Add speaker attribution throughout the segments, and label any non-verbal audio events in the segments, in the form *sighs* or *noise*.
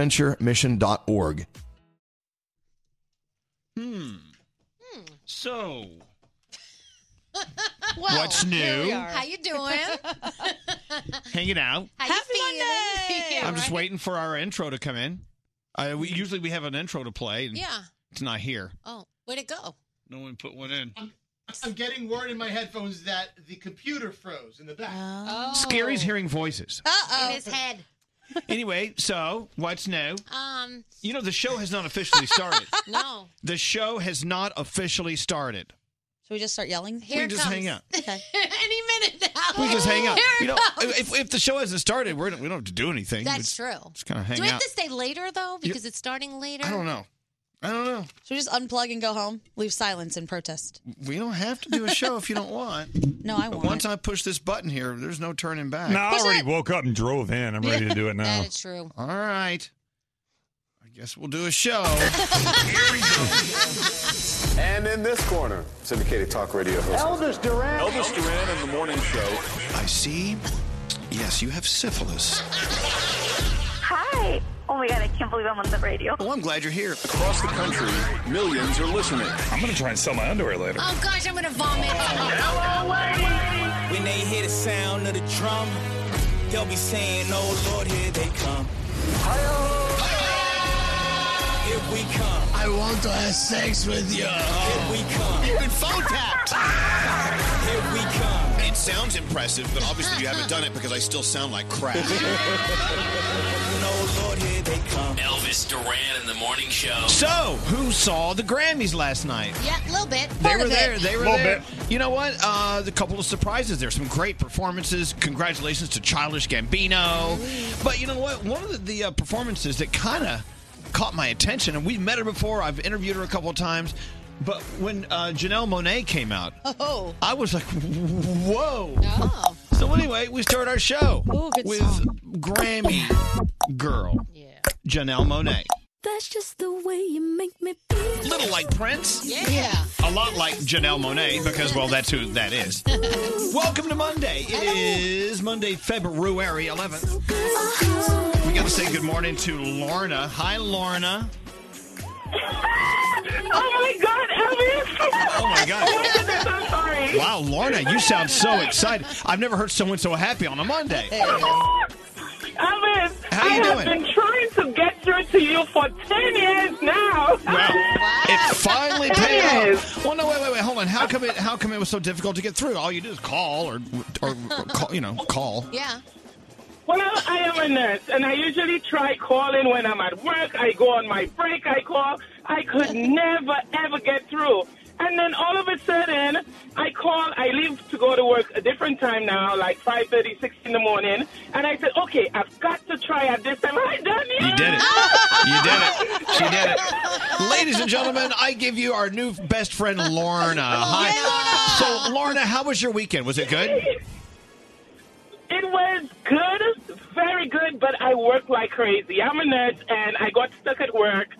Speaker 1: adventuremission.org.
Speaker 2: Hmm. So,
Speaker 3: Well,
Speaker 2: What's new?
Speaker 3: here we are.
Speaker 4: How you doing?
Speaker 2: hanging out.
Speaker 4: How you feeling? Yeah,
Speaker 1: *laughs*
Speaker 2: I'm just
Speaker 4: right? Mm-hmm.
Speaker 2: waiting for our intro to come in. I, we, usually we have an intro to play, and
Speaker 3: Yeah.
Speaker 2: it's not here.
Speaker 3: Oh, where'd it go?
Speaker 2: No one put one in.
Speaker 4: Oh.
Speaker 5: I'm getting word in my headphones that the computer froze in the back.
Speaker 3: Oh.
Speaker 2: Scary's hearing
Speaker 4: *laughs*
Speaker 2: voices.
Speaker 3: In his head.
Speaker 2: anyway, so what's new?
Speaker 4: Uh,
Speaker 3: Um,
Speaker 2: You know, the show has not officially
Speaker 4: *laughs*
Speaker 2: started.
Speaker 3: *laughs* no.
Speaker 2: the show has not officially started.
Speaker 6: Should we just start yelling?
Speaker 3: Here
Speaker 2: we
Speaker 3: it
Speaker 2: just
Speaker 3: comes.
Speaker 2: hang out.
Speaker 3: *laughs* Any minute now.
Speaker 2: We just hang out.
Speaker 3: Here it
Speaker 2: You know,
Speaker 3: comes.
Speaker 2: if, if the show hasn't started, we're, we don't have to do anything.
Speaker 3: That's
Speaker 2: we just,
Speaker 3: true.
Speaker 2: Just kind of hang
Speaker 3: Do we have
Speaker 2: out.
Speaker 3: to stay later though? Because it's starting later.
Speaker 2: I don't know. I don't know.
Speaker 6: Should we just unplug and go home? Leave silence and protest.
Speaker 2: We don't have to do a show if you don't want.
Speaker 3: *laughs*
Speaker 6: No, I
Speaker 2: But
Speaker 6: won't.
Speaker 2: once I push this button here, there's no turning back.
Speaker 7: No, I already woke up and drove in. I'm ready
Speaker 3: *laughs*
Speaker 7: to do it now.
Speaker 3: That is true.
Speaker 2: All right. I guess we'll do a show.
Speaker 3: *laughs*
Speaker 8: And in this corner, syndicated talk radio host.
Speaker 9: Elvis Duran.
Speaker 8: Elvis Duran and the morning show.
Speaker 2: I see. Yes, you have syphilis.
Speaker 10: Hi. Oh my god, I can't believe I'm on the radio.
Speaker 2: Oh, I'm glad you're here.
Speaker 8: Across the country, millions are listening.
Speaker 7: I'm going to try and sell my underwear later.
Speaker 10: Um,
Speaker 3: Oh gosh, I'm gonna vomit.
Speaker 2: Oh,
Speaker 9: When they hear the sound of the drum, they'll be saying, Oh Lord, here they come. Here we come. I want to have sex with you. Here we come. You've been phone tapped.
Speaker 3: *laughs*
Speaker 9: Here we come.
Speaker 11: It sounds impressive, but obviously you haven't done it because I still sound like crap.
Speaker 2: *laughs*
Speaker 9: Oh Lord, here they come.
Speaker 12: Elvis Duran in the morning show.
Speaker 2: So, who saw the Grammys last night?
Speaker 3: yeah, a little bit.
Speaker 2: They
Speaker 3: Part
Speaker 2: were
Speaker 3: of it.
Speaker 2: there. They were
Speaker 7: Little
Speaker 2: there. You know what? Uh, a couple of surprises there. Some great performances. Congratulations to Childish Gambino. But you know what? One of the, the uh, performances that kind of caught my attention, and we've met her before. I've interviewed her a couple of times. But when uh, Janelle Monet came out,
Speaker 6: Oh,
Speaker 2: I was like, whoa.
Speaker 3: Oh.
Speaker 2: So anyway, we start our show
Speaker 6: Ooh, good
Speaker 2: with
Speaker 6: song.
Speaker 2: Grammy girl
Speaker 3: Yeah.
Speaker 2: Janelle Monet.
Speaker 13: That's just the way you make me feel.
Speaker 1: Little like Prince.
Speaker 4: Yeah.
Speaker 1: A lot like Janelle Monet because, well, that's who that is. Welcome to Monday. It is Monday, February 11th. We got to say good morning to Lorna. Hi, Lorna.
Speaker 9: Oh my God, Elvis! Oh
Speaker 1: my God!
Speaker 9: Oh my goodness, I'm sorry.
Speaker 1: Wow, Lorna, you sound so excited. I've never heard someone so happy on a Monday.
Speaker 9: Elvis,
Speaker 1: How
Speaker 9: I
Speaker 1: you
Speaker 9: have
Speaker 1: doing?
Speaker 9: been trying to get through to you for ten years now.
Speaker 1: It finally paid
Speaker 9: Yes.
Speaker 1: off. Well, no, wait, wait, wait. Hold on. How come it? How come it was so difficult to get through? All you do is call or or, or call, you know call.
Speaker 4: Yeah.
Speaker 9: Well, I am a nurse, and I usually try calling when I'm at work. I go on my break, I call. I could never, ever get through. And then all of a sudden, I call. I leave to go to work a different time now, like 5.30, 6 in the morning. And I said, okay, I've got to try at this time. I done it.
Speaker 1: You did it. You did it. She did it. Ladies and gentlemen, I give you our new best friend Lorna. Hi. So Lorna, how was your weekend? Was it good?
Speaker 9: It was good, very good, but I work like crazy. I'm a nurse and I got stuck at work.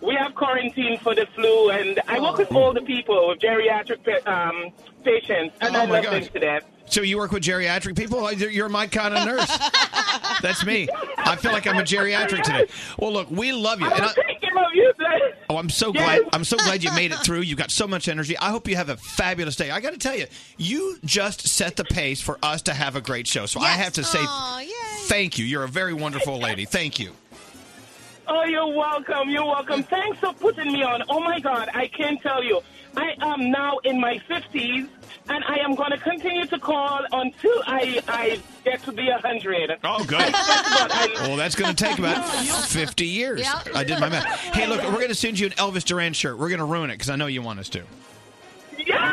Speaker 9: We have quarantine for the flu, and I work with older people, with geriatric pa- um, patients, and I
Speaker 1: Oh my
Speaker 9: love them
Speaker 1: gosh.
Speaker 9: to death.
Speaker 1: So you work with geriatric people? Oh, You're you're my kind of nurse. That's me. I feel like I'm a geriatric today. Well, look, we love you. And I- Oh, I'm so glad! I'm so glad you made it through. You got so much energy. I hope you have a fabulous day. I got to tell you, you just set the pace for us to have a great show. So I have to say, thank you. You're a very wonderful lady. Thank you.
Speaker 9: Oh, you're welcome. You're welcome. Thanks for putting me on. Oh my God, I can't tell you. I am now in my fifties, and I am going to continue to call until I I get to be a hundred.
Speaker 1: Oh, good. Well, that's going to take about 50 years.
Speaker 9: Yeah.
Speaker 1: I did my math. Hey, look, we're going to send you an Elvis Duran shirt. We're going to ruin it because I know you want us to.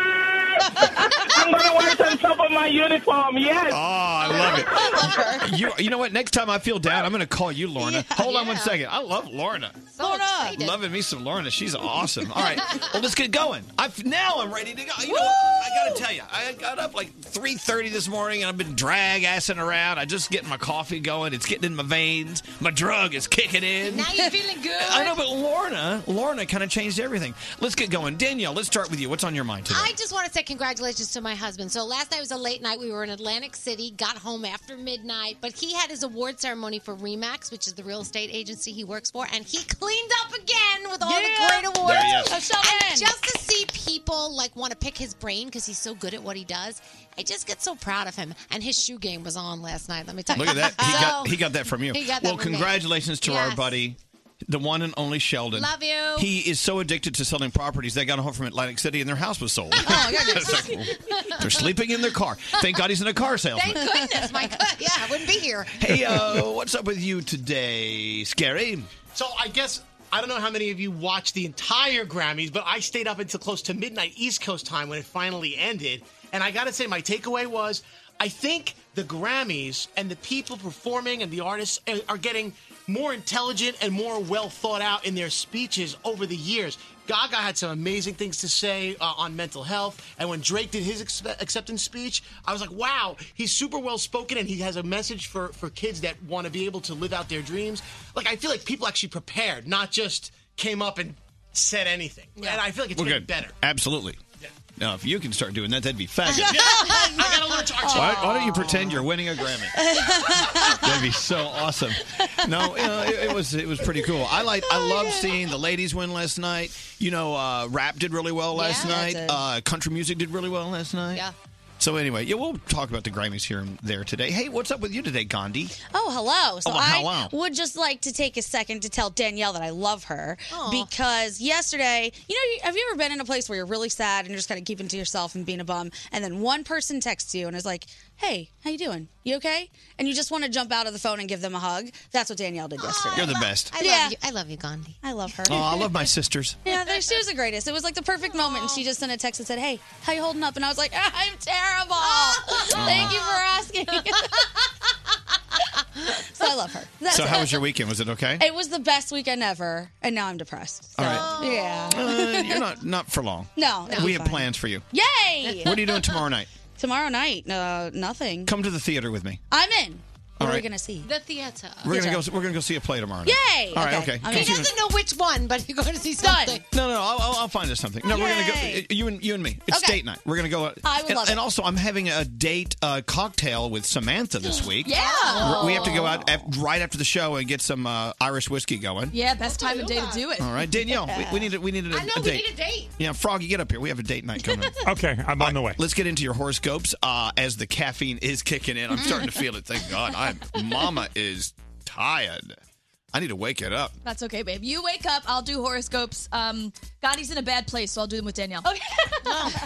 Speaker 9: *laughs* I'm going to wear it on top of my uniform. Yes. Oh,
Speaker 1: I love it. You, you know what? Next time I feel down, I'm going to call you, Lorna. Hold on one second. I love Lorna.
Speaker 4: Lorna.
Speaker 1: Loving me some Lorna. She's awesome. All right. Well, let's get going. I've, now I'm ready to go. You know, *laughs* I got to tell you, I got up like 3.30 this morning and I've been drag assing around. I just getting my coffee going. It's getting in my veins. My drug is kicking in.
Speaker 4: Now
Speaker 2: *laughs*
Speaker 4: you're feeling good.
Speaker 1: I know, but Lorna, Lorna kind of changed everything. Let's get going. Danielle, let's start with you. What's on your mind today?
Speaker 4: I just want to say congratulations to my husband. So last night was a late night. We were in Atlantic City, got home after midnight, but he had his award ceremony for Remax, which is the real estate agency he works for, and he *laughs* cleaned up again with all
Speaker 9: Yeah.
Speaker 4: the great awards.
Speaker 9: There he is. Let's show
Speaker 4: And
Speaker 9: it.
Speaker 4: just to see people like want to pick his brain because he's so good at what he does. I just get so proud of him. And his shoe game was on last night. Let me tell
Speaker 1: Look
Speaker 4: you.
Speaker 1: at that. He,
Speaker 4: *laughs* So,
Speaker 1: got, he got that from you.
Speaker 4: He got that
Speaker 1: well,
Speaker 4: from me.
Speaker 1: congratulations to our
Speaker 4: Yes.
Speaker 1: buddy, the one and only Sheldon.
Speaker 4: Love you.
Speaker 1: He is so addicted to selling properties. They got home from Atlantic City and their house was sold.
Speaker 4: *laughs* Oh, yeah, yeah.
Speaker 1: It's like, they're sleeping in their car. Thank God he's in a car
Speaker 4: Thank
Speaker 1: salesman. *laughs*
Speaker 4: goodness, my God. Yeah, I wouldn't be here.
Speaker 1: Hey, uh, what's up with you today, Scary?
Speaker 5: So I guess I don't know how many of you watched the entire Grammys, but I stayed up until close to midnight East Coast time when it finally ended. And I got to say, my takeaway was I think the Grammys and the people performing and the artists are- are getting more intelligent and more well thought out in their speeches over the years. Gaga had some amazing things to say uh, on mental health, and when Drake did his ex- acceptance speech, I was like, "Wow, he's super well spoken, and he has a message for for kids that want to be able to live out their dreams." Like, I feel like people actually prepared, not just came up and said anything. And I feel like it's
Speaker 1: We're
Speaker 5: getting
Speaker 1: good.
Speaker 5: better.
Speaker 1: Absolutely. Now, if you can start doing that, that'd be
Speaker 4: *laughs*
Speaker 1: fabulous.
Speaker 5: I gotta learn to
Speaker 1: Why,
Speaker 5: articulate.
Speaker 1: why don't you pretend you're winning a Grammy? That'd be so awesome. No, you know, it, it was it was pretty cool. I like
Speaker 6: Oh,
Speaker 1: I love seeing the ladies win last night. You know, uh, rap did really well last
Speaker 4: Yeah,
Speaker 1: night.
Speaker 4: it did.
Speaker 1: Uh, country music did really well last night.
Speaker 6: Yeah.
Speaker 1: So anyway, yeah, we'll talk about the Grammys here and there today. Hey, what's up with you today, Gandhi?
Speaker 6: Oh, hello. So
Speaker 1: Oh,
Speaker 6: I
Speaker 1: hello.
Speaker 6: would just like to take a second to tell Danielle that I love her because yesterday, you know, you- have you ever been in a place where you're really sad and you're just kind of keeping to yourself and being a bum and then one person texts you and is like, "Hey, how you doing? You okay?" And you just want to jump out of the phone and give them a hug. That's what Danielle did yesterday.
Speaker 1: You're the best.
Speaker 4: I love
Speaker 6: Yeah.
Speaker 4: you. I love you, Gandhi.
Speaker 6: I love her.
Speaker 1: Oh, I love my sisters.
Speaker 6: Yeah, there, she was the greatest. It was like the perfect moment. And she just sent a text and said, Hey, how you holding up? And I was like, "Ah, I'm terrible.
Speaker 4: *laughs*
Speaker 6: Thank you for asking. *laughs* so I love her. That's-
Speaker 1: so how was your weekend? Was it okay?
Speaker 6: It was the best weekend ever. And now I'm depressed.
Speaker 1: All right.
Speaker 6: Yeah.
Speaker 1: Uh, you're not not for long.
Speaker 6: No, it'll
Speaker 1: we
Speaker 6: be
Speaker 1: have
Speaker 6: fine.
Speaker 1: plans for you.
Speaker 6: *laughs* Yay!
Speaker 1: What are you doing tomorrow night?
Speaker 6: Tomorrow night, uh, nothing.
Speaker 1: Come to the theater with me.
Speaker 6: I'm in.
Speaker 1: All
Speaker 6: What are we
Speaker 1: right.
Speaker 6: gonna see?
Speaker 4: The theater.
Speaker 1: We're gonna go. We're gonna go see a play tomorrow. night.
Speaker 4: Yay!
Speaker 1: All right. Okay.
Speaker 4: He
Speaker 1: Continue.
Speaker 4: doesn't know which one, but you're going to see something.
Speaker 1: No, no, no. I'll, I'll- I'll find us something. No, we're gonna
Speaker 4: Yay.
Speaker 1: go. You and you and me. It's
Speaker 4: Okay.
Speaker 1: date night. We're gonna go. out-
Speaker 4: I would
Speaker 1: and,
Speaker 4: love it.
Speaker 1: and also, I'm having a date uh, cocktail with Samantha
Speaker 4: *gasps*
Speaker 1: this week.
Speaker 14: Yeah.
Speaker 1: We're- We have to go out af right after the show and get some uh, Irish whiskey going.
Speaker 14: Yeah, best time of day to do it.
Speaker 1: All *laughs* right, Danielle. We, we need a, we need a,
Speaker 14: I know,
Speaker 1: a
Speaker 14: we
Speaker 1: date.
Speaker 14: need a date.
Speaker 1: Yeah, Froggy, get up here. We have a date night
Speaker 4: *laughs*
Speaker 1: coming. okay, I'm on the way. Let's get into your horoscopes. Uh, as the caffeine is kicking in, I'm starting to feel it. Thank God. I'm Mama is tired. I need to wake it up.
Speaker 14: That's okay, babe. You wake up. I'll do horoscopes. Um, Gotti's in a bad place, so I'll do them with Danielle. *laughs* Okay.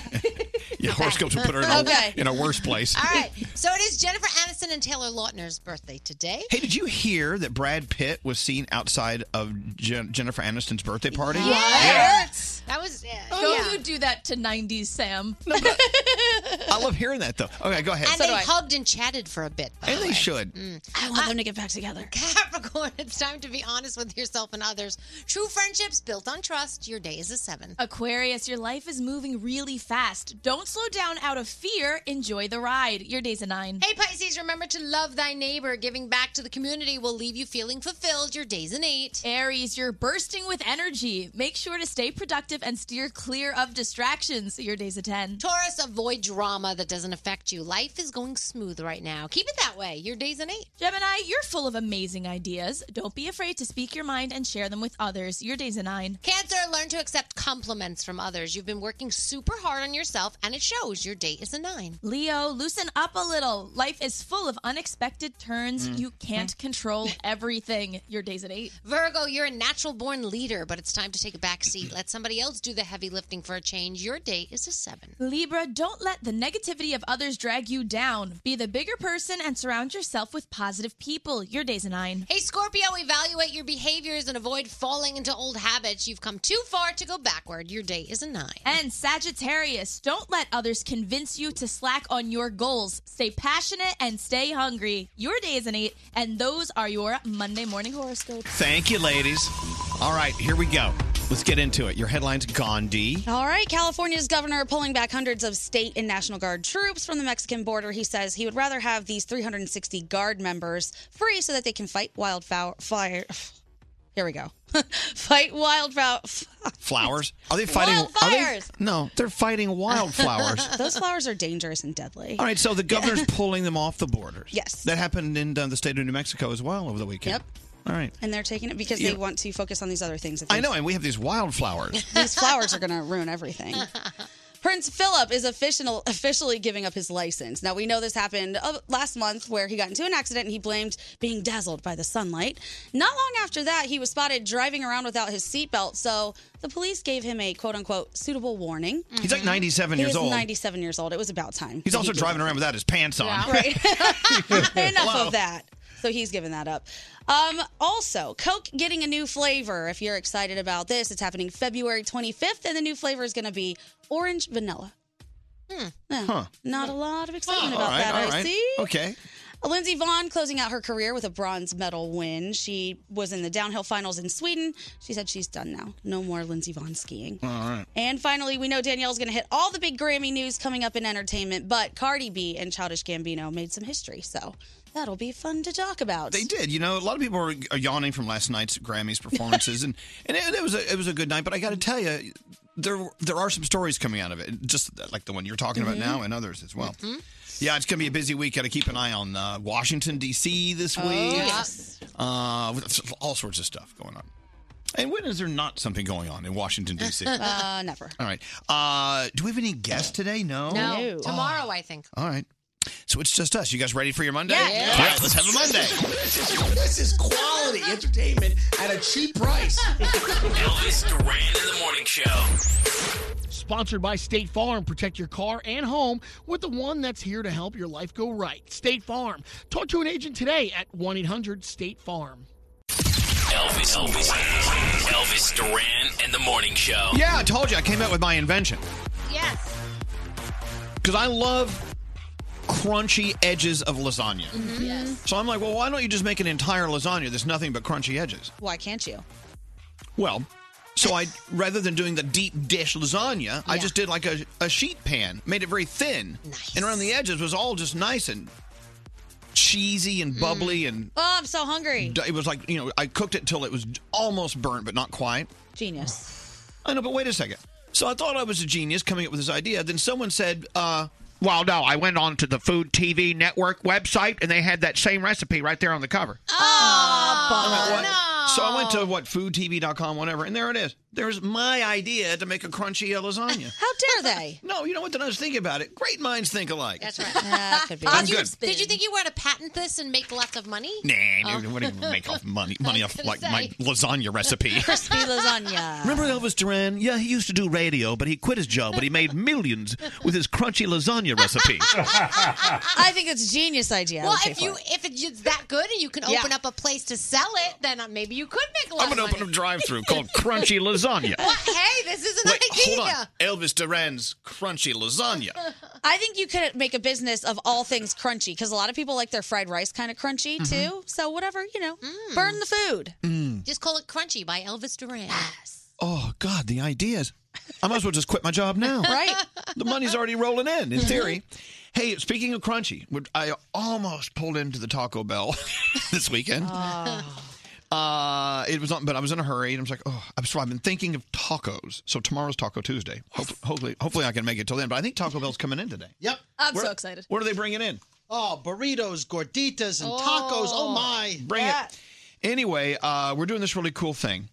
Speaker 1: Yeah, horoscopes would put her in a,
Speaker 4: *laughs* Okay.
Speaker 1: in a worse place.
Speaker 4: All right. So it is Jennifer Aniston and Taylor Lautner's birthday today.
Speaker 1: Hey, did you hear that Brad Pitt was seen outside of Jen- Jennifer Aniston's birthday party?
Speaker 14: Yes.
Speaker 4: That was. Yeah.
Speaker 14: Go
Speaker 4: Yeah.
Speaker 14: you do that to '90s Sam.
Speaker 1: Yeah. I love hearing that though. Okay, go ahead.
Speaker 4: And they hugged and chatted for a bit. by
Speaker 1: And
Speaker 4: the
Speaker 1: they
Speaker 4: way. Mm.
Speaker 1: should.
Speaker 4: I want them to get back together. Capricorn, *laughs* it's time to be honest with yourself and others. True friendships built on trust. Your day is a seven.
Speaker 14: Aquarius, your life is moving really fast. Don't slow down out of fear. Enjoy the ride. Your day's a nine.
Speaker 4: Hey, Pisces, remember to love thy neighbor. Giving back to the community will leave you feeling fulfilled. Your day's an eight.
Speaker 14: Aries, you're bursting with energy. Make sure to stay productive and steer clear of distractions. Your day's a 10.
Speaker 4: Taurus, avoid drama that doesn't affect you. Life is going smooth right now. Keep it that way. Your day's an eight.
Speaker 14: Gemini, you're full of amazing ideas. Don't be afraid to speak your mind and share them with others. Your day's a 9.
Speaker 4: Cancer, learn to accept compliments from others. You've been working super hard on yourself, and it shows. Your day is a nine.
Speaker 14: Leo, loosen up a little. Life is full of unexpected turns.
Speaker 4: Mm.
Speaker 14: You can't control everything. Your day's an 8.
Speaker 4: Virgo, you're a natural born leader, but it's time to take a back seat. Let somebody else do the heavy lifting for a change. Your day is a seven.
Speaker 14: Libra, don't let the negativity of others drag you down. Be the bigger person and surround yourself with positive people. Your day's a 9.
Speaker 4: Hey, Scorpio, evaluate your behaviors and avoid falling into old habits. You've come too far to go backward. Your day is a nine.
Speaker 14: And Sagittarius, don't let others convince you to slack on your goals. Stay passionate and stay hungry. Your day is an eight, and those are your Monday morning horoscopes.
Speaker 1: Thank you, ladies. All right, here we go. Let's get into it. Your headlines
Speaker 4: *laughs*
Speaker 1: Gandhi.
Speaker 6: All right, California's governor pulling back hundreds of state and National Guard troops from the Mexican border. He says he would rather have these 360 Guard members free so that they can fight wildfire. *sighs* Here we go. *laughs* fight wildfire. *laughs*
Speaker 1: Flowers. Are they fighting are they-
Speaker 6: Wildfires.
Speaker 1: no, they're fighting
Speaker 4: *laughs*
Speaker 1: wildflowers.
Speaker 6: Those flowers are dangerous and deadly.
Speaker 1: All right, so the governor's pulling them off the borders.
Speaker 6: Yes.
Speaker 1: That happened in uh, the state of New Mexico as well over the weekend.
Speaker 6: Yep.
Speaker 1: All right.
Speaker 6: And they're taking it because
Speaker 1: You-
Speaker 6: they want to focus on these other things. that
Speaker 1: I
Speaker 6: they-
Speaker 1: know, and we have these
Speaker 4: *laughs*
Speaker 1: wildflowers.
Speaker 6: These flowers are going to ruin everything. Prince Philip is official, officially giving up his license. Now, we know this happened uh, last month where he got into an accident and he blamed being dazzled by the sunlight. Not long after that, he was spotted driving around without his seatbelt. So the police gave him a quote unquote suitable warning.
Speaker 1: He's like 97
Speaker 6: He
Speaker 1: years
Speaker 6: is
Speaker 1: old.
Speaker 6: 97 years old. It was about time.
Speaker 1: He's
Speaker 6: that
Speaker 4: *laughs*
Speaker 1: also
Speaker 6: he gave
Speaker 1: driving around without his pants on.
Speaker 6: *laughs* Enough of that. So he's giving that up. Um, also, Coke getting a new flavor. If you're excited about this, it's happening February 25th, and the new flavor is going to be orange vanilla. Yeah,
Speaker 1: Huh.
Speaker 6: Not a lot of excitement
Speaker 1: Oh, All
Speaker 6: about
Speaker 1: right,
Speaker 6: that,
Speaker 1: all
Speaker 6: I
Speaker 1: right.
Speaker 6: see.
Speaker 1: Okay.
Speaker 6: Lindsey Vaughn closing out her career with a bronze medal win. She was in the downhill finals in Sweden. She said she's done now. No more Lindsey Vaughn skiing.
Speaker 15: All right.
Speaker 6: And finally, we know Danielle's going to hit all the big Grammy news coming up in entertainment, but Cardi B and Childish Gambino made some history, so that'll be fun to talk about.
Speaker 1: They did. You know, a lot of people are are yawning from last night's Grammys performances, and and it, it was a, it was a good night. But I got to tell you, there there are some stories coming out of it, just like the one you're talking
Speaker 16: Mhm.
Speaker 1: about
Speaker 6: Mm-hmm.
Speaker 1: now, and others as well. Yeah, it's going to be a busy week. Got to keep an eye on uh, Washington D.C. this
Speaker 6: Oh,
Speaker 1: week.
Speaker 6: yes.
Speaker 1: Uh, with all sorts of stuff going on. And when is there not something going on in Washington D.C.?
Speaker 6: *laughs* Uh, never.
Speaker 1: all right. Uh, do we have any guests today? No.
Speaker 4: No.
Speaker 1: Oh,
Speaker 4: Tomorrow, I think.
Speaker 1: all right. So it's just us. You guys ready for your Monday?
Speaker 4: Yeah.
Speaker 1: All right, let's have a Monday.
Speaker 16: This is quality entertainment at a cheap price.
Speaker 12: Elvis Duran in the morning show.
Speaker 17: Sponsored by State Farm. Protect your car and home with the one that's here to help your life go right. State Farm. Talk to an agent today at 1 800 State Farm.
Speaker 12: Elvis, Elvis, Elvis Duran and the morning show.
Speaker 1: Yeah, I told you I came out with my invention
Speaker 4: Yes.
Speaker 1: because I love crunchy edges of lasagna.
Speaker 4: Mm-hmm.
Speaker 6: Yes.
Speaker 1: So I'm like, well, why don't you just make an entire lasagna that's nothing but crunchy edges?
Speaker 6: Why can't you?
Speaker 1: Well, so I rather than doing the deep dish lasagna, I
Speaker 6: Yeah.
Speaker 1: just did like a, a sheet pan, made it very thin, and around the edges was all just nice and cheesy and bubbly
Speaker 4: Mm.
Speaker 1: and
Speaker 6: Oh, I'm so hungry.
Speaker 1: it was like you know I cooked it till it was almost burnt but not quite.
Speaker 6: Genius.
Speaker 1: I know, but wait a second. So I thought I was a genius coming up with this idea. Then someone said, uh, "Well, no, I went on to the Food TV Network website and they had that same recipe right there on the cover." So I went to what foodtv.com, whatever, and there it is. There's my idea to make a crunchy lasagna.
Speaker 6: How dare they?
Speaker 1: *laughs* no, you know what? Then I was thinking about it. Great minds think alike.
Speaker 4: That's
Speaker 6: *laughs*
Speaker 4: right.
Speaker 1: could be. I'm
Speaker 4: Did you,
Speaker 1: good.
Speaker 4: did you think you were going to patent this and make lots of money?
Speaker 1: Nah,
Speaker 4: Oh.
Speaker 1: dude, what do you
Speaker 4: *laughs*
Speaker 1: make off money? Money off
Speaker 4: gonna
Speaker 1: like my
Speaker 4: say.
Speaker 1: lasagna
Speaker 4: *laughs*
Speaker 1: recipe. *laughs*
Speaker 6: Crispy lasagna.
Speaker 1: Remember Elvis Duran? Yeah, he used to do radio, but he quit his job, but he made millions with his crunchy lasagna recipe.
Speaker 6: I think it's a genius idea. I
Speaker 4: Well,
Speaker 6: would pay
Speaker 4: if
Speaker 6: for
Speaker 4: you
Speaker 6: it.
Speaker 4: if it's that good and you can
Speaker 6: Yeah.
Speaker 4: open up a place to sell it, then uh, maybe you could make a
Speaker 1: *laughs*
Speaker 4: lot
Speaker 1: I'm going to
Speaker 4: of money.
Speaker 1: open a drive-through called Crunchy Lasagna.
Speaker 4: What? Hey, this is
Speaker 1: *laughs*
Speaker 4: an
Speaker 1: Wait,
Speaker 4: idea.
Speaker 1: hold on. Elvis Duran's Crunchy Lasagna.
Speaker 6: *laughs* I think you could make a business of all things crunchy because a lot of people like their fried rice kind of crunchy
Speaker 1: Mm-hmm.
Speaker 6: too. So whatever, you know, burn the food.
Speaker 4: Mm.
Speaker 1: Mm.
Speaker 4: Just call it Crunchy by Elvis Duran.
Speaker 6: *laughs*
Speaker 1: Oh God, the ideas. I might as well just quit my job now.
Speaker 4: Right.
Speaker 1: The money's already rolling in, in theory. Hey, speaking of crunchy, which I almost pulled into the Taco Bell *laughs* this weekend. Uh, it was on, but I was in a hurry, and I was like, "Oh, I'm so I've been thinking of tacos. So tomorrow's Taco Tuesday. Hope, hopefully, hopefully I can make it till then. But I think Taco Bell's coming in today.
Speaker 15: Yep.
Speaker 14: I'm
Speaker 1: Where-
Speaker 14: so excited.
Speaker 1: What are they bringing in?
Speaker 15: Oh, burritos, gorditas, and tacos. Oh, my.
Speaker 1: Bring it. Anyway, uh, we're doing this really cool thing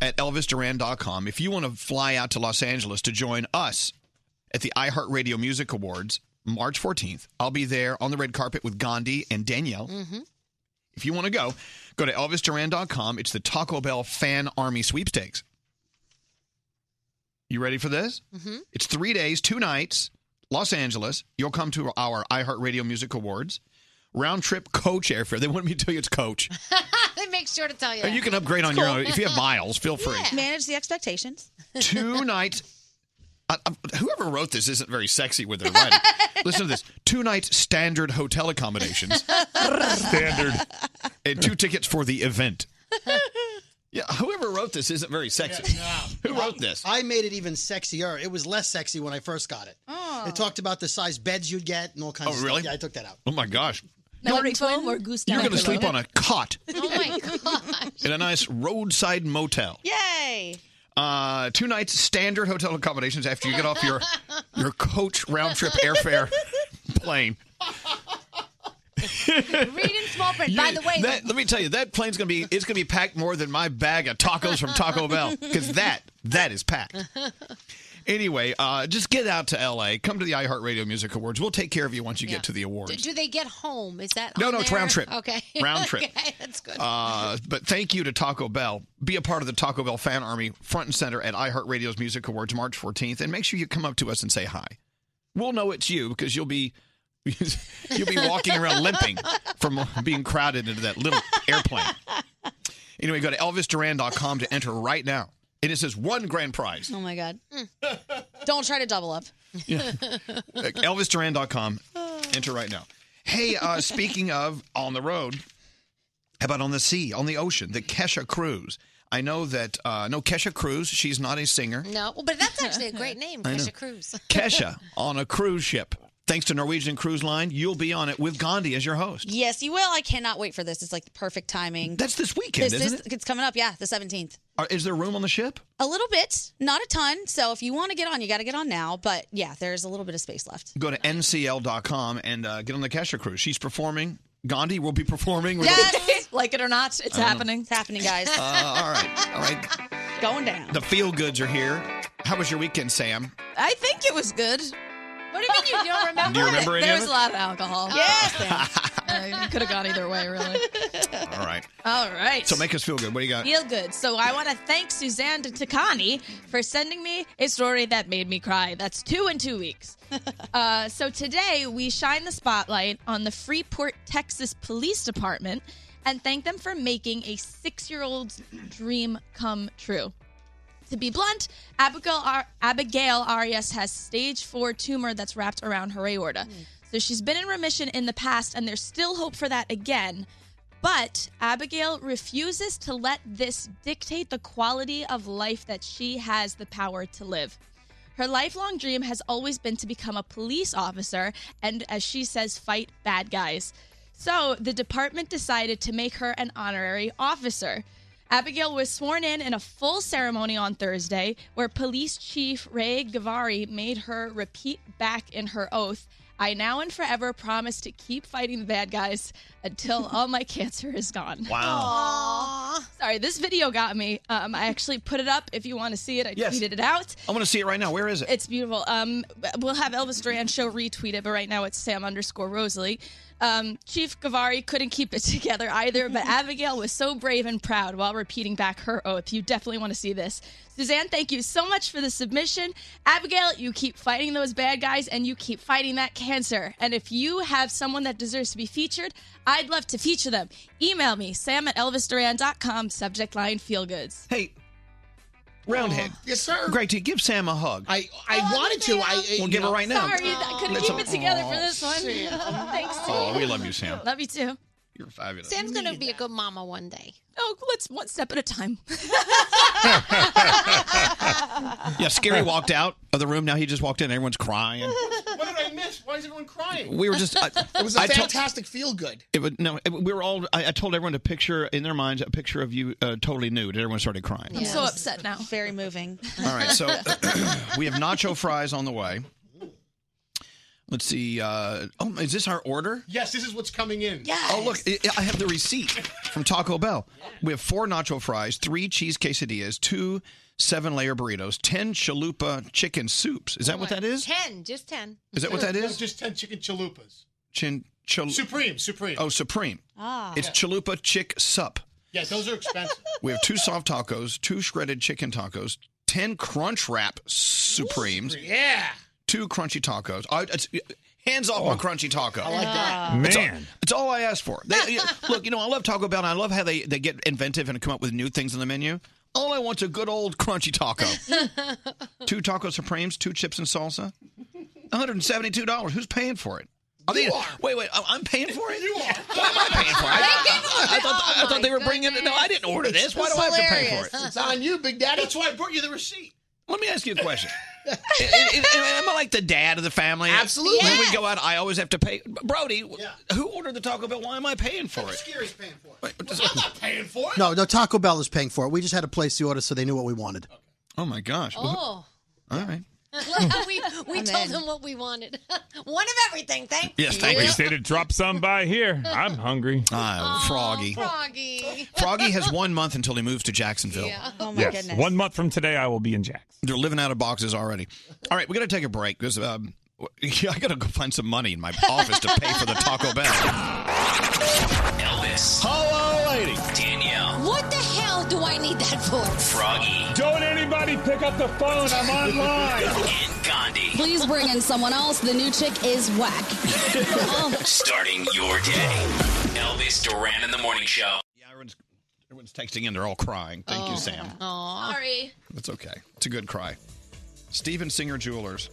Speaker 1: at ElvisDuran.com. If you want to fly out to Los Angeles to join us at the iHeartRadio Music Awards March 14th, I'll be there on the red carpet with Gandhi and Danielle. If you want to go, go to ElvisDuran.com. It's the Taco Bell Fan Army Sweepstakes. You ready for this?
Speaker 4: Mhm.
Speaker 1: It's three days, two nights, Los Angeles. You'll come to our iHeartRadio Music Awards. Round trip coach airfare. They want me to tell you it's coach.
Speaker 4: they make sure to tell you.
Speaker 1: And you
Speaker 4: that.
Speaker 1: can upgrade on your own. If
Speaker 4: *laughs*
Speaker 1: you have miles,
Speaker 6: *laughs*
Speaker 1: feel free.
Speaker 6: Manage the expectations. *laughs*
Speaker 1: Two nights. I, I- whoever wrote this isn't very sexy with their writing. Listen to this. Two nights standard hotel
Speaker 18: *laughs*
Speaker 1: accommodations. standard. *laughs* And two tickets for the
Speaker 4: *laughs*
Speaker 1: event. Yeah, whoever wrote this isn't very sexy. *laughs* Who wrote this?
Speaker 15: I made it even sexier. It was less sexy when I first got it.
Speaker 4: Oh.
Speaker 15: It talked about the size beds you'd get and all kinds
Speaker 1: Oh,
Speaker 15: of
Speaker 1: really?
Speaker 15: stuff. Yeah, I took that out.
Speaker 1: Oh my gosh.
Speaker 14: or
Speaker 1: You're going to sleep on a cot
Speaker 4: Oh
Speaker 14: *laughs*
Speaker 4: my god!
Speaker 1: in a nice roadside motel.
Speaker 6: Yay!
Speaker 1: Uh, two nights standard hotel accommodations after you get off your your coach round trip
Speaker 4: *laughs*
Speaker 1: airfare plane. *laughs*
Speaker 4: Read in small print.
Speaker 1: You-
Speaker 4: By the way,
Speaker 1: that, let me tell you, that plane's gonna be it's gonna be packed more than my bag of tacos from Taco Bell because that that is packed. Anyway, uh, just get out to L.A. Come to the iHeartRadio Music Awards. We'll take care of you once you get to the
Speaker 4: *laughs* do,
Speaker 1: awards.
Speaker 4: do they get home? Is that
Speaker 1: No,
Speaker 4: on
Speaker 1: no, it's
Speaker 4: there?
Speaker 1: round trip.
Speaker 4: Okay, *laughs*
Speaker 1: Round trip.
Speaker 4: okay, that's good.
Speaker 1: Uh, but thank you to Taco Bell. Be a part of the Taco Bell fan army, front and center at iHeartRadio's Music Awards March 14th, and make sure you come up to us and say hi. *laughs* We'll know it's you because you'll be you'll be walking around limping from being crowded into that little airplane. Anyway, go to elvisduran.com to enter right now. And it says one grand prize.
Speaker 6: Oh my god!
Speaker 4: Mm.
Speaker 6: Don't try to double up.
Speaker 1: *laughs* Yeah. ElvisDuran.com. Enter right now. Hey, uh, speaking of on the road, how about on the sea, on the ocean, the Kesha Cruise? I know that, uh, no, Kesha Cruise, she's not a
Speaker 4: *laughs*
Speaker 1: singer.
Speaker 4: no, well, but
Speaker 1: *laughs*
Speaker 4: that's actually a great name,
Speaker 1: I know.
Speaker 4: Kesha Cruz. *laughs*
Speaker 1: Kesha on a cruise ship. Thanks to Norwegian Cruise Line, you'll be on it with Gandhi as your host.
Speaker 6: Yes, you will. I cannot wait for this. It's like the perfect timing.
Speaker 1: That's this weekend,
Speaker 6: This
Speaker 1: isn't
Speaker 6: is- It's coming up. Yeah, the seventeenth.
Speaker 1: Are, is there room on the ship?
Speaker 6: A little bit, not a ton. So if you want to get on, you got to get on now. But yeah, there's a little bit of space left.
Speaker 1: Go to ncl.com and uh, get on the Kesha Cruise. She's performing. Gandhi will be performing. with-
Speaker 6: like it or not,
Speaker 1: I don't know. happening.
Speaker 6: It's happening, guys.
Speaker 1: *laughs* Uh, all right. All right.
Speaker 6: Going down.
Speaker 1: The feel goods are here. How was your weekend, Sam?
Speaker 14: I think it was good.
Speaker 4: What do you mean you
Speaker 14: *laughs*
Speaker 4: don't remember?
Speaker 1: Do you remember
Speaker 14: There
Speaker 1: any of
Speaker 14: was
Speaker 1: it?
Speaker 14: a lot of alcohol. *laughs* Yes, could have gone either way, really.
Speaker 1: All right.
Speaker 14: All right.
Speaker 1: So make us feel good. What do you got?
Speaker 14: Feel good. So I want to thank Suzanne Takani for sending me a story that made me cry. That's two in two weeks. uh, so today we shine the spotlight on the Freeport, Texas Police Department and thank them for making a six year old's dream come true. To be blunt, Abigail, Ar- Abigail Arias has stage four tumor that's wrapped around her aorta. So she's been in remission in the past, and there's still hope for that again. But Abigail refuses to let this dictate the quality of life that she has the power to live. Her lifelong dream has always been to become a police officer and, as she says, fight bad guys. So the department decided to make her an honorary officer. Abigail was sworn in in a full ceremony on Thursday, where Police Chief Ray Gavari made her repeat back in her oath I now and forever promise to keep fighting the bad guys until all my cancer is gone.
Speaker 1: Wow.
Speaker 14: Sorry, this video got me. Um, I actually put it up if you want to see it. I
Speaker 1: Yes.
Speaker 14: tweeted it out.
Speaker 1: I want to see it right now. Where is it?
Speaker 14: It's beautiful. Um, we'll have Elvis Duran show retweet it, but right now it's Sam underscore Rosalie. Um, Chief Gavari couldn't keep it *laughs* together
Speaker 1: *laughs*
Speaker 14: either, but Abigail was so brave and proud while repeating back her oath. You definitely want to see this. Suzanne, thank you so much for the submission. Abigail, you keep fighting those bad guys and you keep fighting that cancer. And if you have someone that deserves to be featured, I'd love to feature them. Email me, sam at elvisduran.com, subject line feel goods.
Speaker 1: Hey, Roundhead.
Speaker 5: yes, sir.
Speaker 1: Great to give Sam a hug.
Speaker 5: I I wanted to. I
Speaker 1: We'll
Speaker 5: you
Speaker 1: give
Speaker 5: know-
Speaker 1: it right now.
Speaker 14: Oh, Sorry, I couldn't
Speaker 1: That's
Speaker 14: keep
Speaker 1: a-
Speaker 14: it together
Speaker 1: Aw,
Speaker 14: for this one. *laughs* Thanks.
Speaker 1: Oh, we love you, Sam.
Speaker 14: Love you too.
Speaker 1: You're fabulous.
Speaker 4: Sam's going to be a good mama one day.
Speaker 14: Oh, let's one step at a time.
Speaker 1: Yeah, Scary walked out of the room. Now he just walked in. Everyone's crying.
Speaker 5: *laughs* What did I miss? Why is everyone crying?
Speaker 1: We were just- I-
Speaker 5: *laughs* it was a
Speaker 1: I told-
Speaker 5: fantastic feel good.
Speaker 1: It would, no, it- we were all. I, I told everyone to picture in their minds a picture of you uh, totally nude. Everyone started crying. *laughs*
Speaker 6: I'm so
Speaker 14: upset now.
Speaker 6: Very moving.
Speaker 1: All right,
Speaker 6: *laughs*
Speaker 1: so *clears throat* we have nacho fries on the way. Let's see. Uh, oh, is this our order?
Speaker 5: Yes, this is what's coming in.
Speaker 1: Yeah. Oh, look, I I have the receipt from Taco Bell. We have four nacho fries, three cheese quesadillas, two seven-layer burritos, ten chalupa chicken soups. Is that what that is?
Speaker 4: Ten, just ten.
Speaker 1: Is that what that is?
Speaker 5: Just ten chicken chalupas.
Speaker 1: Chin, chal-
Speaker 5: Supreme, supreme.
Speaker 1: Oh, supreme.
Speaker 5: Ah.
Speaker 1: It's chalupa chick sup.
Speaker 5: Yes, those are expensive.
Speaker 1: We have two soft tacos, two shredded chicken tacos, 10 crunch wrap supremes.
Speaker 5: Yeah.
Speaker 1: Two crunchy tacos. I, it's, hands off my crunchy taco. I
Speaker 5: Oh. like that.
Speaker 1: Man. It's all,
Speaker 5: Ah. Man.
Speaker 1: it's all I asked for. They, yeah, look, you know, I love Taco Bell and I love how they, they get inventive and come up with new things on the menu. All I want's a good old crunchy
Speaker 5: *laughs*
Speaker 1: taco. two taco supremes, two chips and salsa. $172. Who's paying for it? *laughs* Are they, Wait, wait. I- I'm paying for it? You are. Why am I paying for it? I, I thought, I thought they were bringing it. No, I didn't order this. Why do I have to pay for it?
Speaker 5: It's on you, Big Daddy. That's why I brought you the receipt.
Speaker 1: Let me ask you a question. *laughs* I- I- I- am I like the dad of the family? Absolutely. When we go out, I always have to pay. Brody, who ordered the Taco Bell? Why am I paying for it?
Speaker 5: Scary's paying for it.
Speaker 1: I'm not
Speaker 5: paying for
Speaker 15: No, no, Taco Bell is paying for it. We just had to place the order so they knew what we wanted.
Speaker 1: Oh my gosh.
Speaker 4: Oh.
Speaker 1: All right.
Speaker 4: Look how we we told him what we wanted. *laughs* One of everything. Thank you.
Speaker 19: We said to drop some by here. I'm
Speaker 1: *laughs*
Speaker 19: hungry.
Speaker 1: Oh, Froggy.
Speaker 4: Froggy.
Speaker 1: Froggy has one month until he moves to Jacksonville.
Speaker 4: Yeah. Oh, my Yes. goodness.
Speaker 1: One month from today, I will be in Jackson. They're living out of boxes already. All right, we got to take a break because um, *laughs* I got to go find some money in my office to pay for the Taco Bell.
Speaker 12: Elvis.
Speaker 1: Hello, lady.
Speaker 12: Danielle.
Speaker 4: What the hell do I need that for?
Speaker 12: Froggy.
Speaker 19: Don't anybody pick up the phone. I'm
Speaker 1: *laughs*
Speaker 19: online.
Speaker 12: And Gandhi.
Speaker 20: Please bring in someone else. The new chick is
Speaker 1: *laughs*
Speaker 20: whack.
Speaker 6: Oh,
Speaker 12: Starting your day. Elvis Duran in the morning show.
Speaker 1: Everyone's texting in. They're all crying. *laughs* Thank
Speaker 4: Oh.
Speaker 1: you, Sam.
Speaker 14: Sorry.
Speaker 1: That's okay. It's a good cry. Steven Singer Jewelers.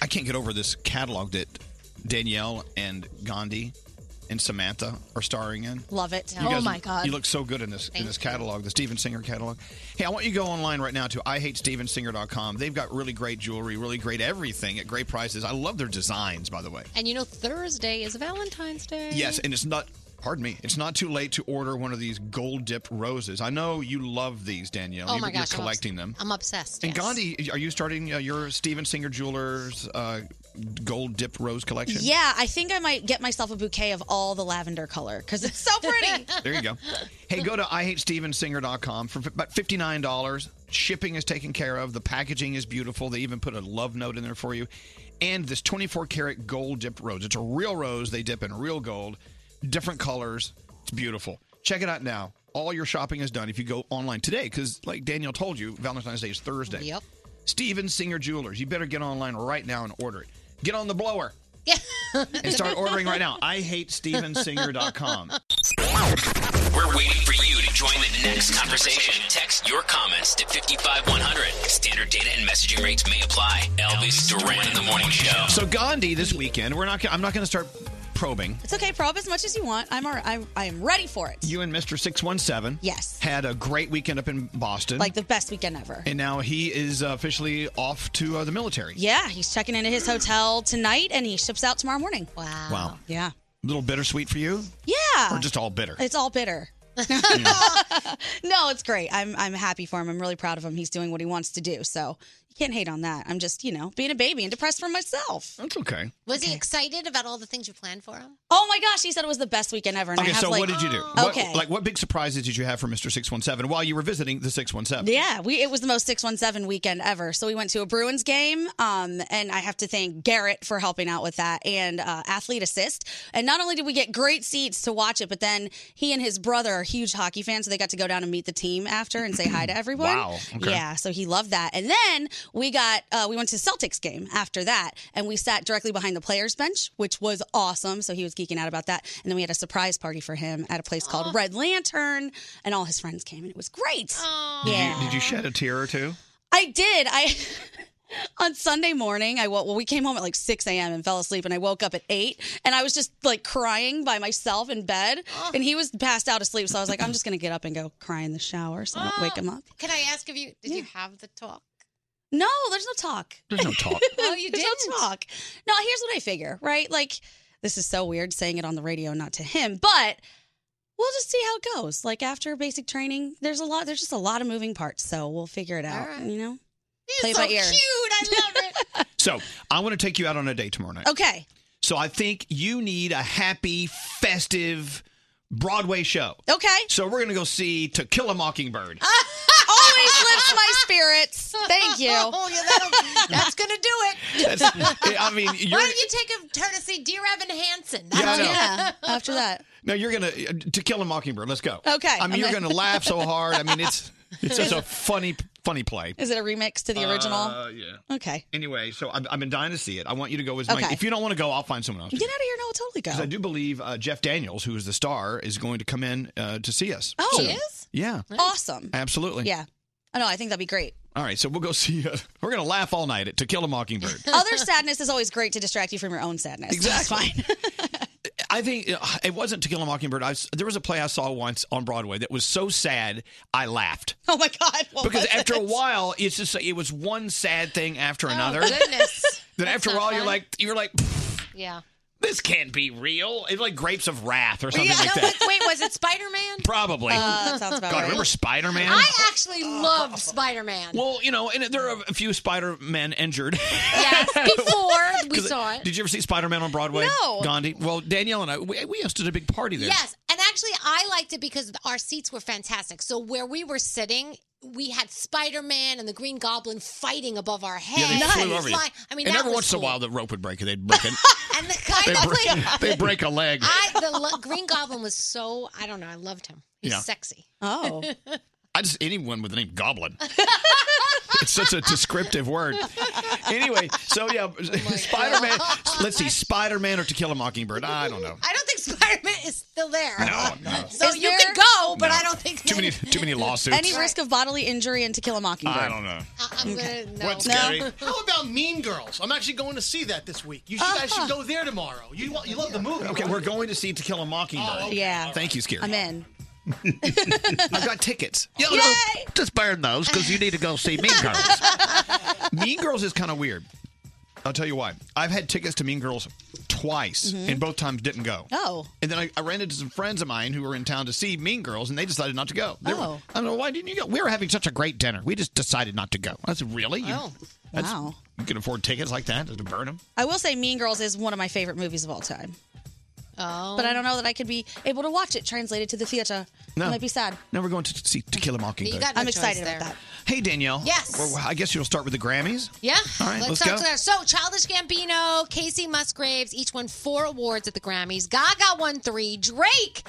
Speaker 1: I can't get over this catalog that Danielle and Gandhi and Samantha are starring in.
Speaker 6: Love it.
Speaker 4: Oh
Speaker 6: Oh
Speaker 1: You guys- You look so good in this in this catalog, the Steven Singer catalog. Hey, I want you to go online right now to IHateStevenSinger.com. They've got really great jewelry, really great everything at great prices. I love their designs, by the way.
Speaker 4: *laughs* And you know Thursday is Valentine's Day.
Speaker 1: Yes, and it's not. Pardon me. It's not too late to order one of these gold dipped roses. I know you love these, Danielle.
Speaker 4: Oh
Speaker 1: You're-
Speaker 4: my
Speaker 1: You're
Speaker 4: gosh, I'm
Speaker 1: collecting
Speaker 4: obs-
Speaker 1: them.
Speaker 4: I'm obsessed.
Speaker 1: And
Speaker 4: yes.
Speaker 1: Gandhi, are you starting uh, your Steven Singer Jewelers uh, gold dipped rose collection?
Speaker 6: Yeah, I think I might get myself a bouquet of all the lavender color because it's so pretty.
Speaker 1: There you go. Hey, go to IHateStevenSinger.com for f- about $59. Shipping is taken care of. The packaging is beautiful. They even put a love note in there for you. And this 24 karat gold dipped rose. It's a real rose they dip in real gold, different colors. It's beautiful. Check it out now. All your shopping is done if you go online today because, like Daniel told you, Valentine's Day is Thursday. Yep. Steven Singer Jewelers. You better get online right now and order it. Get on the blower and start ordering right now. I hate stevensinger.com.
Speaker 12: We're waiting for you to join the next conversation. Text your comments to 55100. Standard data and messaging rates may apply. Elvis Duran in the morning show.
Speaker 1: So Gandhi this weekend. We're not. I'm not going to start probing.
Speaker 6: It's okay, probe as much as you want. I'm all right. I'm, I am ready for it.
Speaker 1: You and Mr. Six One Seven.
Speaker 6: Yes.
Speaker 1: Had a great weekend up in Boston.
Speaker 6: Like the best weekend ever.
Speaker 1: And now he is officially off to uh, the military.
Speaker 6: Yeah, he's checking into his hotel tonight and he ships out tomorrow morning.
Speaker 4: Wow.
Speaker 1: Wow.
Speaker 6: Yeah.
Speaker 1: little bittersweet for you?
Speaker 6: Yeah.
Speaker 1: Or just all bitter?
Speaker 6: It's all bitter. *laughs* no, it's great. I'm I'm happy for him. I'm really proud of him. He's doing what he wants to do. So you can't hate on that. I'm just, you know, being a baby and depressed for myself.
Speaker 1: That's okay.
Speaker 4: Was he excited about all the things you planned for him?
Speaker 6: Oh my gosh, he said it was the best weekend ever. And I
Speaker 1: okay,
Speaker 6: have
Speaker 1: so
Speaker 6: like, Oh,
Speaker 1: what did you do?
Speaker 6: Okay.
Speaker 1: What, like, what big surprises did you have for Mr. 617 while you were visiting the 617?
Speaker 6: Yeah, we it was the most 617 weekend ever. So we went to a Bruins game, um, and I have to thank Garrett for helping out with that and uh, athlete assist. And not only did we get great seats to watch it, but then he and his brother are huge hockey fans, so they got to go down and meet the team after and say hi
Speaker 21: *clears throat*
Speaker 6: to everyone.
Speaker 21: Wow, okay.
Speaker 6: Yeah, so he loved that. And then we got uh, we went to Celtics game after that, and we sat directly behind the players bench, which was awesome. So he was geeking out about that. And then we had a surprise party for him at a place called Red Lantern, and all his friends came, and it was great.
Speaker 1: Did,
Speaker 6: Yeah.
Speaker 1: you, did you shed a tear or
Speaker 6: *laughs*
Speaker 1: two?
Speaker 6: I did. I *laughs* on Sunday morning, I woke. Well, we came home at like six a.m. and fell asleep, and I woke up at eight, and I was just like crying by myself in bed, and he was passed out asleep. So I was like, I'm just gonna get up and go cry in the shower, so I don't wake him up.
Speaker 4: Can I ask if you did you have the talk?
Speaker 6: No, there's no
Speaker 4: *laughs*
Speaker 6: talk.
Speaker 1: There's no talk.
Speaker 6: *laughs*
Speaker 4: Oh, you
Speaker 6: There's
Speaker 4: didn't?
Speaker 6: No talk. No, here's what I figure. Right, like this is so weird saying it on the radio, not to him, but. We'll just see how it goes. Like after basic training, there's a lot. There's just a lot of moving parts, so we'll figure it out. You know, play it
Speaker 4: so
Speaker 6: by ear.
Speaker 4: cute.
Speaker 1: So, I want to take you out on a date tomorrow night.
Speaker 6: Okay.
Speaker 1: So, I think you need a happy, festive Broadway show.
Speaker 6: Okay. Ah.
Speaker 1: So, we're going to go see To Kill a
Speaker 6: *laughs*
Speaker 1: Mockingbird.
Speaker 6: Always lifts my spirits. Thank you.
Speaker 4: *laughs* Oh, yeah, that'll- *laughs* that's gonna do it.
Speaker 1: That's- I mean, you're-
Speaker 4: why don't you take a turn to see Dear Evan Hansen?
Speaker 1: Yeah, I know.
Speaker 6: Yeah, after that.
Speaker 1: No, you're gonna uh, to kill a mockingbird. Let's go.
Speaker 6: Okay.
Speaker 1: I mean, you're
Speaker 6: Okay.
Speaker 1: gonna laugh so hard. I mean, it's
Speaker 6: *laughs*
Speaker 1: it's just a funny, funny play.
Speaker 6: Is it a remix to the original?
Speaker 1: Uh, yeah.
Speaker 6: okay.
Speaker 1: Anyway, so I've, I've been dying to see it. I want you to go as my.
Speaker 6: Okay.
Speaker 1: If you don't want to go, I'll find someone else.
Speaker 6: Get out of here. No, I'll totally
Speaker 1: Because I
Speaker 6: go.
Speaker 1: do believe uh, Jeff Daniels, who is the star, is going to come in uh, to see us.
Speaker 6: Oh,
Speaker 1: soon.
Speaker 6: he is?
Speaker 1: Yeah.
Speaker 6: Awesome.
Speaker 1: Absolutely.
Speaker 6: Yeah. Oh, no, I think that'd be great.
Speaker 1: All right, so we'll go *laughs* see. Uh, we're gonna laugh all night at To Kill a Mockingbird.
Speaker 4: *laughs*
Speaker 6: Other sadness is always great to distract you from your own sadness. That's fine.
Speaker 1: *laughs*
Speaker 6: *laughs*
Speaker 1: I think uh, it wasn't To Kill a Mockingbird. I was, there was a play I saw once on Broadway that was so sad I laughed.
Speaker 6: Oh my God. What
Speaker 1: because
Speaker 6: was
Speaker 1: after a
Speaker 6: it?
Speaker 1: while, it's just it was one sad thing after another.
Speaker 4: Oh,
Speaker 1: *laughs*
Speaker 4: goodness.
Speaker 1: Then after a
Speaker 4: not
Speaker 1: while, you're
Speaker 4: fun.
Speaker 1: like you're like
Speaker 4: *laughs* Yeah.
Speaker 1: this can't be real. It's like Grapes of Wrath or something
Speaker 4: Yeah,
Speaker 1: like
Speaker 4: no,
Speaker 1: that.
Speaker 4: but *laughs* Wait, was it Spider Man?
Speaker 1: Probably.
Speaker 4: Uh, that sounds about
Speaker 1: God,
Speaker 4: right.
Speaker 1: remember Spider Man?
Speaker 4: I um, actually loved Spider Man.
Speaker 1: Well, you know, and there are a few Spider Men injured. *laughs*
Speaker 4: Yes, before *laughs* we
Speaker 1: 'Cause
Speaker 4: saw it.
Speaker 1: Did you ever see Spider Man on Broadway?
Speaker 4: No.
Speaker 1: Gandhi. Well, Danielle and I, we, we hosted a big party there.
Speaker 4: Yes, and actually, I liked it because our seats were fantastic. So where we were sitting. We had Spider Man and the Green Goblin fighting above our
Speaker 1: Yeah, they
Speaker 4: heads.
Speaker 1: flew over you.
Speaker 4: Fly- I mean,
Speaker 1: and
Speaker 4: that
Speaker 1: every
Speaker 4: was
Speaker 1: once in
Speaker 4: cool.
Speaker 1: a while, the rope would break and they'd
Speaker 4: *laughs*
Speaker 1: break it.
Speaker 4: And the guy *laughs*
Speaker 1: they,
Speaker 4: that
Speaker 1: break,
Speaker 4: played-
Speaker 1: they break a leg.
Speaker 4: I, the lo- Green Goblin was so I don't know. I loved him. He's
Speaker 1: Yeah.
Speaker 4: sexy. *laughs*
Speaker 6: Oh,
Speaker 1: I just anyone with the name Goblin. it's such a descriptive word. Anyway, so yeah,
Speaker 4: Oh
Speaker 1: Spider Man. Let's see, Spider Man or To Kill a Mockingbird. I don't know.
Speaker 4: I don't think Spider Man is still there.
Speaker 1: No, no.
Speaker 4: So
Speaker 6: Is
Speaker 4: you
Speaker 6: there-
Speaker 4: could go, but
Speaker 1: No.
Speaker 4: I don't think
Speaker 1: Too many, too
Speaker 4: *laughs*
Speaker 1: many lawsuits.
Speaker 6: Any risk of bodily injury and to kill a mockingbird?
Speaker 1: I don't know.
Speaker 4: *laughs* I'm gonna Uh, no.
Speaker 5: What's
Speaker 6: No. *laughs*
Speaker 5: scary? How about Mean Girls? I'm actually going to see that this week. You should-
Speaker 4: Uh-huh.
Speaker 5: guys should go there tomorrow. You want- you love the movie.
Speaker 1: Okay,
Speaker 5: right?
Speaker 1: we're going to see To Kill a Mockingbird.
Speaker 5: Oh, okay.
Speaker 6: Yeah.
Speaker 1: Thank you, Scary.
Speaker 6: I'm in.
Speaker 1: *laughs* I've got tickets.
Speaker 22: Yeah, no, just burn those because you need to go see Mean
Speaker 6: *laughs*
Speaker 22: Girls.
Speaker 1: mean Girls is kind of weird. I'll tell you why. I've had tickets to Mean Girls twice,
Speaker 6: Mhm.
Speaker 1: and both times didn't go.
Speaker 6: Oh.
Speaker 1: And then I, I ran into some friends of mine who were in town to see Mean Girls, and they decided not to go. They were-
Speaker 6: Oh.
Speaker 1: I don't know why didn't you go. We were having such a great dinner. We just decided not to go. I said, really? You,
Speaker 6: Oh,
Speaker 1: that's-
Speaker 6: wow.
Speaker 1: You can afford tickets like that to burn them?
Speaker 6: I will say Mean Girls is one of my favorite movies of all time.
Speaker 4: Oh.
Speaker 6: But I don't know that I could be able to watch it translated to the theater.
Speaker 1: No.
Speaker 6: It might be sad.
Speaker 1: Now we're going to see To Kill a Mockingbird.
Speaker 6: I'm excited about that.
Speaker 1: Hey, Danielle.
Speaker 4: Yes.
Speaker 1: Well, I guess you'll start with the Grammys.
Speaker 4: Yeah.
Speaker 1: All right, let's
Speaker 4: talk
Speaker 1: go.
Speaker 4: to that. So, Childish Gambino, Casey Musgraves, each won four awards at the Grammys. Gaga won three. Drake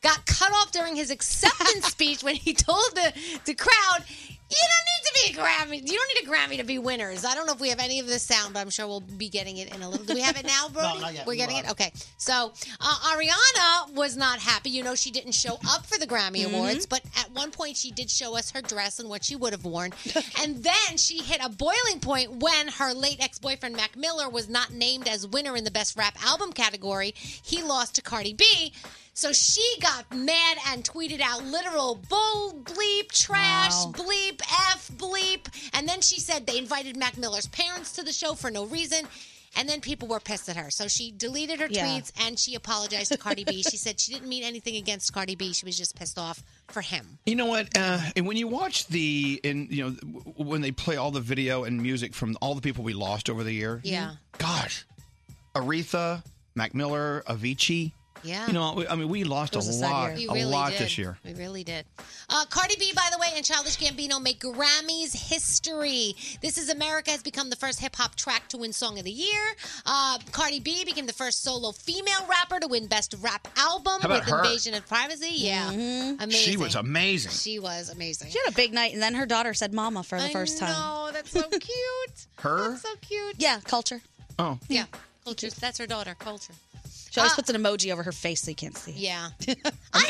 Speaker 4: got cut off during
Speaker 1: *laughs*
Speaker 4: his acceptance speech when he told the, the crowd, you don't need to be a Grammy. You don't need a Grammy to be winners. I don't know if we have any of this sound, but I'm sure we'll be getting it in a little. Do we have
Speaker 2: *laughs*
Speaker 4: it now, Brody?
Speaker 2: not yet.
Speaker 4: We're
Speaker 2: We
Speaker 4: getting
Speaker 2: will
Speaker 4: it.
Speaker 2: have
Speaker 4: Okay. So uh, Ariana was not happy. You know, she didn't show up for the Grammy
Speaker 2: Mhm.
Speaker 4: Awards, but at one point she did show us her dress and what she would have worn. and then she hit a boiling point when her late ex boyfriend, Mac Miller, was not named as winner in the Best Rap Album category. He lost to Cardi B. So she got mad and tweeted out literal bull bleep, trash,
Speaker 2: Wow.
Speaker 4: bleep, F bleep. And then she said they invited Mac Miller's parents to the show for no reason. And then people were pissed at her. So she deleted her
Speaker 6: Yeah.
Speaker 4: tweets and she apologized to Cardi B. She said she didn't mean anything against Cardi B. She was just pissed off for him.
Speaker 1: You know what? Uh, and when you watch the, and you know, w- when they play all the video and music from all the people we lost over the year.
Speaker 4: Yeah.
Speaker 1: Gosh, Aretha, Mac Miller, Avicii.
Speaker 4: Yeah.
Speaker 1: You know, I mean, we lost a lot,
Speaker 4: We
Speaker 1: a
Speaker 4: really
Speaker 1: lot
Speaker 4: did.
Speaker 1: this year.
Speaker 4: We really did. Uh, Cardi B, by the way, and Childish Gambino make Grammys history. This is America has become the first hip hop track to win Song of the Year. Uh, Cardi B became the first solo female rapper to win Best Rap Album
Speaker 1: How about
Speaker 4: with
Speaker 1: her?
Speaker 4: Invasion of Privacy. Yeah, Mm-hmm. amazing.
Speaker 1: She was amazing.
Speaker 4: She was amazing.
Speaker 6: Mm-hmm. She had a big night, and then her daughter said "mama" for the first time.
Speaker 4: Oh,
Speaker 6: *laughs*
Speaker 4: that's so cute.
Speaker 1: Her?
Speaker 4: so cute.
Speaker 6: Yeah, culture.
Speaker 1: Oh,
Speaker 4: Yeah, culture. That's her daughter, culture.
Speaker 6: She
Speaker 4: Uh,
Speaker 6: always puts an emoji over her face so you can't see.
Speaker 4: Yeah.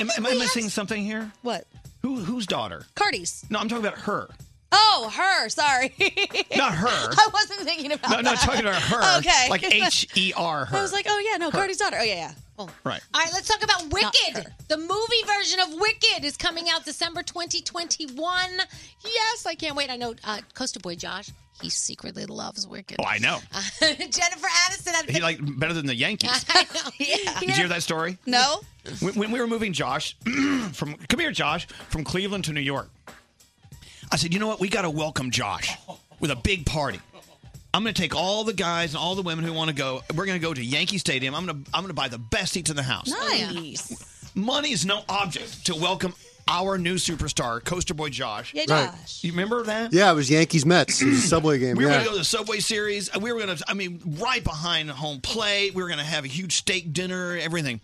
Speaker 1: Am, am I missing something here?
Speaker 6: What?
Speaker 1: Who? Whose daughter?
Speaker 6: Cardi's.
Speaker 1: No, I'm talking about her.
Speaker 6: Oh, her. Sorry.
Speaker 1: *laughs* Not her.
Speaker 6: *laughs* I wasn't thinking about.
Speaker 1: No, I'm not
Speaker 6: that.
Speaker 1: talking about her.
Speaker 6: Okay. *laughs*
Speaker 1: Like H E R. Her.
Speaker 6: I was like, oh yeah, no,
Speaker 1: Her.
Speaker 6: Cardi's daughter. Oh yeah, yeah.
Speaker 4: Oh.
Speaker 1: Right.
Speaker 4: All right, let's talk about Wicked. The movie version of Wicked is coming out December 2021. Yes, I can't wait. I know uh, Coaster Boy Josh, he secretly loves Wicked.
Speaker 1: Oh, I
Speaker 4: *laughs*
Speaker 1: know.
Speaker 4: Uh, Jennifer Aniston had
Speaker 1: He liked better than the Yankees.
Speaker 4: *laughs* I know. Yeah.
Speaker 1: Did you hear that story?
Speaker 6: No.
Speaker 1: When, when we were moving Josh *clears throat* from, come here, Josh, from Cleveland to New York, I said, you know what? We got to welcome Josh with a big party. I'm going to take all the guys and all the women who want to go. We're going to go to Yankee Stadium. I'm going to I'm going to buy the best seats in the house.
Speaker 6: Nice.
Speaker 1: Money is no object to welcome our new superstar, Coaster Boy Josh.
Speaker 6: Yeah,
Speaker 23: Right.
Speaker 1: You remember that?
Speaker 23: Yeah, it was Yankees Mets. It was a subway game.
Speaker 1: We were
Speaker 23: yeah.
Speaker 1: going to go to the Subway Series. We were going to, I mean, right behind home plate. We were going to have a huge steak dinner, everything.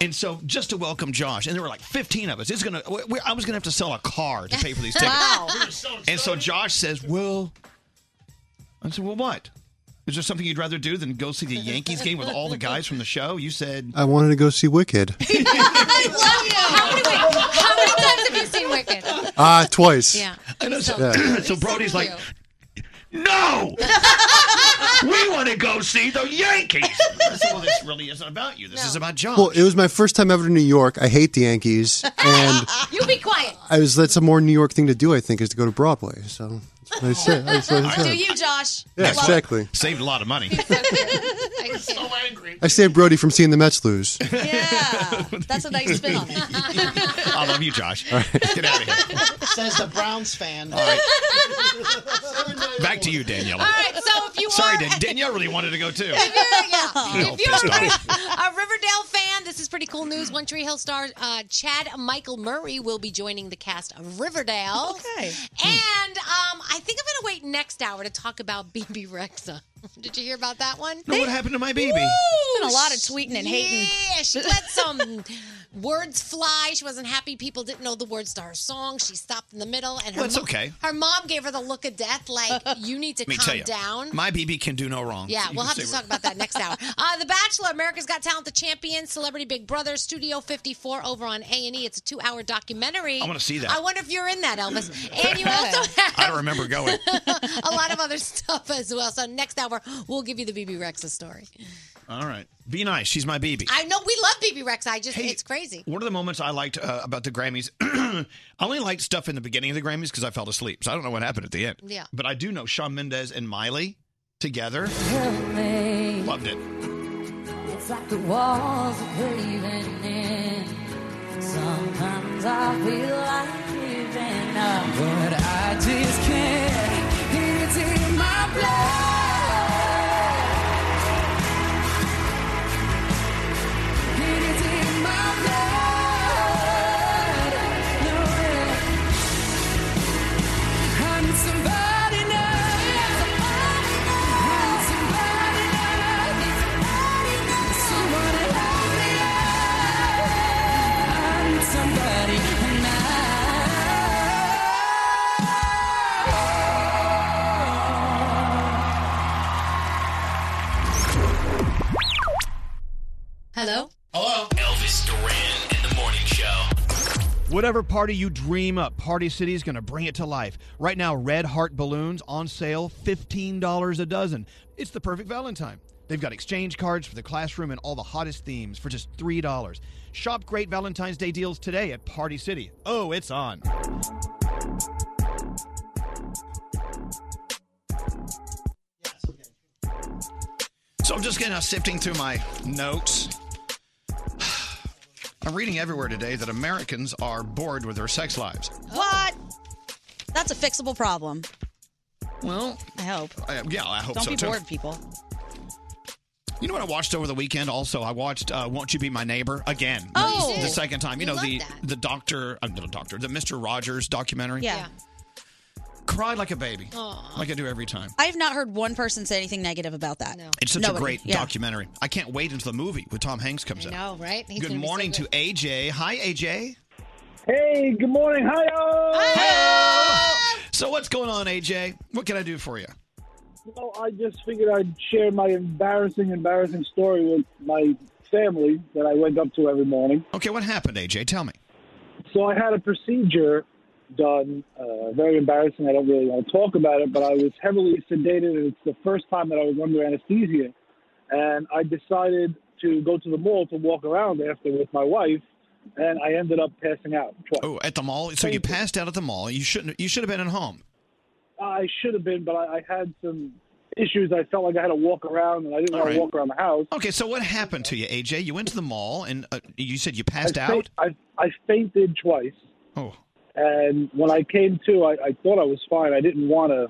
Speaker 1: And so, just to welcome Josh, and there were like 15 of us. It's gonna. we- we- I was gonna have to sell a car to pay for
Speaker 2: *laughs*
Speaker 4: *laughs*
Speaker 1: these tickets.
Speaker 21: Wow.
Speaker 1: and so Josh says, "Well," I said, "Well, what? Is there something you'd rather do than go see the Yankees game with all the guys from the show?" You said, *clears throat*
Speaker 23: I wanted to go see Wicked.
Speaker 4: I love you. How many, how many times have you seen Wicked?
Speaker 23: Ah, twice.
Speaker 4: Yeah.
Speaker 1: I know, so,
Speaker 23: Yeah.
Speaker 1: so Brody's like, "No, we want to go see the Yankees." I said, "Well, this really isn't about you. This is about Josh."
Speaker 23: Well, it was my first time ever to New York. I hate the Yankees, and
Speaker 4: You be quiet.
Speaker 23: I was that's a more New York thing to do. I think is to go to Broadway. So that's what I
Speaker 6: *laughs*
Speaker 23: said. That's what I
Speaker 6: Do
Speaker 23: said.
Speaker 6: you, Josh?
Speaker 23: Yeah,
Speaker 6: Love it.
Speaker 23: exactly.
Speaker 1: Saved a lot of money.
Speaker 6: I'm so
Speaker 5: angry.
Speaker 23: I saved Brody from seeing the
Speaker 24: *laughs*
Speaker 23: Mets lose.
Speaker 6: Yeah, that's a nice spin on it.
Speaker 1: I love you, Josh. Get out of here.
Speaker 15: *laughs* Says the Browns fan.
Speaker 1: Back to you, Danielle.
Speaker 4: All right, so if you
Speaker 1: Sorry,
Speaker 4: are,
Speaker 1: Dan- Danielle really wanted to go too.
Speaker 4: If you're,
Speaker 6: *laughs* Oh,
Speaker 4: yeah.
Speaker 1: No,
Speaker 4: if you're a,
Speaker 1: pissed
Speaker 4: Riv- a Riverdale fan, this is pretty cool news. One Tree Hill star uh, Chad Michael Murray will be joining the cast of Riverdale. Okay. And um, I think I'm going to wait next hour to talk about *laughs* BB Rexa. Did you hear about that one?
Speaker 1: No, what happened to my baby?
Speaker 6: Been a lot of tweeting and hating.
Speaker 4: Yeah, she let some *laughs* words fly. She wasn't happy. People didn't know the words to her song. She stopped in the middle, and her
Speaker 1: Well, it's
Speaker 4: mo-
Speaker 1: okay.
Speaker 4: Her mom gave her the look of
Speaker 1: *laughs*
Speaker 4: death, like you need to
Speaker 1: Let me
Speaker 4: calm
Speaker 1: tell you,
Speaker 4: down.
Speaker 1: my BB can do no wrong.
Speaker 4: Yeah,
Speaker 1: You
Speaker 4: we'll
Speaker 1: can
Speaker 4: have
Speaker 1: say
Speaker 4: to
Speaker 1: we're-
Speaker 4: talk about that next
Speaker 1: *laughs*
Speaker 4: hour. Uh, the Bachelor, America's Got Talent, The Champion, Celebrity Big Brother, Studio 54 over on A&E. It's a two-hour documentary.
Speaker 1: I wanna see that.
Speaker 4: I wonder if you're in
Speaker 1: *laughs*
Speaker 4: that, Elvis. and you also
Speaker 1: I don't remember
Speaker 4: *laughs*
Speaker 1: going.
Speaker 4: have a lot of other stuff as well. So next hour, we'll give you the BB Rexa story.
Speaker 1: All right, be nice. She's my BB.
Speaker 4: I know we love BB Rexa. I just, it's crazy.
Speaker 1: One of the moments I liked uh, about the Grammys, *clears throat* I only liked stuff in the beginning of the Grammys because I fell asleep, so I don't know what happened at the end.
Speaker 4: Yeah.
Speaker 1: But I do know Shawn Mendes and Miley together. Loved it.
Speaker 2: It's like the walls are caving in. Sometimes I feel like giving up, but I just can't. It's in my blood. It is in my blood. No way. I need somebody now. Somebody now. Someone to help me out. I need somebody now.
Speaker 4: Hello?
Speaker 12: Hello? Elvis Duran in the morning show.
Speaker 1: Whatever party you dream up, Party City is going to bring it to life. Right now, Red Heart balloons on sale, $15 a dozen. It's the perfect Valentine. They've got exchange cards for the classroom and all the hottest themes for just $3. Shop great Valentine's Day deals today at Party City. Oh, it's on. So I'm just getting now sifting through my notes. I'm reading everywhere today that Americans are bored with their sex lives.
Speaker 6: What? That's a fixable problem.
Speaker 1: Well,
Speaker 6: I hope.
Speaker 1: I- Uh, yeah, I hope
Speaker 6: Don't
Speaker 1: so
Speaker 6: be
Speaker 1: too.
Speaker 6: bored, people.
Speaker 1: You know what I watched over the weekend? Also, I watched uh, "Won't You Be My Neighbor" again. The-
Speaker 6: Oh.
Speaker 1: the second time. You,
Speaker 6: You
Speaker 1: know
Speaker 6: love
Speaker 1: the
Speaker 6: that.
Speaker 1: the doctor, uh, not doctor, the Mister Rogers documentary.
Speaker 6: Yeah.
Speaker 1: cried like a baby,
Speaker 6: Aw.
Speaker 1: like I do every time.
Speaker 6: I have not heard one person say anything negative about that. No.
Speaker 1: It's such a great
Speaker 6: yeah.
Speaker 1: documentary. I can't wait until the movie with Tom Hanks comes out.
Speaker 4: No, right? He's
Speaker 1: Good
Speaker 4: gonna be so
Speaker 1: morning
Speaker 4: good.
Speaker 1: to AJ. Hi, AJ.
Speaker 25: Hey, good morning. Hi,
Speaker 1: So what's going on, AJ? What can I do for you?
Speaker 25: Well, I just figured I'd share my embarrassing, embarrassing story with my family that I wake up to every morning.
Speaker 1: Okay, what happened, AJ? Tell me.
Speaker 25: So I had a procedure done, uh, very embarrassing. I don't really want to talk about it, but I was heavily sedated, and it's the first time that I was under anesthesia. And I decided to go to the mall to walk around after with my wife, and I ended up passing out twice.
Speaker 1: Oh, at the mall. So you passed out at the mall. You shouldn't. You should have been at home.
Speaker 25: I should have been, but I, I had some issues. I felt like I had to walk around, and I didn't
Speaker 1: All
Speaker 25: want
Speaker 1: right.
Speaker 25: to walk around the house.
Speaker 1: Okay, so what happened to you, AJ? You went to the mall and uh, you said you passed
Speaker 25: I
Speaker 1: out.
Speaker 25: faint- I, I fainted twice.
Speaker 1: Oh.
Speaker 25: And when I came to, I, I thought I was fine. I didn't want to,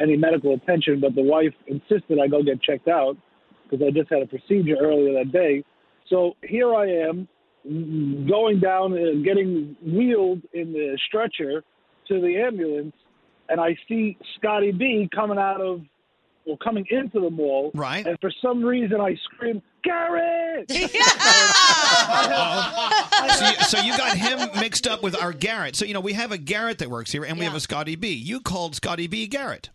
Speaker 25: any medical attention, but the wife insisted I go get checked out because I just had a procedure earlier that day. So here I am mm, going down and getting wheeled in the stretcher to the ambulance, and I see Scotty B coming out of, well, coming into the mall. Right. And for some reason, I scream,
Speaker 1: *laughs*
Speaker 25: Garrett! *laughs*
Speaker 1: so, you, so you got him mixed up with our Garrett. So you know we have a Garrett that works here, and we have a Scotty B. You called Scotty B Garrett.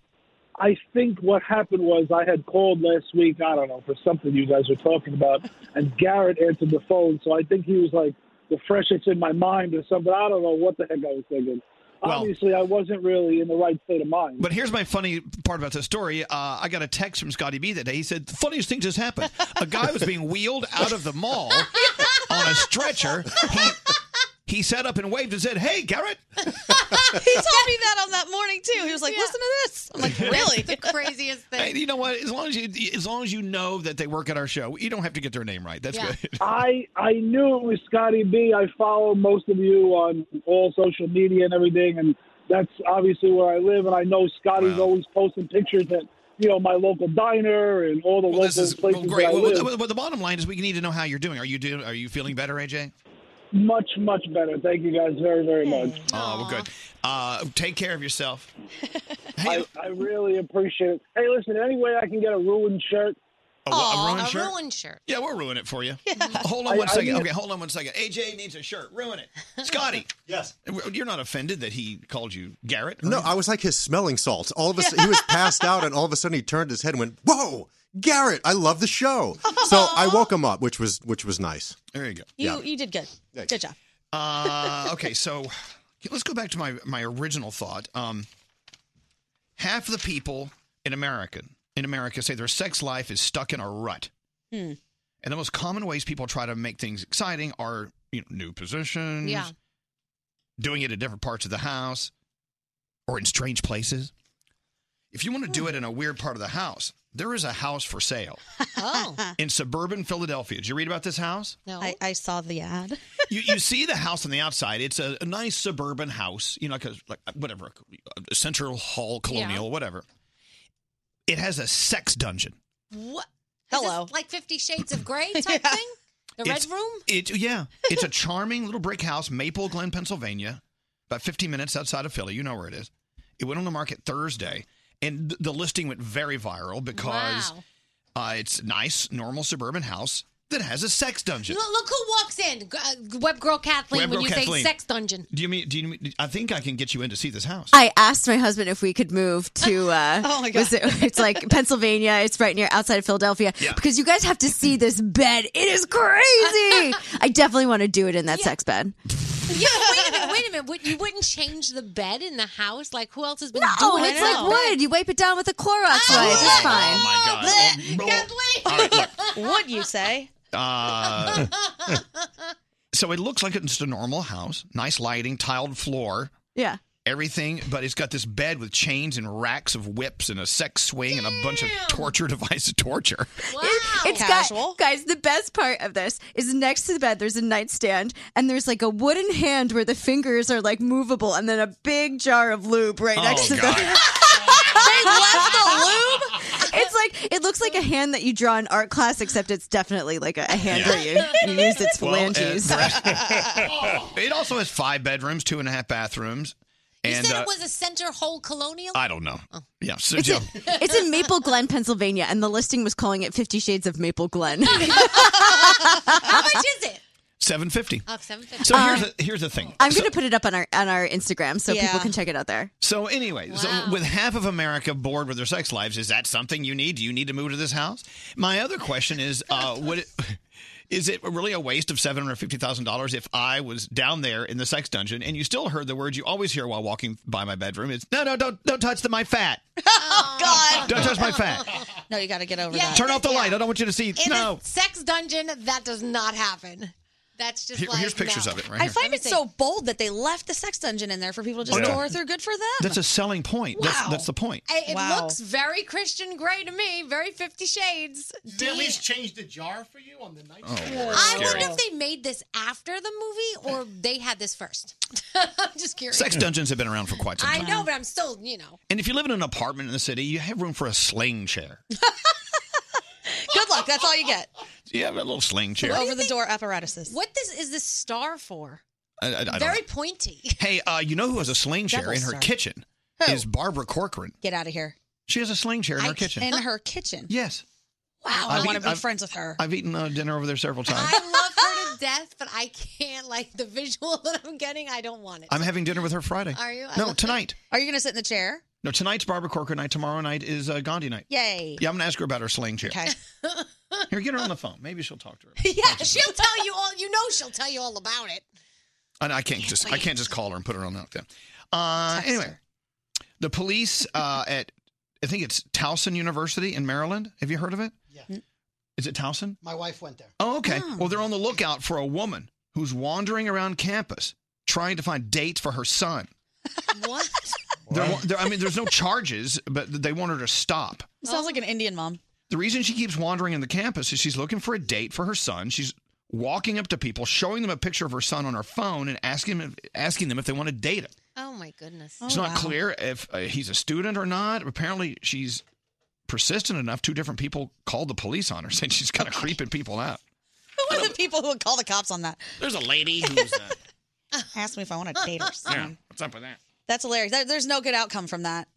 Speaker 25: I think what happened was I had called last week, I don't know, for something you guys were talking about, and Garrett answered the phone. So I think he was like the freshest in my mind or something. I don't know what the heck I was thinking. Obviously, I wasn't really in the right state of mind.
Speaker 1: But here's my funny part about this story. Uh, I got a text from Scotty B that day. He said, The funniest thing just happened. A guy was being wheeled out of the mall on a stretcher. He, he sat up and waved and said, Hey, Garrett.
Speaker 6: *laughs* he told me that on that morning too. He was like, "Listen to this."
Speaker 4: *laughs*
Speaker 6: I'm like, "Really?" the
Speaker 4: craziest
Speaker 1: Hey, you know what? As long as you as long as you know that they work at our show, you don't have to get their name right. That's good.
Speaker 25: I I knew it was Scotty B. I follow most of you on all social media and everything, and that's obviously where I live. And I know Scotty's always posting pictures at you know my local diner and all the
Speaker 1: Well,
Speaker 25: local
Speaker 1: this is well,
Speaker 25: places
Speaker 1: great.
Speaker 25: that I
Speaker 1: Well,
Speaker 25: live.
Speaker 1: well, well, the bottom line is we need to know how you're doing. Are you doing? Are you feeling better, AJ?
Speaker 25: much much better. Thank you guys very very much.
Speaker 1: Oh, well, good. Uh, take care of yourself.
Speaker 25: I, I really appreciate it. Hey, listen, any way I can get a ruined shirt?
Speaker 1: A, what- a ruined shirt?
Speaker 4: shirt.
Speaker 1: Yeah, we'll ruin it for you. *laughs* Hold on
Speaker 25: I-
Speaker 1: one
Speaker 25: I
Speaker 1: second.
Speaker 25: need-
Speaker 1: Okay, hold on one second. AJ needs a shirt. Ruin it. Scotty. yes. You're not offended that he called you Garrett?
Speaker 26: No, I was like his smelling salts. All of a sudden, he was passed out, and all of a sudden, he turned his head and went, "Whoa, Garrett! I love the show." So I woke him up, which was which was nice.
Speaker 1: There you go.
Speaker 6: You you did good. Good job.
Speaker 1: Uh,
Speaker 25: *laughs*
Speaker 1: okay, so let's go back to my, my original thought. Um, half the people in America in America say their sex life is stuck in a rut.
Speaker 6: Hmm.
Speaker 1: And the most common ways people try to make things exciting are you know, new positions,
Speaker 4: Yeah.
Speaker 1: doing it at different parts of the house or in strange places. If you want to do it in a weird part of the house, there is a house for sale
Speaker 6: *laughs*
Speaker 4: Oh.
Speaker 1: in suburban Philadelphia. Did you read about this house?
Speaker 4: No.
Speaker 6: I, I saw the ad.
Speaker 1: you, you see the house on the outside. It's a, a nice suburban house, you know, like a, like whatever, a Central Hall Colonial, whatever. It has a sex dungeon.
Speaker 4: What? Hello. like Fifty Shades of *laughs* Grey type thing? The
Speaker 1: It's-
Speaker 4: Red Room?
Speaker 1: It
Speaker 4: *laughs*
Speaker 1: yeah, it's a charming little brick house, Maple Glen, Pennsylvania, about 15 minutes outside of Philly. You know where it is. It went on the market Thursday, and th- the listing went very viral because
Speaker 4: Wow.
Speaker 1: uh, it's nice, normal suburban house that has a sex dungeon.
Speaker 4: Look, look who walks in. G- uh, Web girl Kathleen
Speaker 1: Web
Speaker 4: when
Speaker 1: girl
Speaker 4: you
Speaker 1: Kathleen.
Speaker 4: say sex dungeon.
Speaker 1: Do you mean? Do you mean? I think I can get you in to see this
Speaker 4: *laughs*
Speaker 1: house.
Speaker 21: I asked my husband if we could move to uh
Speaker 1: Oh, my God.
Speaker 21: was it, it's like Pennsylvania, it's right near outside of Philadelphia because you guys have to see this bed. It is crazy. I definitely want to do it in that sex bed.
Speaker 4: Yeah, but wait a minute, wait a minute. Would- You wouldn't change the bed in the house? Like, who else has been
Speaker 21: Oh,
Speaker 4: doing
Speaker 21: it's
Speaker 4: it?
Speaker 21: like wood. You wipe it down with a Clorox wipe. It's fine.
Speaker 1: Oh my god.
Speaker 6: Would you say?
Speaker 4: *laughs*
Speaker 1: Uh, so it looks like it's just a normal house, nice lighting, tiled floor.
Speaker 21: Yeah.
Speaker 1: everything, but he's got this bed with chains and racks of whips and a sex swing and a bunch of torture *laughs* devices. Torture.
Speaker 21: It's got guys. The best part of this is next to the bed. There's a nightstand, and there's like a wooden hand where the fingers are like movable, and then a big jar of lube right
Speaker 2: Oh,
Speaker 21: next to
Speaker 2: God.
Speaker 21: the. *laughs* they left the lube. It's like it looks like a hand that you draw in art class, except it's definitely like a, a hand where you, you use its
Speaker 1: Well,
Speaker 21: *laughs*
Speaker 1: and-
Speaker 21: phalanges.
Speaker 1: it also has five bedrooms, two and a half bathrooms.
Speaker 4: Oh. You
Speaker 1: And
Speaker 4: said
Speaker 1: uh,
Speaker 4: it was a Oh. center hole colonial?
Speaker 1: I don't know. Yeah, so
Speaker 21: It's,
Speaker 1: Joe.
Speaker 21: in, it's in Maple Glen, Pennsylvania, and the listing was calling it Fifty Shades of Maple *laughs* Glen.
Speaker 4: How much is it?
Speaker 1: Seven fifty.
Speaker 4: Oh, seven fifty.
Speaker 1: So here's
Speaker 21: Um,
Speaker 1: the, here's the thing.
Speaker 21: I'm
Speaker 1: So-
Speaker 21: going to put it up on our on our Instagram so
Speaker 4: Yeah.
Speaker 21: people can check it out there.
Speaker 1: So anyway, so with half of America bored with their sex lives, is that something you need? Do you need to move to this house? My other question is,
Speaker 4: *laughs*
Speaker 1: uh, would it, is it really a waste of seven hundred fifty thousand dollars if I was down there in the sex dungeon and you still heard the words you always hear while walking by my bedroom? It's no, no, don't, don't touch the my fat.
Speaker 4: God.
Speaker 1: Don't touch my
Speaker 4: *laughs*
Speaker 1: fat.
Speaker 6: No, you got to get over
Speaker 4: Yeah,
Speaker 6: that.
Speaker 1: Turn off the light. I don't want you to see.
Speaker 4: In
Speaker 1: no.
Speaker 4: a sex dungeon, that does not happen. That's just
Speaker 1: Here-
Speaker 4: like,
Speaker 1: here's pictures
Speaker 4: no.
Speaker 1: of it right
Speaker 6: I
Speaker 1: here.
Speaker 6: find it so bold that they left the sex dungeon in there for people to just
Speaker 1: Oh, no.
Speaker 6: tour through. Good for them.
Speaker 1: That's a selling point. That's,
Speaker 6: Wow.
Speaker 1: that's the point.
Speaker 4: I- It
Speaker 6: Wow.
Speaker 4: looks very Christian Grey to me, very Fifty Shades.
Speaker 5: Did they at least
Speaker 4: change the jar for you on the night?
Speaker 5: Oh,
Speaker 4: I
Speaker 5: scary.
Speaker 4: wonder if they made this after the movie or they had this first. *laughs* I'm just curious.
Speaker 1: Sex dungeons have been around for quite some
Speaker 4: I
Speaker 1: time.
Speaker 4: know, but I'm still, you know.
Speaker 1: And if you live in an apartment in the city, you have room for a sling chair.
Speaker 6: *laughs* Good luck. That's all you get.
Speaker 1: You have a little sling chair.
Speaker 6: Over the door apparatuses.
Speaker 4: What this is this star for?
Speaker 1: I, I- I don't
Speaker 4: Very
Speaker 1: know.
Speaker 4: pointy.
Speaker 1: Hey, uh, you know who has a sling chair
Speaker 6: Double
Speaker 1: in her
Speaker 6: star.
Speaker 1: kitchen?
Speaker 6: Who?
Speaker 1: Is Barbara Corcoran.
Speaker 6: Get out of here.
Speaker 1: She has a sling chair in her
Speaker 6: I-
Speaker 1: kitchen.
Speaker 6: In her kitchen.
Speaker 1: Yes.
Speaker 6: Wow. I,
Speaker 1: I've
Speaker 6: want to
Speaker 1: eat-
Speaker 6: be
Speaker 1: I've-
Speaker 6: friends with her.
Speaker 1: I've eaten uh, dinner over there several times.
Speaker 4: I love her to death, but I can't like the visual *laughs* that I'm getting. I don't want it.
Speaker 1: I'm having dinner with her Friday.
Speaker 4: Are you? I
Speaker 1: No,
Speaker 4: love-
Speaker 1: tonight.
Speaker 6: Are you going to sit in the chair?
Speaker 1: No, tonight's Barbara Corcoran night. Tomorrow night is uh, Gandhi night.
Speaker 6: Yay.
Speaker 1: Yeah, I'm going to ask her about her sling chair.
Speaker 6: Okay.
Speaker 1: *laughs* Here, get her on the phone. Maybe she'll talk to her.
Speaker 4: *laughs* yeah, she'll tell you all. You know, she'll tell you all about it.
Speaker 1: I, I can't just I can't just call her and put her on lockdown. Uh, anyway, the police uh, at I think it's Towson University in Maryland. Have you heard of it?
Speaker 15: Yeah.
Speaker 1: Is it Towson?
Speaker 15: My wife went there.
Speaker 1: Oh, okay. Well, they're on the lookout for a woman who's wandering around campus trying to find dates for her son.
Speaker 4: What?
Speaker 1: They're, wa- they're, I mean, there's no charges, but they want her to stop.
Speaker 6: Sounds like an Indian mom. *laughs*
Speaker 1: The reason she keeps wandering in the campus is she's looking for a date for her son. She's walking up to people, showing them a picture of her son on her phone, and asking them, asking them if they want to date him.
Speaker 4: Oh my goodness.
Speaker 1: It's not clear if uh, he's a student or not. Apparently, she's persistent enough. Two different people called the police on her, *laughs* saying she's kind of creeping people out.
Speaker 6: Who are the people who would call the cops on that?
Speaker 1: There's a lady who's. Uh,
Speaker 6: *laughs* Ask me if I want to date her.
Speaker 1: yeah,
Speaker 6: son.
Speaker 1: what's up with that?
Speaker 6: That's hilarious. There- there's no good outcome from that.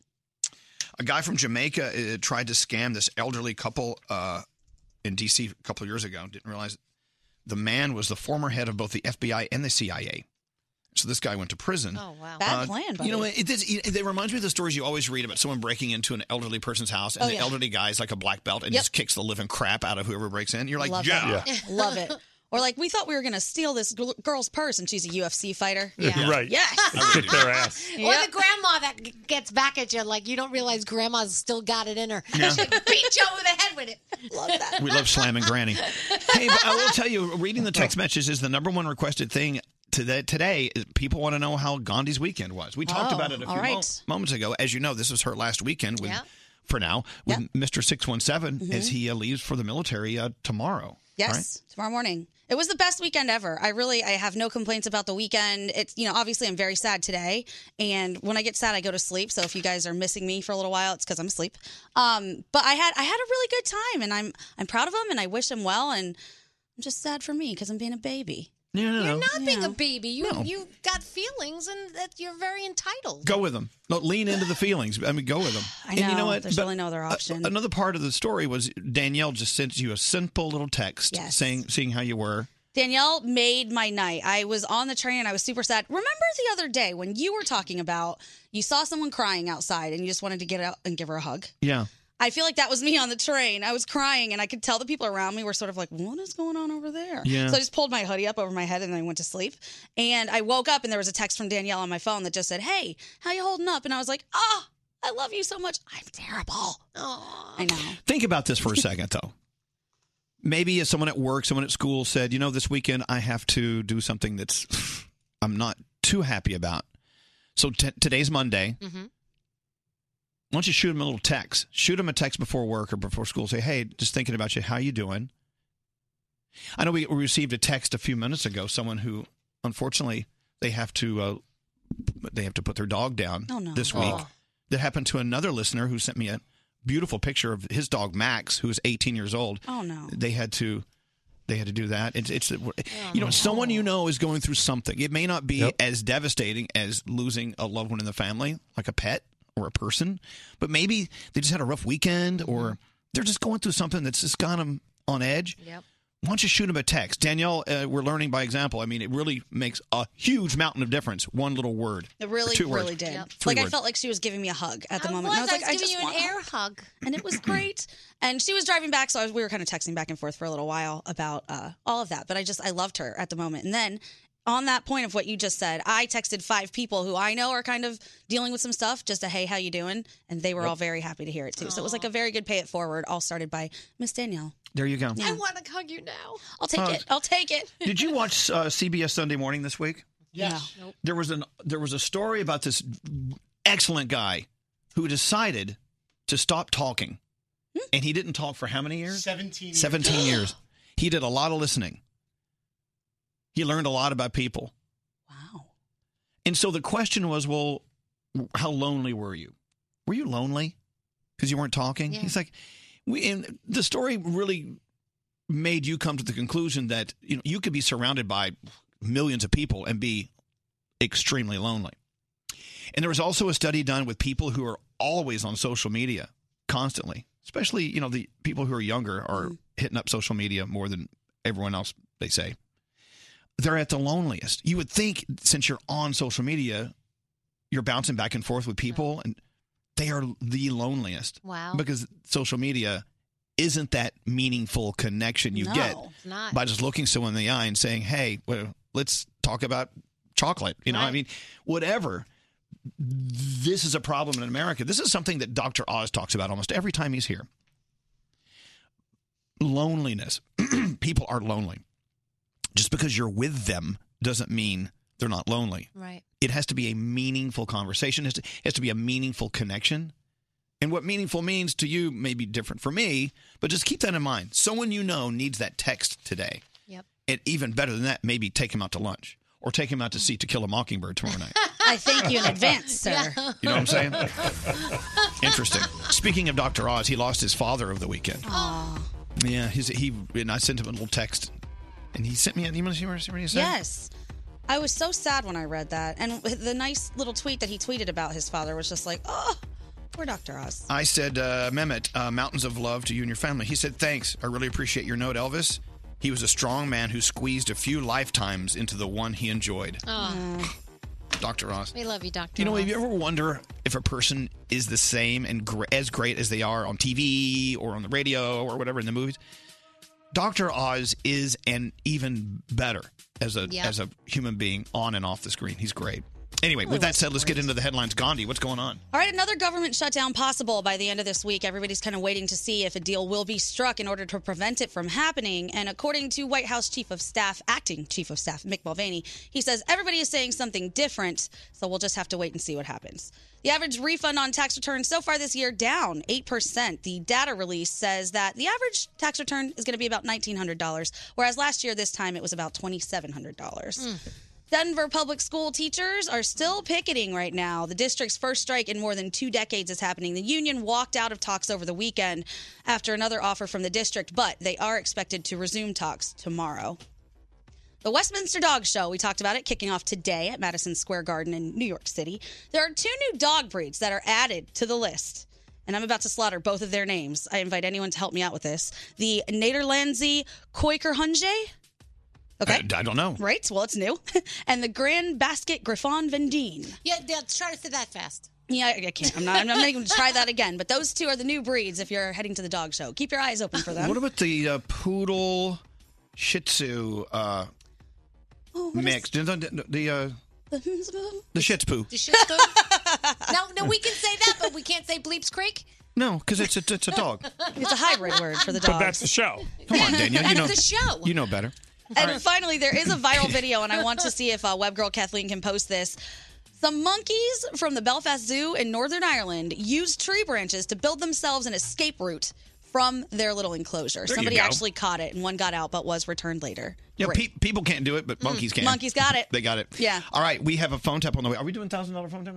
Speaker 1: A guy from Jamaica uh, tried to scam this elderly couple uh, in D.C. a couple years ago. Didn't realize the man was the former head of both the FBI and the CIA. So this guy went to prison. Uh,
Speaker 6: Oh, wow. Bad plan, buddy.
Speaker 1: You know, it, it, it, reminds me of the stories you always read about someone breaking into an elderly person's house, and
Speaker 6: Oh,
Speaker 1: the
Speaker 6: yeah.
Speaker 1: elderly guy's like a black belt and
Speaker 6: Yep.
Speaker 1: just kicks the living crap out of whoever breaks in. You're like,
Speaker 6: Love
Speaker 1: yeah.
Speaker 6: it.
Speaker 1: *laughs*
Speaker 6: Love
Speaker 4: *laughs*
Speaker 6: it. Or like we thought we were going to steal this gl- girl's purse and she's a UFC fighter. Yeah.
Speaker 7: *laughs* right.
Speaker 6: Yes.
Speaker 7: I kicked their ass.
Speaker 4: Or the grandma that g- gets back at you, like you don't realize grandma's still got it in her. *laughs*
Speaker 1: Yeah.
Speaker 4: She beat you over the head with it.
Speaker 6: Love that.
Speaker 1: We love slamming Granny. Hey, but I will tell you, reading the text messages is the number one requested thing today. Today, people want to know how Gandhi's weekend was. We talked
Speaker 6: Oh,
Speaker 1: about it a
Speaker 6: all
Speaker 1: few
Speaker 6: right.
Speaker 1: mo- moments ago. As you know, this was her last weekend with,
Speaker 6: Yeah.
Speaker 1: for now, with Mr. Six One Seven as
Speaker 6: Mhm.
Speaker 1: he uh, leaves for the military uh, tomorrow.
Speaker 6: Yes, tomorrow morning. It was the best weekend ever. I really, I have no complaints about the weekend. It's, you know, obviously I'm very sad today, and when I get sad, I go to sleep. So if you guys are missing me for a little while, it's because I'm asleep. Um, but I had, I had a really good time, and I'm, I'm proud of him, and I wish him well, and I'm just sad for me because I'm being a baby.
Speaker 1: No, no,
Speaker 4: You're not being a baby. You
Speaker 1: No.
Speaker 4: you got feelings, and that you're very entitled.
Speaker 1: Go with them. No, lean into the feelings. I mean, go with them.
Speaker 6: I know.
Speaker 1: and you know what?
Speaker 6: There's
Speaker 1: But
Speaker 6: really no other option.
Speaker 1: Another part of the story was Danielle just sent you a simple little text
Speaker 6: Yes.
Speaker 1: saying, seeing how you were.
Speaker 6: Danielle made my night. I was on the train and I was super sad. Remember the other day when you were talking about you saw someone crying outside and you just wanted to get out and give her a hug?
Speaker 1: Yeah.
Speaker 6: I feel like that was me on the train. I was crying, and I could tell the people around me were sort of like, "What is going on over there?"
Speaker 27: Yeah.
Speaker 6: So I just pulled my hoodie up over my head, and I went to sleep. And I woke up, and there was a text from Danielle on my phone that just said, "Hey, how you holding up?" And I was like, "Ah, I love you so much. I'm terrible. I know.
Speaker 1: Think about this for a second, though. Maybe as someone at work, someone at school said, you know, this weekend I have to do something that's I'm not too happy about. So t- today's Monday.
Speaker 4: Mm-hmm.
Speaker 1: Why don't you shoot him a little text? Shoot him a text before work or before school. Say, hey, just thinking about you. How you doing? I know we we received a text a few minutes ago. Someone who, unfortunately, they have to uh, they have to put their dog down
Speaker 6: Oh, no.
Speaker 1: this week.
Speaker 6: Oh.
Speaker 1: That happened to another listener who sent me a beautiful picture of his dog Max, who is 18 years old.
Speaker 6: Oh, no.
Speaker 1: They had to they had to do that. It's it's
Speaker 6: Oh,
Speaker 1: you know someone you know is going through something. It may not be as devastating as losing a loved one in the family, like a pet or a person, but maybe they just had a rough weekend
Speaker 6: Mm-hmm.
Speaker 1: or they're just going through something that's just got them on edge.
Speaker 4: Yep.
Speaker 1: Why don't you shoot them a text, Danielle? Uh, we're learning by example. I mean, it really makes a huge mountain of difference. One little word,
Speaker 6: It
Speaker 1: Or
Speaker 6: really,
Speaker 1: two
Speaker 6: really
Speaker 1: words.
Speaker 6: did.
Speaker 1: Three
Speaker 6: Like I
Speaker 1: words.
Speaker 6: felt like she was giving me a hug at the moment.
Speaker 4: was.
Speaker 6: and I was
Speaker 4: I
Speaker 6: like,
Speaker 4: was giving
Speaker 6: just
Speaker 4: you an
Speaker 6: want a
Speaker 4: air hug,
Speaker 6: and it was great. and she was driving back, so I was, we were kind of texting back and forth for a little while about uh, all of that. But I just I loved her at the moment, and then. On that point of what you just said, I texted five people who I know are kind of dealing with some stuff, just a hey, how you doing? And they were
Speaker 1: Yep.
Speaker 6: all very happy to hear it too. So it was like a very good pay it forward, all started by Miss Danielle.
Speaker 1: There you go.
Speaker 6: Yeah.
Speaker 4: want to hug you now.
Speaker 6: I'll take
Speaker 1: Oh.
Speaker 6: it. I'll take it.
Speaker 1: Did
Speaker 6: *laughs*
Speaker 1: you watch uh, CBS Sunday Morning this week?
Speaker 6: Yes.
Speaker 4: Nope.
Speaker 1: There was an there was a story about this excellent guy who decided to stop talking, and he didn't talk for how many years?
Speaker 5: 17 years.
Speaker 1: 17 years. He did a lot of listening. He learned a lot about people. Wow. And so the question was, well, how lonely were you? Were you lonely because you weren't talking? He's like, we, and the story really made you come to the conclusion that you know you could be surrounded by millions of people and be extremely lonely. And there was also a study done with people who are always on social media constantly, especially, you know, the people who are younger are hitting up social media more than everyone else, they say. They're at the loneliest. You would think since you're on social media, you're bouncing back and forth with people and they are the loneliest.
Speaker 4: Wow.
Speaker 1: Because social media isn't that meaningful connection you get
Speaker 4: No, it's not.
Speaker 1: by just looking someone in the eye and saying, "Hey, well, let's talk about chocolate." You know, I
Speaker 4: Right.
Speaker 1: mean, whatever. This is a problem in America. This is something that Dr. Oz talks about almost every time he's here. Loneliness. *clears throat* People are lonely. Just because you're with them doesn't mean they're not lonely.
Speaker 4: Right.
Speaker 1: It has to be a meaningful conversation. It has to, it has to be a meaningful connection. And what meaningful means to you may be different for me, but just keep that in mind. Someone you know needs that text today.
Speaker 4: Yep.
Speaker 1: And even better than that, maybe take him out to lunch or take him out to see To Kill a Mockingbird tomorrow night.
Speaker 6: I
Speaker 2: *laughs*
Speaker 6: thank you in advance, sir.
Speaker 1: You know what I'm
Speaker 10: *laughs*
Speaker 1: saying? Interesting. Speaking of Dr. Oz, he lost his father over the weekend.
Speaker 6: Aw.
Speaker 1: Yeah, his, he and I sent him a little text, and he sent me an email. See what he said?
Speaker 6: Yes. I was so sad when I read that. And *laughs* the nice little tweet that he tweeted about his father was just like, oh, poor Dr. Oz.
Speaker 1: I said, uh, Mehmet, uh, mountains of love to you and your family. He said, thanks. I really appreciate your note, Elvis. He was a strong man who squeezed a few lifetimes into the one he enjoyed.
Speaker 4: Oh,
Speaker 1: Dr. Ross.
Speaker 4: we love you, Doctor.
Speaker 1: You know, if you ever wonder if a person is the same and gr- as great as they are on TV or on the radio or whatever in the movies, Dr. Oz is an even better as a
Speaker 4: Yeah.
Speaker 1: as a human being on and off the screen. He's great. Anyway,
Speaker 6: Really
Speaker 1: with that
Speaker 6: was
Speaker 1: said, let's get into the headlines. Gandhi, what's going on?
Speaker 6: All right, another government shutdown possible by the end of this week. Everybody's kind of waiting to see if a deal will be struck in order to prevent it from happening. And according to White House Chief of Staff, acting Chief of Staff Mick Mulvaney, he says everybody is saying something different, so we'll just have to wait and see what happens. The average refund on tax returns so far this year down 8%. The data release says that the average tax return is going to be about $1,900, whereas last year, this time, it was about $2,700. Denver public school teachers are still picketing right now. The district's first strike in more than two decades is happening. The union walked out of talks over the weekend after another offer from the district, but they are expected to resume talks tomorrow. The Westminster Dog Show, we talked about it, kicking off today at Madison Square Garden in New York City. There are two new dog breeds that are added to the list, and I'm about to slaughter both of their names. I invite anyone to help me out with this. The Nederlandse Kooikerhondje. Okay.
Speaker 1: I, I don't know.
Speaker 6: Right? Well, it's new. *laughs* and the Grand Basket Griffon Vendine.
Speaker 4: yeah, yeah, try to say that
Speaker 6: *laughs*
Speaker 4: fast.
Speaker 6: Yeah, I, I can't. I'm not. I'm not going to try that again. But those two are the new breeds. If you're heading to the dog show, keep your eyes open for them.
Speaker 1: What about the uh, poodle Shih Tzu uh,
Speaker 6: Oh,
Speaker 1: mix? The, the, uh, the Shih Tzu.
Speaker 4: The
Speaker 6: *laughs*
Speaker 4: shit's good. no, no, we can say that, but we can't say Bleeps Creek.
Speaker 1: No, because it's a, it's a
Speaker 4: *laughs*
Speaker 1: dog.
Speaker 6: It's a hybrid word *laughs* for the
Speaker 1: But
Speaker 6: dog.
Speaker 1: that's the show. Come on, Daniel. You
Speaker 6: That's
Speaker 1: know,
Speaker 6: the show.
Speaker 1: You know better.
Speaker 6: And finally, there is a viral video, and I want to see if uh, Web Girl Kathleen can post this. The monkeys from the Belfast Zoo in Northern Ireland used tree branches to build themselves an escape route from their little enclosure.
Speaker 1: There you
Speaker 6: Somebody
Speaker 1: go.
Speaker 6: actually caught it, and one got out but was returned later.
Speaker 1: Yeah,
Speaker 6: Great. Mm-hmm.
Speaker 1: pe- people can't do it, but monkeys can.
Speaker 6: Monkeys got it.
Speaker 1: They got it.
Speaker 6: Yeah.
Speaker 1: All right, we have a phone tap on the way. Are we doing thousand dollar phone tap?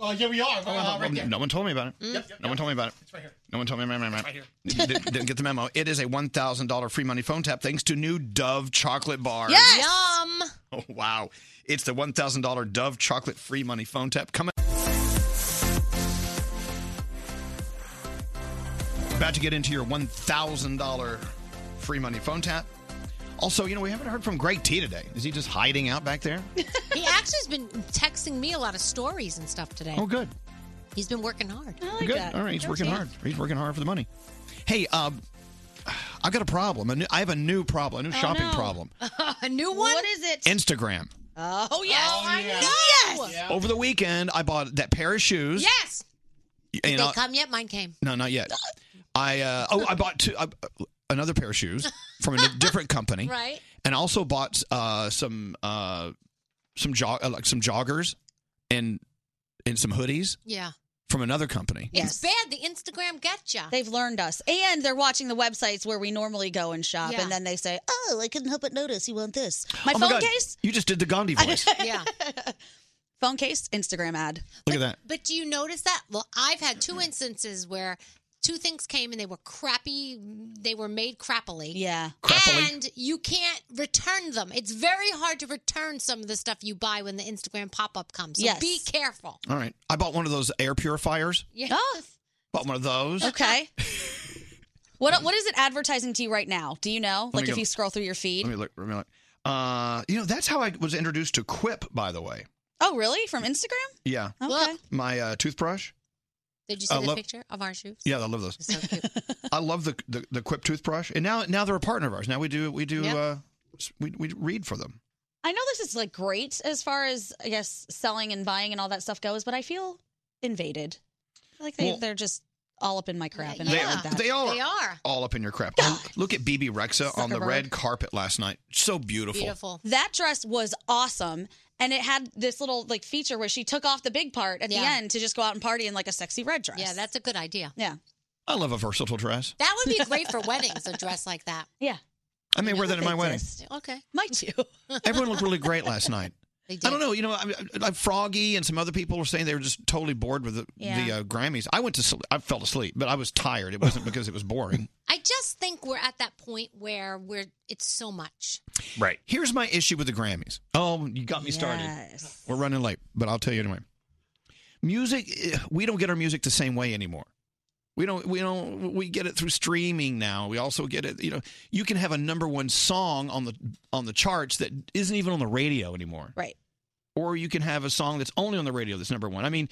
Speaker 5: Oh, yeah, we are. Uh, right there.
Speaker 1: No one told me about it.
Speaker 6: Mm.
Speaker 1: no one told me about it. It's right here. No one told me. *laughs* It's right here. Didn't didn't get the memo. It is a one thousand dollar free money phone tap thanks to new Dove chocolate bars.
Speaker 4: Yum.
Speaker 1: *laughs* Oh, wow. It's the $1,000 Dove chocolate free money phone tap coming. About to get into your $1,000 free money phone tap. Also, you know, we haven't heard from Greg T today. Is he just hiding out back there?
Speaker 4: He actually has been texting me a lot of stories and stuff today.
Speaker 1: Oh, good.
Speaker 4: He's been working hard.
Speaker 1: Good. All right. He's working hard. He's working hard for the money. Hey, um, I've got a problem. A new- I have a new problem, a
Speaker 4: Oh,
Speaker 1: new shopping problem.
Speaker 4: *laughs* a new one? What
Speaker 6: Oh, is it?
Speaker 1: Instagram.
Speaker 4: Oh, yes. Yes.
Speaker 1: Over the weekend, I bought that pair of shoes.
Speaker 4: Yes.
Speaker 1: You
Speaker 4: Did
Speaker 1: know-
Speaker 4: they come yet? Mine came.
Speaker 1: No, not yet. I uh, oh, I bought two, uh, another pair of shoes from
Speaker 6: *laughs*
Speaker 1: a different company,
Speaker 4: Right.
Speaker 1: And also bought uh, some uh, some jog uh, like some joggers and and some hoodies
Speaker 4: Yeah.
Speaker 1: from another company.
Speaker 4: It's bad. The Instagram got ya.
Speaker 6: They've learned us, and they're watching the websites where we normally go and shop,
Speaker 4: Yeah.
Speaker 6: and then they say, "Oh, I couldn't help but notice you want
Speaker 4: *gasps*
Speaker 6: this." My
Speaker 1: Oh
Speaker 6: phone
Speaker 1: God,
Speaker 6: case,
Speaker 1: You just did the Gandhi
Speaker 6: *laughs*
Speaker 1: voice.
Speaker 4: yeah.
Speaker 6: phone case, Instagram ad.
Speaker 1: Look at that.
Speaker 4: But do you notice that? Well, I've had two instances where two things came and they were crappy. They were made crappily.
Speaker 6: Yeah.
Speaker 4: And you can't return them. It's very hard to return some of the stuff you buy when the Instagram pop up comes. So
Speaker 6: Yes.
Speaker 4: be careful.
Speaker 1: All right, I bought one of those air purifiers.
Speaker 4: Yes.
Speaker 1: Bought one of those.
Speaker 6: Oh,
Speaker 4: *laughs*
Speaker 6: Okay. what what is it advertising to you right now? Do you know?
Speaker 1: Let me
Speaker 6: like if
Speaker 1: go-
Speaker 6: you scroll through your feed.
Speaker 1: Let me look. Let me look. Uh, you know that's how I was introduced to Quip, by the way.
Speaker 6: Oh, really? From Instagram?
Speaker 1: Yeah,
Speaker 6: Okay.
Speaker 1: my uh, toothbrush.
Speaker 4: Did you
Speaker 1: I
Speaker 4: see the
Speaker 1: love-
Speaker 4: picture of our shoes?
Speaker 1: Yeah, I love those. *laughs* I love the, the the Quip toothbrush, and now now they're a partner of ours. Now we do we do
Speaker 6: Yeah.
Speaker 1: uh, s- we we read for them.
Speaker 6: I know this is like great as far as I guess selling and buying and all that stuff goes, but I feel invaded. I feel Like they
Speaker 1: Well-
Speaker 6: they're just all up in my crap, and I don't like
Speaker 1: They,
Speaker 6: that.
Speaker 1: they all
Speaker 4: They are.
Speaker 1: all up in your crap. Oh, look at BB Rexa on the
Speaker 6: Zuckerberg.
Speaker 1: red carpet last night. So beautiful.
Speaker 6: That dress was awesome. And it had this little like feature where she took off the big part at the
Speaker 4: Yeah.
Speaker 6: end to just go out and party in like a sexy red dress. Yeah, that's
Speaker 4: a good idea.
Speaker 6: Yeah.
Speaker 1: I love a versatile dress.
Speaker 4: That
Speaker 6: *laughs*
Speaker 4: would be great for weddings, a dress like that.
Speaker 6: Yeah.
Speaker 1: I may wear that at my wedding.
Speaker 4: *laughs* Okay.
Speaker 6: *laughs* Might you?
Speaker 1: *laughs* Everyone looked really great last night.
Speaker 4: They
Speaker 1: I don't know. You know, I, I- like Froggy and some other people were saying they were just totally bored with the,
Speaker 4: Yeah.
Speaker 1: the uh, Grammys. I went to sleep. I fell asleep, but I was tired. It wasn't because it was boring.
Speaker 4: I just think we're at that point where we're it's so much.
Speaker 1: Right. Here's my issue with the Grammys. Oh, you got me started.
Speaker 4: Yes.
Speaker 1: We're running late, but I'll tell you anyway. Music, eh, we don't get our music the same way anymore. We don't, we don't, we get it through streaming now. We also get it, you know, you can have a number one song on the, on the charts that isn't even on the radio anymore.
Speaker 6: Right.
Speaker 1: Or you can have a song that's only on the radio that's number one. I mean,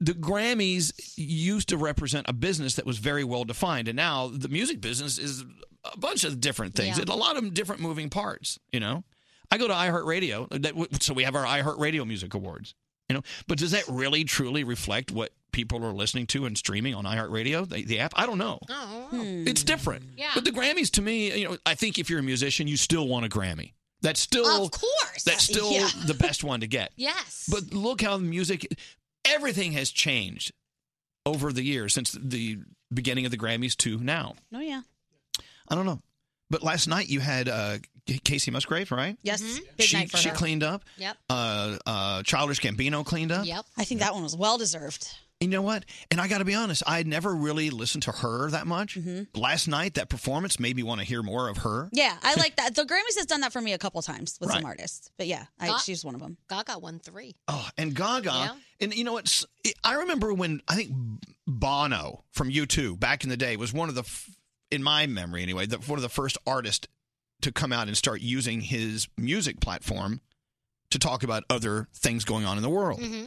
Speaker 1: the Grammys used to represent a business that was very well defined. And now the music business is a bunch of different things.
Speaker 7: Yeah.
Speaker 1: It- A lot of different moving parts, you know? I go to iHeartRadio, uh, that w- so we have our iHeartRadio Music Awards. You know, but does that really truly reflect what people are listening to and streaming on iHeartRadio, the, the app? I don't know.
Speaker 4: Oh.
Speaker 1: It's different.
Speaker 4: Yeah.
Speaker 1: But the Grammys, to me, you know, I think if you're a musician, you still want a Grammy. That's still,
Speaker 4: Of course.
Speaker 1: that's still
Speaker 4: Yeah.
Speaker 1: the best one to get.
Speaker 4: Yes.
Speaker 1: But look how the music, everything has changed over the years since the beginning of the Grammys to now.
Speaker 6: Oh yeah.
Speaker 1: I don't know. But last night you had uh, Casey Musgrave, right?
Speaker 6: Yes. Big
Speaker 1: she
Speaker 6: night for
Speaker 1: she
Speaker 6: her.
Speaker 1: cleaned up.
Speaker 4: Mm-hmm. Yep.
Speaker 1: Uh, uh, Childish Gambino cleaned up.
Speaker 4: Yep.
Speaker 6: I think that one was well deserved.
Speaker 1: You know what? And I got to be honest, I had never really listened to her that much.
Speaker 6: Mm-hmm.
Speaker 1: Last night, that performance made me want to hear more of her.
Speaker 6: Yeah,
Speaker 1: *laughs*
Speaker 6: I like that. The Grammys has done that for me a couple times with some
Speaker 1: Right.
Speaker 6: artists, but yeah, I,
Speaker 4: Ga-
Speaker 6: she's one of them.
Speaker 4: Gaga won three.
Speaker 1: Oh, and Gaga.
Speaker 4: Yeah.
Speaker 1: And you know what? S- I remember when I think Bono from U2 back in the day was one of the, f- in my memory anyway, the, one of the first artists to come out and start using his music platform to talk about other things going on in the world.
Speaker 10: Mm-hmm.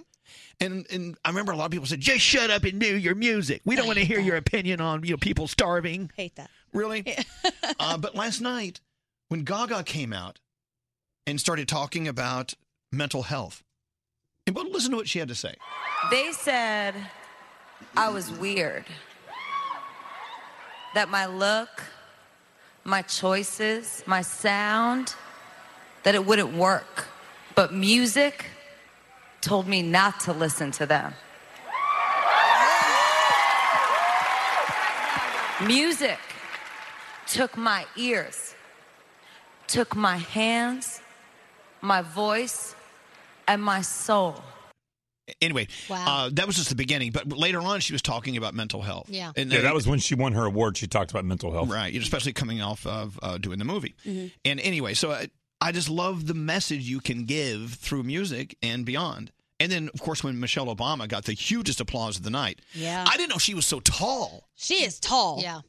Speaker 1: And and I remember a lot of people said, "Just shut up and do your music. We don't want to hear your opinion on you know people starving."
Speaker 6: Hate that.
Speaker 1: Really? *laughs* uh, but last night, when Gaga came out and started talking about mental health, and but listen to what she had to say.
Speaker 27: They said I was weird. That my look, my choices, my sound, that it wouldn't work. But music, told me not to listen to them. Music took my ears, took my hands, my voice, and my soul.
Speaker 1: Anyway, uh, that was just the beginning. But later on, she was talking about mental health.
Speaker 27: Yeah.
Speaker 1: And
Speaker 7: yeah,
Speaker 1: then-
Speaker 7: that was when she won her award. She talked about mental health.
Speaker 1: Right. Especially coming off of uh, doing the movie. And anyway, so I, I just love the message you can give through music and beyond. And then, of course, when Michelle Obama got the hugest applause of the night,
Speaker 6: Yeah.
Speaker 1: I didn't know she was so tall.
Speaker 6: She is tall. Yeah.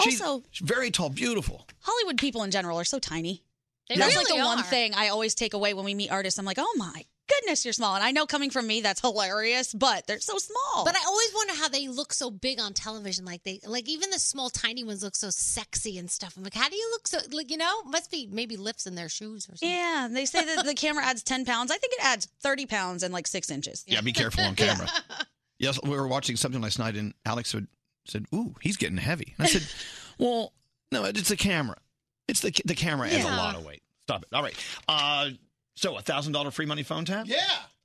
Speaker 6: also,
Speaker 1: She's very tall, beautiful.
Speaker 6: Hollywood people in general are so tiny.
Speaker 1: They
Speaker 6: that's like
Speaker 1: really
Speaker 6: the one
Speaker 1: are.
Speaker 6: thing I always take away when we meet artists. I'm like, oh my goodness, you're small. And I know coming from me, that's hilarious, but they're so small.
Speaker 4: But I always wonder how they look so big on television. Like they, like even the small, tiny ones look so sexy and stuff. I'm like, how do you look so? Like you know, must be maybe lifts in their shoes or something.
Speaker 6: yeah, they say that
Speaker 4: *laughs*
Speaker 6: the camera adds 10 pounds. I think it adds 30 pounds and like six inches.
Speaker 1: Yeah, be careful
Speaker 6: *laughs*
Speaker 1: on camera.
Speaker 4: *laughs*
Speaker 1: Yes, we were watching something last night, and Alex would, said, "Ooh, he's getting heavy." And I said, "Well, no, it's the camera. It's the the camera adds a
Speaker 28: Yeah.
Speaker 1: lot of weight. Stop it. All right. Uh, so a thousand dollar free money phone tap. Yeah,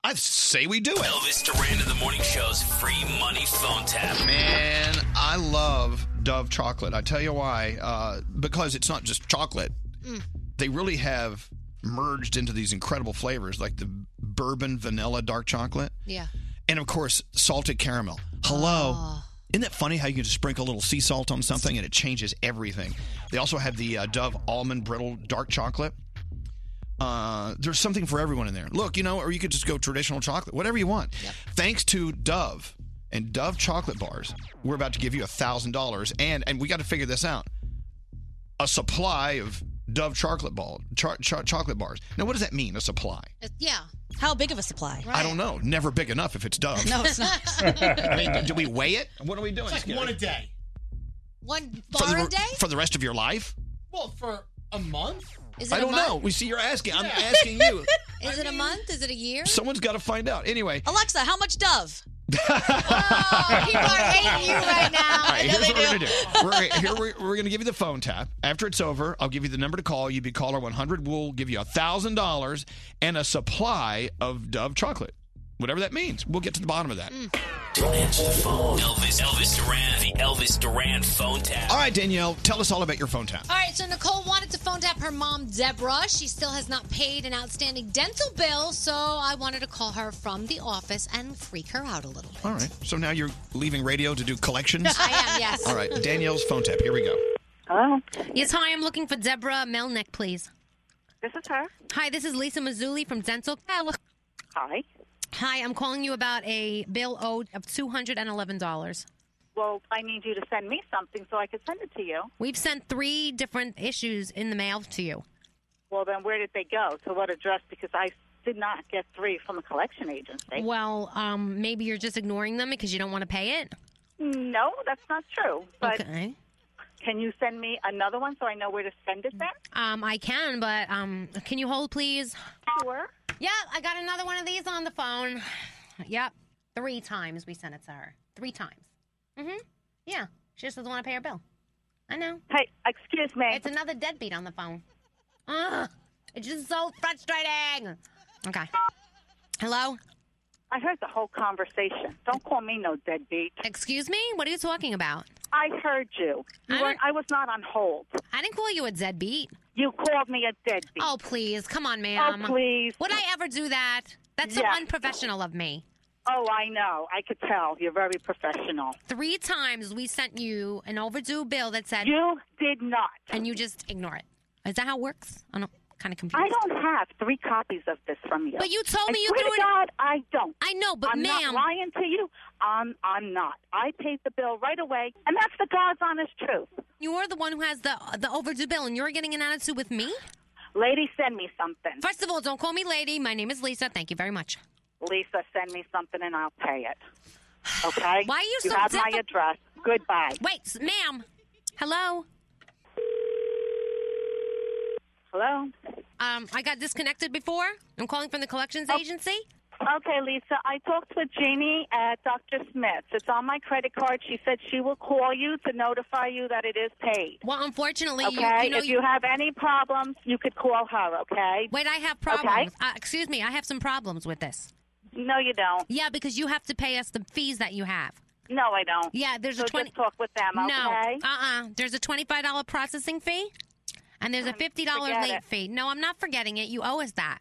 Speaker 1: I say we do it.
Speaker 12: Elvis Duran in the Morning Show's free money phone tap.
Speaker 1: Man, I love Dove chocolate. I tell you why. Uh, because it's not just chocolate.
Speaker 12: Mm.
Speaker 1: They really have merged into these incredible flavors, like the bourbon vanilla dark chocolate.
Speaker 4: Yeah.
Speaker 1: And of course, salted caramel. Hello. Isn't that funny how you can just sprinkle a little sea salt on something and it changes everything? They also have the uh, Dove almond brittle dark chocolate. Uh, there's something for everyone in there. Look, you know, or you could just go traditional chocolate, whatever you want. Thanks to Dove and Dove chocolate bars, we're about to give you a thousand dollars, and and we got to figure this out. A supply of Dove chocolate ball, cho- cho- chocolate bars. Now, what does that mean? A supply?
Speaker 4: Yeah.
Speaker 6: How big of a supply?
Speaker 1: I don't know. Never big enough if it's Dove.
Speaker 6: No, it's not.
Speaker 1: *laughs* I mean, do we weigh it? What are we doing?
Speaker 5: It's like one a day.
Speaker 4: One
Speaker 1: for
Speaker 5: bar
Speaker 1: the,
Speaker 5: a day?
Speaker 1: for the rest of your life?
Speaker 5: Well, for a month?
Speaker 1: I don't know. We see you're asking. I'm asking you.
Speaker 4: Is it a month? Is it a year?
Speaker 1: Someone's got to find out. Anyway,
Speaker 6: Alexa, how much Dove?
Speaker 4: you right now.
Speaker 1: All right, here's what we're gonna do. We're, here we're, we're gonna give you the phone tap. After it's over, I'll give you the number to call. You be caller 100. We'll give you a thousand dollars and a supply of Dove chocolate, whatever that means. We'll get to the bottom of that.
Speaker 12: Don't answer the phone. Elvis, Elvis Duran, the Elvis Duran phone tap.
Speaker 1: All right, Danielle, tell us all about your phone tap.
Speaker 4: All right, so Nicole wanted to phone tap her mom, Deborah. She still has not paid an outstanding dental bill, so I wanted to call her from the office and freak her out a little.
Speaker 1: *laughs* All right, so now you're leaving radio to do collections.
Speaker 4: *laughs* I am, yes.
Speaker 1: All right, Danielle's phone tap. Here we go.
Speaker 4: Hello? Yes, hi, I'm looking for Deborah Melnick, please.
Speaker 10: This is her.
Speaker 4: Hi, this is Lisa Mazzulli from Dental. Hi. Hi, I'm calling you about a bill owed of $211.
Speaker 10: Well, I need you to send me something so I could send it to you.
Speaker 4: We've sent three different issues in the mail to you.
Speaker 10: Well, then where did they go? To what address? Because I did not get three from the collection agency.
Speaker 4: Well, um, maybe you're just ignoring them because you don't want to pay it.
Speaker 10: No, that's not true. But
Speaker 4: okay.
Speaker 10: can you send me another one so I know where to send it then?
Speaker 4: Um, I can, but um, can you hold, please?
Speaker 10: Sure.
Speaker 4: Yeah, I got another one of these on the phone. Yep, three times we sent it to her. Three times. Mm-hmm. Yeah, she just doesn't want to pay her bill. I know.
Speaker 10: Hey, excuse me.
Speaker 4: It's another deadbeat on the phone. Ugh, it's just so frustrating. Okay. Hello?
Speaker 10: I heard the whole conversation. Don't call me no deadbeat.
Speaker 4: Excuse me? What are you talking about?
Speaker 10: I heard you. You
Speaker 4: I
Speaker 10: weren't- I was not on hold.
Speaker 4: I didn't call you a deadbeat.
Speaker 10: You called me a deadbeat.
Speaker 4: Oh, please. Come on, ma'am.
Speaker 10: please.
Speaker 4: Would I ever do that? That's
Speaker 10: Yeah.
Speaker 4: so unprofessional of me.
Speaker 10: Oh, I know. I could tell. You're very professional.
Speaker 4: Three times we sent you an overdue bill that said
Speaker 10: You did not.
Speaker 4: And you just ignore it. Is that how it works? I'm kind of confused.
Speaker 10: I don't have three copies of this from you.
Speaker 4: But you told me
Speaker 10: I
Speaker 4: you
Speaker 10: swear
Speaker 4: do
Speaker 10: to
Speaker 4: it-
Speaker 10: God, I don't.
Speaker 4: I know, but
Speaker 10: I'm
Speaker 4: ma'am-
Speaker 10: not lying to you. I'm I'm not. I paid the bill right away, and that's the God's honest truth.
Speaker 4: You're the one who has the the overdue bill, and you're getting an attitude with me.
Speaker 10: Lady, send me something.
Speaker 4: First of all, don't call me lady. My name is Lisa. Thank you very much.
Speaker 10: Lisa, send me something, and I'll pay it. Okay?
Speaker 4: Why are you
Speaker 10: you
Speaker 4: so
Speaker 10: have my
Speaker 4: diffi-
Speaker 10: address. Goodbye.
Speaker 4: Wait, s- ma'am. Hello.
Speaker 10: Hello.
Speaker 4: Um, I got disconnected before. I'm calling from the collections agency.
Speaker 10: Oh. Okay, Lisa. I talked with Jeannie at Dr. Smith's. It's on my credit card. She said she will call you to notify you that it is paid.
Speaker 4: Well, unfortunately, you-
Speaker 10: okay.
Speaker 4: you know,
Speaker 10: if
Speaker 4: you-
Speaker 10: you have any problems, you could call her. Okay.
Speaker 4: Wait, I have
Speaker 10: Okay.
Speaker 4: problems. Uh, excuse me, I have some problems with this.
Speaker 10: No, you don't.
Speaker 4: Yeah, because you have to pay us the fees that you have.
Speaker 10: No, I don't.
Speaker 4: Yeah, there's
Speaker 10: So
Speaker 4: a
Speaker 10: just
Speaker 4: twenty.
Speaker 10: talk with them,
Speaker 4: No,
Speaker 10: okay?
Speaker 4: uh-uh. There's a twenty-five dollar processing fee, and there's a fifty dollar
Speaker 10: forget
Speaker 4: late
Speaker 10: it.
Speaker 4: fee. No, I'm not forgetting it. You owe us that.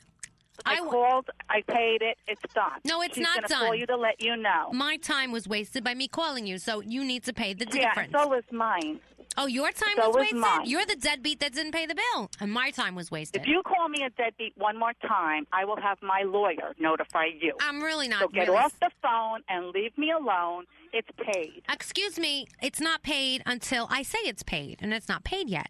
Speaker 10: I, called. I paid it. It's done.
Speaker 4: No, it's
Speaker 10: She's
Speaker 4: not
Speaker 10: gonna
Speaker 4: done.
Speaker 10: call you to let you know.
Speaker 4: My time was wasted by me calling you, so you need to pay the
Speaker 10: yeah,
Speaker 4: difference.
Speaker 10: so was mine.
Speaker 4: oh, your time
Speaker 10: so
Speaker 4: was
Speaker 10: was
Speaker 4: wasted.
Speaker 10: mine.
Speaker 4: You're the deadbeat that didn't pay the bill, and my time was wasted.
Speaker 10: If you call me a deadbeat one more time, I will have my lawyer notify you.
Speaker 4: I'm really not
Speaker 10: So get
Speaker 4: really-
Speaker 10: off the phone and leave me alone. It's paid.
Speaker 4: Excuse me, it's not paid until I say it's paid, and it's not paid yet.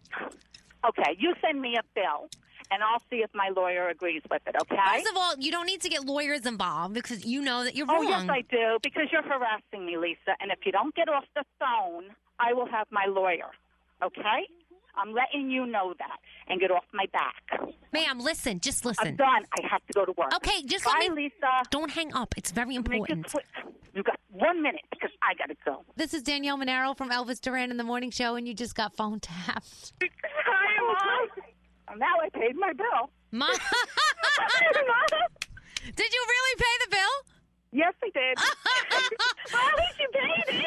Speaker 10: Okay, you send me a bill, and I'll see if my lawyer agrees with it. Okay.
Speaker 4: First of all, you don't need to get lawyers involved because you know that you're
Speaker 10: oh
Speaker 4: wrong.
Speaker 10: yes, I do because you're harassing me, Lisa. And if you don't get off the phone, I will have my lawyer. Okay. I'm letting you know that and get off my back.
Speaker 4: Ma'am, listen, just listen.
Speaker 10: I'm done. I have to go to work.
Speaker 4: Okay, just
Speaker 10: Bye,
Speaker 4: let me.
Speaker 10: Lisa.
Speaker 4: Don't hang up. It's very important.
Speaker 10: You got one minute because I got to go.
Speaker 18: This is Danielle Monero from Elvis Duran in the Morning Show, and you just got phone tapped.
Speaker 10: Hi, Mom. Now I paid my bill.
Speaker 4: Mom. did you really pay the bill?
Speaker 10: Yes, I did.
Speaker 1: Ah.
Speaker 10: at least you paid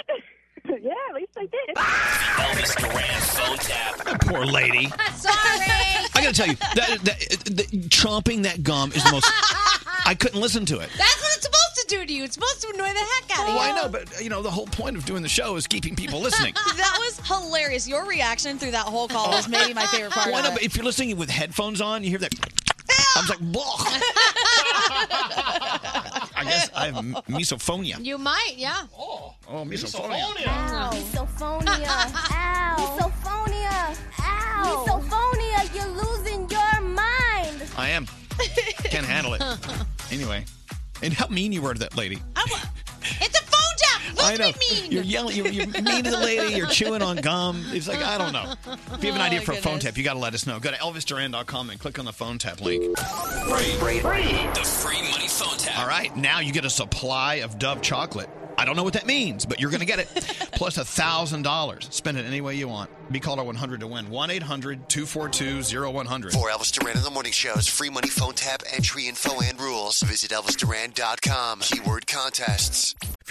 Speaker 10: it. *laughs* yeah, at least I
Speaker 2: *laughs*
Speaker 10: did.
Speaker 12: Elvis Duran phone tap.
Speaker 2: Poor lady.
Speaker 4: Sorry.
Speaker 2: I gotta tell you, that, that, that, chomping that gum is the most. I couldn't listen to it.
Speaker 18: That's what it's supposed to do to you. It's supposed to annoy the heck out of
Speaker 2: Oh,
Speaker 18: you.
Speaker 2: I
Speaker 29: *laughs*
Speaker 2: know, but you know, the whole point of doing the show is keeping people listening.
Speaker 29: that was hilarious. Your reaction through that whole call was maybe my favorite part.
Speaker 2: Why
Speaker 29: of
Speaker 2: not?
Speaker 29: it.
Speaker 2: If you're listening with headphones on, you hear that. I was like, Bleh. I guess I have m- misophonia.
Speaker 18: You might, yeah.
Speaker 2: Oh, misophonia.
Speaker 18: Ow.
Speaker 28: Misophonia. Ow. Misophonia.
Speaker 18: *laughs*
Speaker 28: Ow. Misophonia, you're losing your mind.
Speaker 2: I am. Can't
Speaker 29: *laughs*
Speaker 2: handle it. Anyway, and how mean you were to that lady.
Speaker 18: *laughs* It's a phone tap. Look
Speaker 2: I know.
Speaker 18: at me mean.
Speaker 2: You're yelling. You're, you're mean to the lady. You're chewing on gum. It's like I don't know. If you have an
Speaker 18: Oh,
Speaker 2: idea for a
Speaker 1: *laughs*
Speaker 2: phone
Speaker 18: goodness.
Speaker 2: tap, you got to let us know. Go to elvisduran.com and click on the phone tap link.
Speaker 12: Free, free, free. The free money phone tap.
Speaker 2: All right, now you get a supply of Dove chocolate. I don't know what that means, but you're going to get it. Plus $1,000. Spend it any way you want. Be caller 100 to win. 1 800 242 0100.
Speaker 24: For Elvis Duran in the Morning Show's free money phone tap entry info and rules, visit ElvisDuran.com. Keyword contests.
Speaker 1: If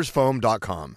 Speaker 1: coffeetoppersfoam.com.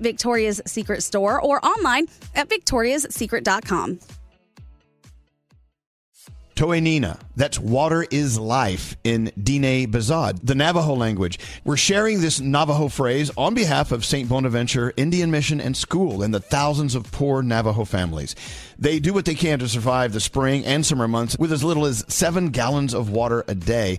Speaker 6: Victoria's Secret store or online at victoriassecret.com.
Speaker 1: Toenina. That's water is life in Diné Bazad, the Navajo language. We're sharing this Navajo phrase on behalf of St. Bonaventure Indian Mission and School and the thousands of poor Navajo families. They do what they can to survive the spring and summer months with as little as seven gallons of water a day.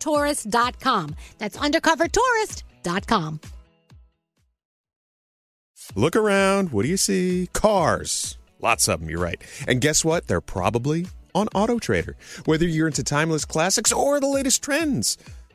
Speaker 4: undercovertourist.com. That's undercovertourist.com.
Speaker 8: Look around. What do you see? Cars. Lots of them, you're right. And guess what? They're probably on Auto Trader. Whether you're into timeless classics or the latest trends.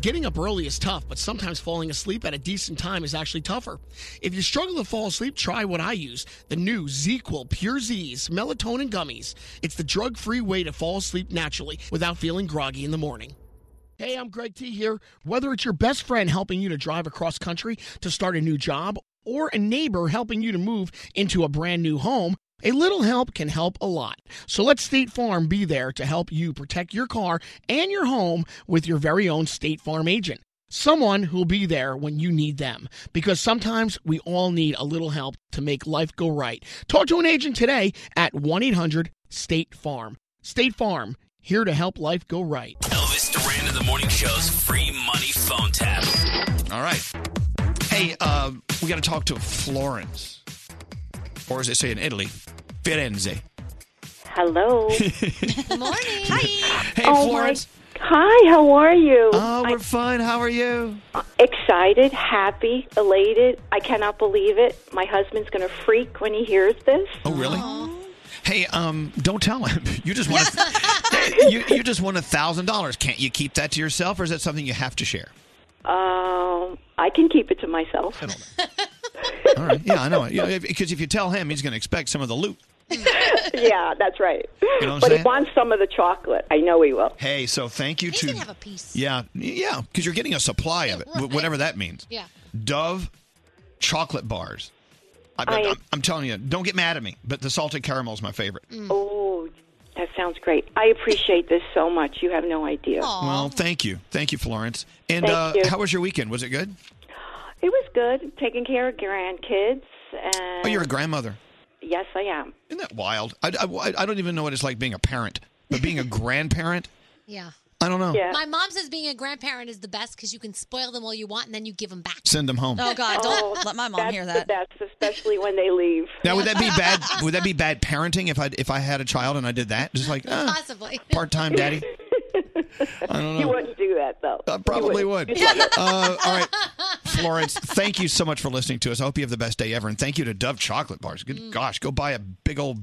Speaker 5: Getting up early is tough, but sometimes falling asleep at a decent time is actually tougher. If you struggle to fall asleep, try what I use the new ZQL Pure Z's melatonin gummies. It's the drug free way to fall asleep naturally without feeling groggy in the morning. Hey, I'm Greg T here. Whether it's your best friend helping you to drive across country to start a new job or a neighbor helping you to move into a brand new home, a little help can help a lot. So let State Farm be there to help you protect your car and your home with your very own State Farm agent. Someone who'll be there when you need them. Because sometimes we all need a little help to make life go right. Talk to an agent today at 1 800 State Farm. State Farm, here to help life go right.
Speaker 12: Elvis Duran in the Morning Show's free money phone tap.
Speaker 1: All right. Hey, uh, we got to talk to Florence. Or as they say in Italy, Firenze. *laughs*
Speaker 10: Hello.
Speaker 1: Hey,
Speaker 10: Oh, my-
Speaker 1: Florence.
Speaker 10: Hi, how are you? Uh,
Speaker 1: Oh, we're fine. How are you?
Speaker 10: Excited, happy, elated. I cannot believe it. My husband's going to freak when he hears this.
Speaker 1: Oh, really? Hey, um, don't tell him. *laughs* You just want
Speaker 10: *laughs*
Speaker 1: to, you, you just won a thousand dollars. Can't you keep that to yourself, or is that something you have to share?
Speaker 10: Um, I can keep it to myself.
Speaker 1: All right. Yeah, I know. Yeah, because if you tell him, he's going to expect some of the loot.
Speaker 10: yeah, that's right.
Speaker 1: know what I'm
Speaker 10: but he
Speaker 1: saying?
Speaker 10: wants some of the chocolate. I know he will.
Speaker 1: Hey, so thank you to
Speaker 10: can have a piece.
Speaker 1: Yeah, yeah, because you're getting a supply of it, wh- whatever that means.
Speaker 10: Yeah.
Speaker 1: Dove chocolate bars. I,
Speaker 10: I-
Speaker 1: am I'm telling you, don't get mad at me, but the salted caramel is my favorite.
Speaker 19: Mm.
Speaker 10: Oh, that sounds great. I appreciate this so much. You have no idea.
Speaker 1: Well, thank you, thank you, Florence. And
Speaker 10: Thank
Speaker 1: uh,
Speaker 10: you.
Speaker 1: how was your weekend? Was it good?
Speaker 10: It was good taking care of grandkids. And
Speaker 1: Oh,
Speaker 10: Uh,
Speaker 1: you're a grandmother.
Speaker 10: yes, I am.
Speaker 1: Isn't that wild? I, I, I don't even know what it's like being a parent, but being a *laughs* grandparent,
Speaker 26: Yeah.
Speaker 1: I don't know.
Speaker 26: My mom says being a grandparent is the best because you can spoil them all you want and then you give them back.
Speaker 1: Send them home.
Speaker 26: Oh, God, don't let my mom
Speaker 10: that's
Speaker 26: hear
Speaker 10: The best, especially when they leave.
Speaker 1: Now, would that be bad? Would that be bad parenting if I if I had a child and I did that? Just like ah,
Speaker 10: Possibly.
Speaker 1: part
Speaker 10: *laughs*
Speaker 1: time daddy. I don't know.
Speaker 10: You wouldn't do that though.
Speaker 1: I probably
Speaker 10: You
Speaker 1: would.
Speaker 10: *laughs* wouldn't.
Speaker 1: uh, all right, Florence. Thank you so much for listening to us. I hope you have the best day ever, and thank you to Dove chocolate bars. Good
Speaker 26: Mm.
Speaker 1: gosh, go buy a big old,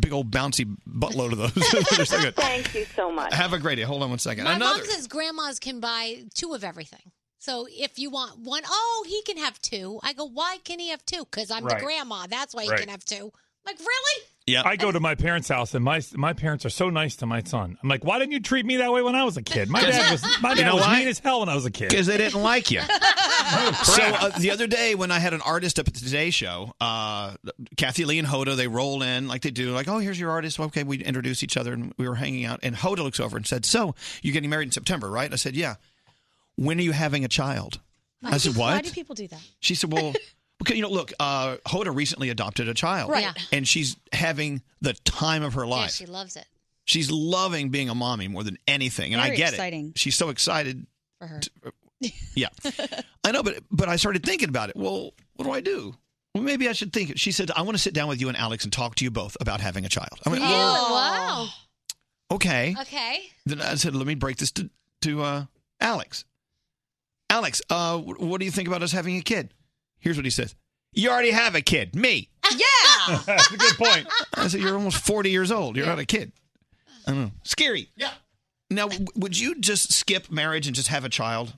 Speaker 1: big old bouncy buttload of those. *laughs* They're so good.
Speaker 10: Thank you so much.
Speaker 1: Have a great day. Hold on one second.
Speaker 26: My
Speaker 1: Another.
Speaker 26: mom says grandmas can buy two of everything. So if you want one, oh, he can have two. I go, why can he have two? Because I'm
Speaker 7: Right.
Speaker 26: the grandma. That's why he
Speaker 7: Right.
Speaker 26: can have two. Like, really?
Speaker 7: Yeah. I go to my parents' house and my my parents are so nice to my son. I'm like, why didn't you treat me that way when I was a kid?
Speaker 1: *laughs*
Speaker 7: My dad was my
Speaker 1: You
Speaker 7: dad
Speaker 1: know
Speaker 7: was
Speaker 1: why?
Speaker 7: mean as hell when I was a kid.
Speaker 1: because they didn't like you. so uh, the other day when I had an artist up at the Today Show, uh, Kathy Lee and Hoda, they roll in like they do, like, oh, here's your artist. Okay, we introduce each other and we were hanging out. And Hoda looks over and said, so you're getting married in September, right? I said, yeah. When are you having a child? I said, what?
Speaker 6: people do that?
Speaker 4: *laughs*
Speaker 1: She said, well, Because you know, look, uh, Hoda recently adopted a child,
Speaker 4: Right. Yeah.
Speaker 1: And she's having the time of her
Speaker 4: Yeah,
Speaker 1: life.
Speaker 4: she loves it
Speaker 1: she's loving being a mommy more than anything, and I
Speaker 4: Very
Speaker 1: get
Speaker 4: exciting.
Speaker 1: it. She's so excited.
Speaker 4: for her.
Speaker 1: Yeah, I know, but but I started thinking about it. Well, what do I do? Well, maybe I should think. She said, "I want to sit down with you and Alex and talk to you both about having a child." I went,
Speaker 4: Oh,
Speaker 1: "Oh, okay."
Speaker 4: wow. Okay.
Speaker 1: Then I said, "Let me break this to to uh, Alex." Alex, uh, wh- what do you think about us having a kid? Here's what he says: "You already have a kid, me."
Speaker 6: Yeah.
Speaker 1: *laughs* That's a good point. I said, "You're almost 40 years old. You're not a kid." I don't know. Scary. Yeah. Now, w- would you just skip marriage and just have a child?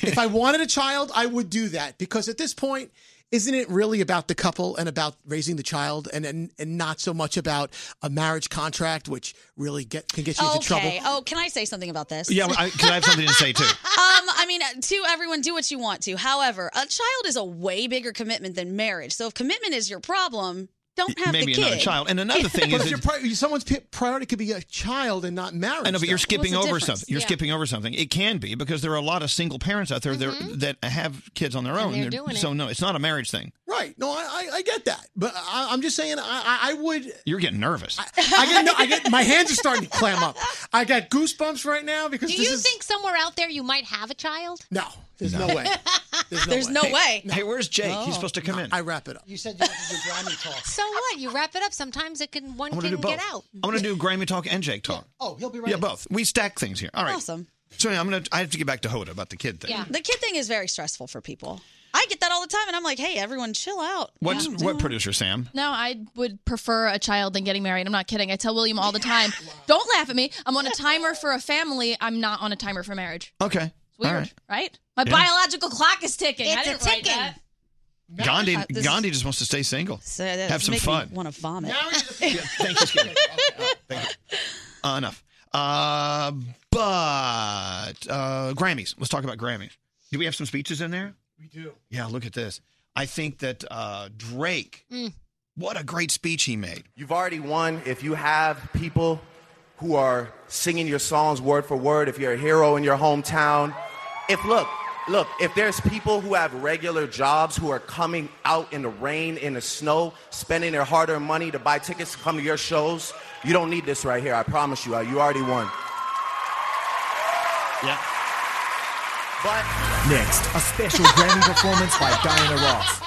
Speaker 5: if I wanted a child, I would do that because at this point, isn't it really about the couple and about raising the child and and, and not so much about a marriage contract, which really get can get you into
Speaker 6: okay.
Speaker 5: trouble?
Speaker 6: Oh, can I say something about this?
Speaker 5: Yeah,
Speaker 1: I, cause I have something to say
Speaker 4: *laughs*
Speaker 1: too.
Speaker 6: um, I mean, to everyone, do what you want to. However, a child is a way bigger commitment than marriage. So if commitment is your problem, don't have
Speaker 1: maybe
Speaker 6: the kid.
Speaker 1: another child. And another thing is
Speaker 5: But if
Speaker 1: it-
Speaker 5: your pri- someone's pi- priority could be a child and not marriage.
Speaker 1: I know, but you're
Speaker 5: though.
Speaker 1: skipping over something. You're skipping over something. It can be because there are a lot of single parents out there that that have kids on their own.
Speaker 5: they're doing it.
Speaker 1: so no, it's not a marriage thing.
Speaker 5: Right? No, I, I I get that, but I, I'm just saying I I, I
Speaker 4: *laughs*
Speaker 5: would
Speaker 1: You're getting nervous.
Speaker 5: I get no, I get my hands are starting to clam up. I got goosebumps right now because
Speaker 4: Do
Speaker 5: this
Speaker 4: you
Speaker 5: is
Speaker 4: think somewhere out there you might have a child?
Speaker 5: no. There's no, way.
Speaker 26: *laughs*
Speaker 5: There's no way.
Speaker 4: Hey, way.
Speaker 1: Hey, where's Jake?
Speaker 5: No.
Speaker 26: Oh.
Speaker 1: He's supposed to come in.
Speaker 5: I wrap it up.
Speaker 30: You said you wanted to do Grammy talk.
Speaker 4: So what? You wrap it up. Sometimes it can one
Speaker 1: I'm gonna
Speaker 4: can
Speaker 1: do both.
Speaker 4: get out.
Speaker 1: I'm gonna do Grammy talk and Jake talk.
Speaker 30: Oh, he'll be
Speaker 1: Yeah, both. We stack things here. All right.
Speaker 6: Awesome.
Speaker 1: So yeah, I'm gonna. I have to get back to Hoda about the kid thing.
Speaker 6: Yeah. The kid thing is very stressful for people. I get that all the time, and I'm like, hey, everyone, chill out.
Speaker 1: What's what producer Sam?
Speaker 14: No, I would prefer a child than getting married. I'm not kidding. I tell William all the time, don't laugh at me. I'm on a timer for a family. I'm not on a timer for marriage,
Speaker 1: Okay.
Speaker 14: weird.
Speaker 1: All right.
Speaker 14: right? My
Speaker 1: Yeah.
Speaker 14: biological clock is ticking. I
Speaker 6: It's a
Speaker 14: didn't write
Speaker 6: ticking.
Speaker 14: that.
Speaker 1: Gandhi.
Speaker 6: Uh, this-
Speaker 1: Gandhi just wants to stay single.
Speaker 6: So uh, that-
Speaker 1: have
Speaker 6: that's
Speaker 1: some
Speaker 6: making
Speaker 1: fun.
Speaker 6: Me want to vomit. *laughs*
Speaker 1: Thank you. Scary. Thank you. Uh, enough. Uh, but uh, Grammys. Let's talk about Grammys. Do we have some speeches in there?
Speaker 15: We do.
Speaker 1: Yeah. Look at this. I think that uh, Drake.
Speaker 4: Mm.
Speaker 1: What a great speech he made.
Speaker 17: You've already won if you have people who are singing your songs word for word, if you're a hero in your hometown. If, look, look, if there's people who have regular jobs who are coming out in the rain, in the snow, spending their hard earned money to buy tickets to come to your shows, you don't need this right here. I promise you, you already won.
Speaker 1: Yeah.
Speaker 2: Next, a special Grammy performance
Speaker 26: *laughs*
Speaker 2: by Diana Ross.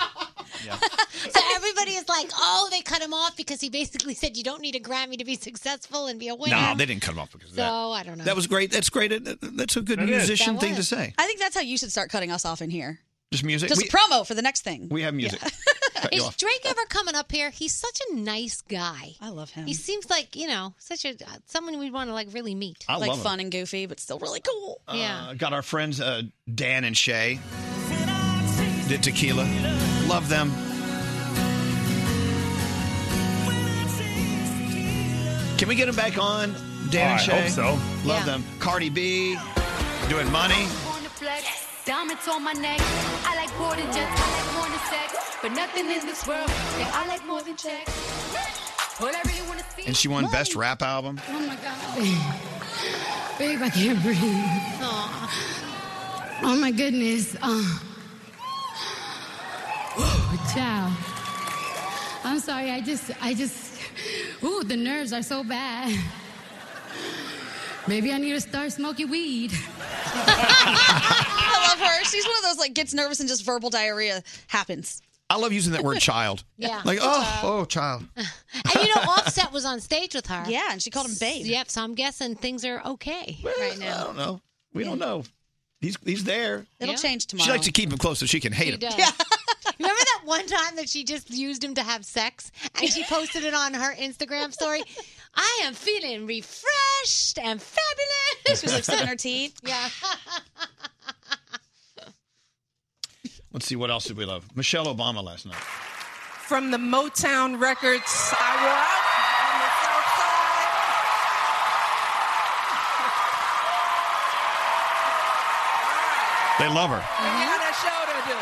Speaker 4: *laughs* So everybody is like, "Oh, they cut him off because he basically said you don't need a Grammy to be successful and be a winner."
Speaker 1: No, they didn't cut him off because of that.
Speaker 4: So, I don't know.
Speaker 1: That was great. That's great. That- That's a good
Speaker 4: That is.
Speaker 1: musician
Speaker 4: That
Speaker 1: thing to
Speaker 4: was.
Speaker 1: say.
Speaker 6: I think that's how you should start cutting us off in here.
Speaker 1: Just music.
Speaker 6: Just
Speaker 1: we,
Speaker 6: promo for the next thing.
Speaker 1: we have music. *laughs* Cut you
Speaker 4: Is
Speaker 1: off.
Speaker 4: Drake ever coming up here? He's such a nice guy. I
Speaker 6: love him.
Speaker 4: He seems like you know such a uh, someone we'd want to like really meet.
Speaker 1: I Like love him. fun
Speaker 6: and goofy, but still really cool.
Speaker 4: yeah.
Speaker 1: Uh, got our friends uh, Dan and Shay. Did tequila. Love them. Can we get them back on?
Speaker 7: Oh, I
Speaker 1: Dan and Shay.
Speaker 7: hope so.
Speaker 1: Love
Speaker 7: Yeah.
Speaker 1: them. Cardi B doing money.
Speaker 20: on the flex. Diamonds on my neck. I like more than just, I like more than sex. But nothing in this world that I like more than checks. All I really wanna see.
Speaker 1: And she won Best Rap Album.
Speaker 20: *laughs* Oh my god. *laughs* Babe, I can't breathe. Oh my goodness. Uh, child. I'm sorry, I just I just ooh, the nerves are so bad. Maybe I need to start
Speaker 4: *laughs*
Speaker 20: smoking weed.
Speaker 6: *laughs* I love her. She's one of those like gets nervous and just verbal diarrhea happens.
Speaker 1: I love using that
Speaker 4: *laughs*
Speaker 1: word child.
Speaker 4: Yeah.
Speaker 1: Like, oh, oh, child.
Speaker 4: And you know, Offset was on stage with her.
Speaker 6: *laughs* Yeah, and she called him babe.
Speaker 4: Yep. So I'm guessing things are okay right now.
Speaker 1: I don't know. We don't know. He's, he's there.
Speaker 4: It'll Yeah. change
Speaker 1: She
Speaker 4: tomorrow.
Speaker 1: likes to keep him close so she can hate
Speaker 4: She
Speaker 1: him.
Speaker 4: does. *laughs* Remember that one time that she just used him to have sex and she posted it on her Instagram story? I am feeling refreshed and fabulous.
Speaker 1: She was, like, sipping her
Speaker 6: tea.
Speaker 4: Yeah.
Speaker 1: Let's see, what else did we love? Michelle Obama last night.
Speaker 26: From the Motown Records, I walk.
Speaker 1: They love her.
Speaker 26: We got a show to do.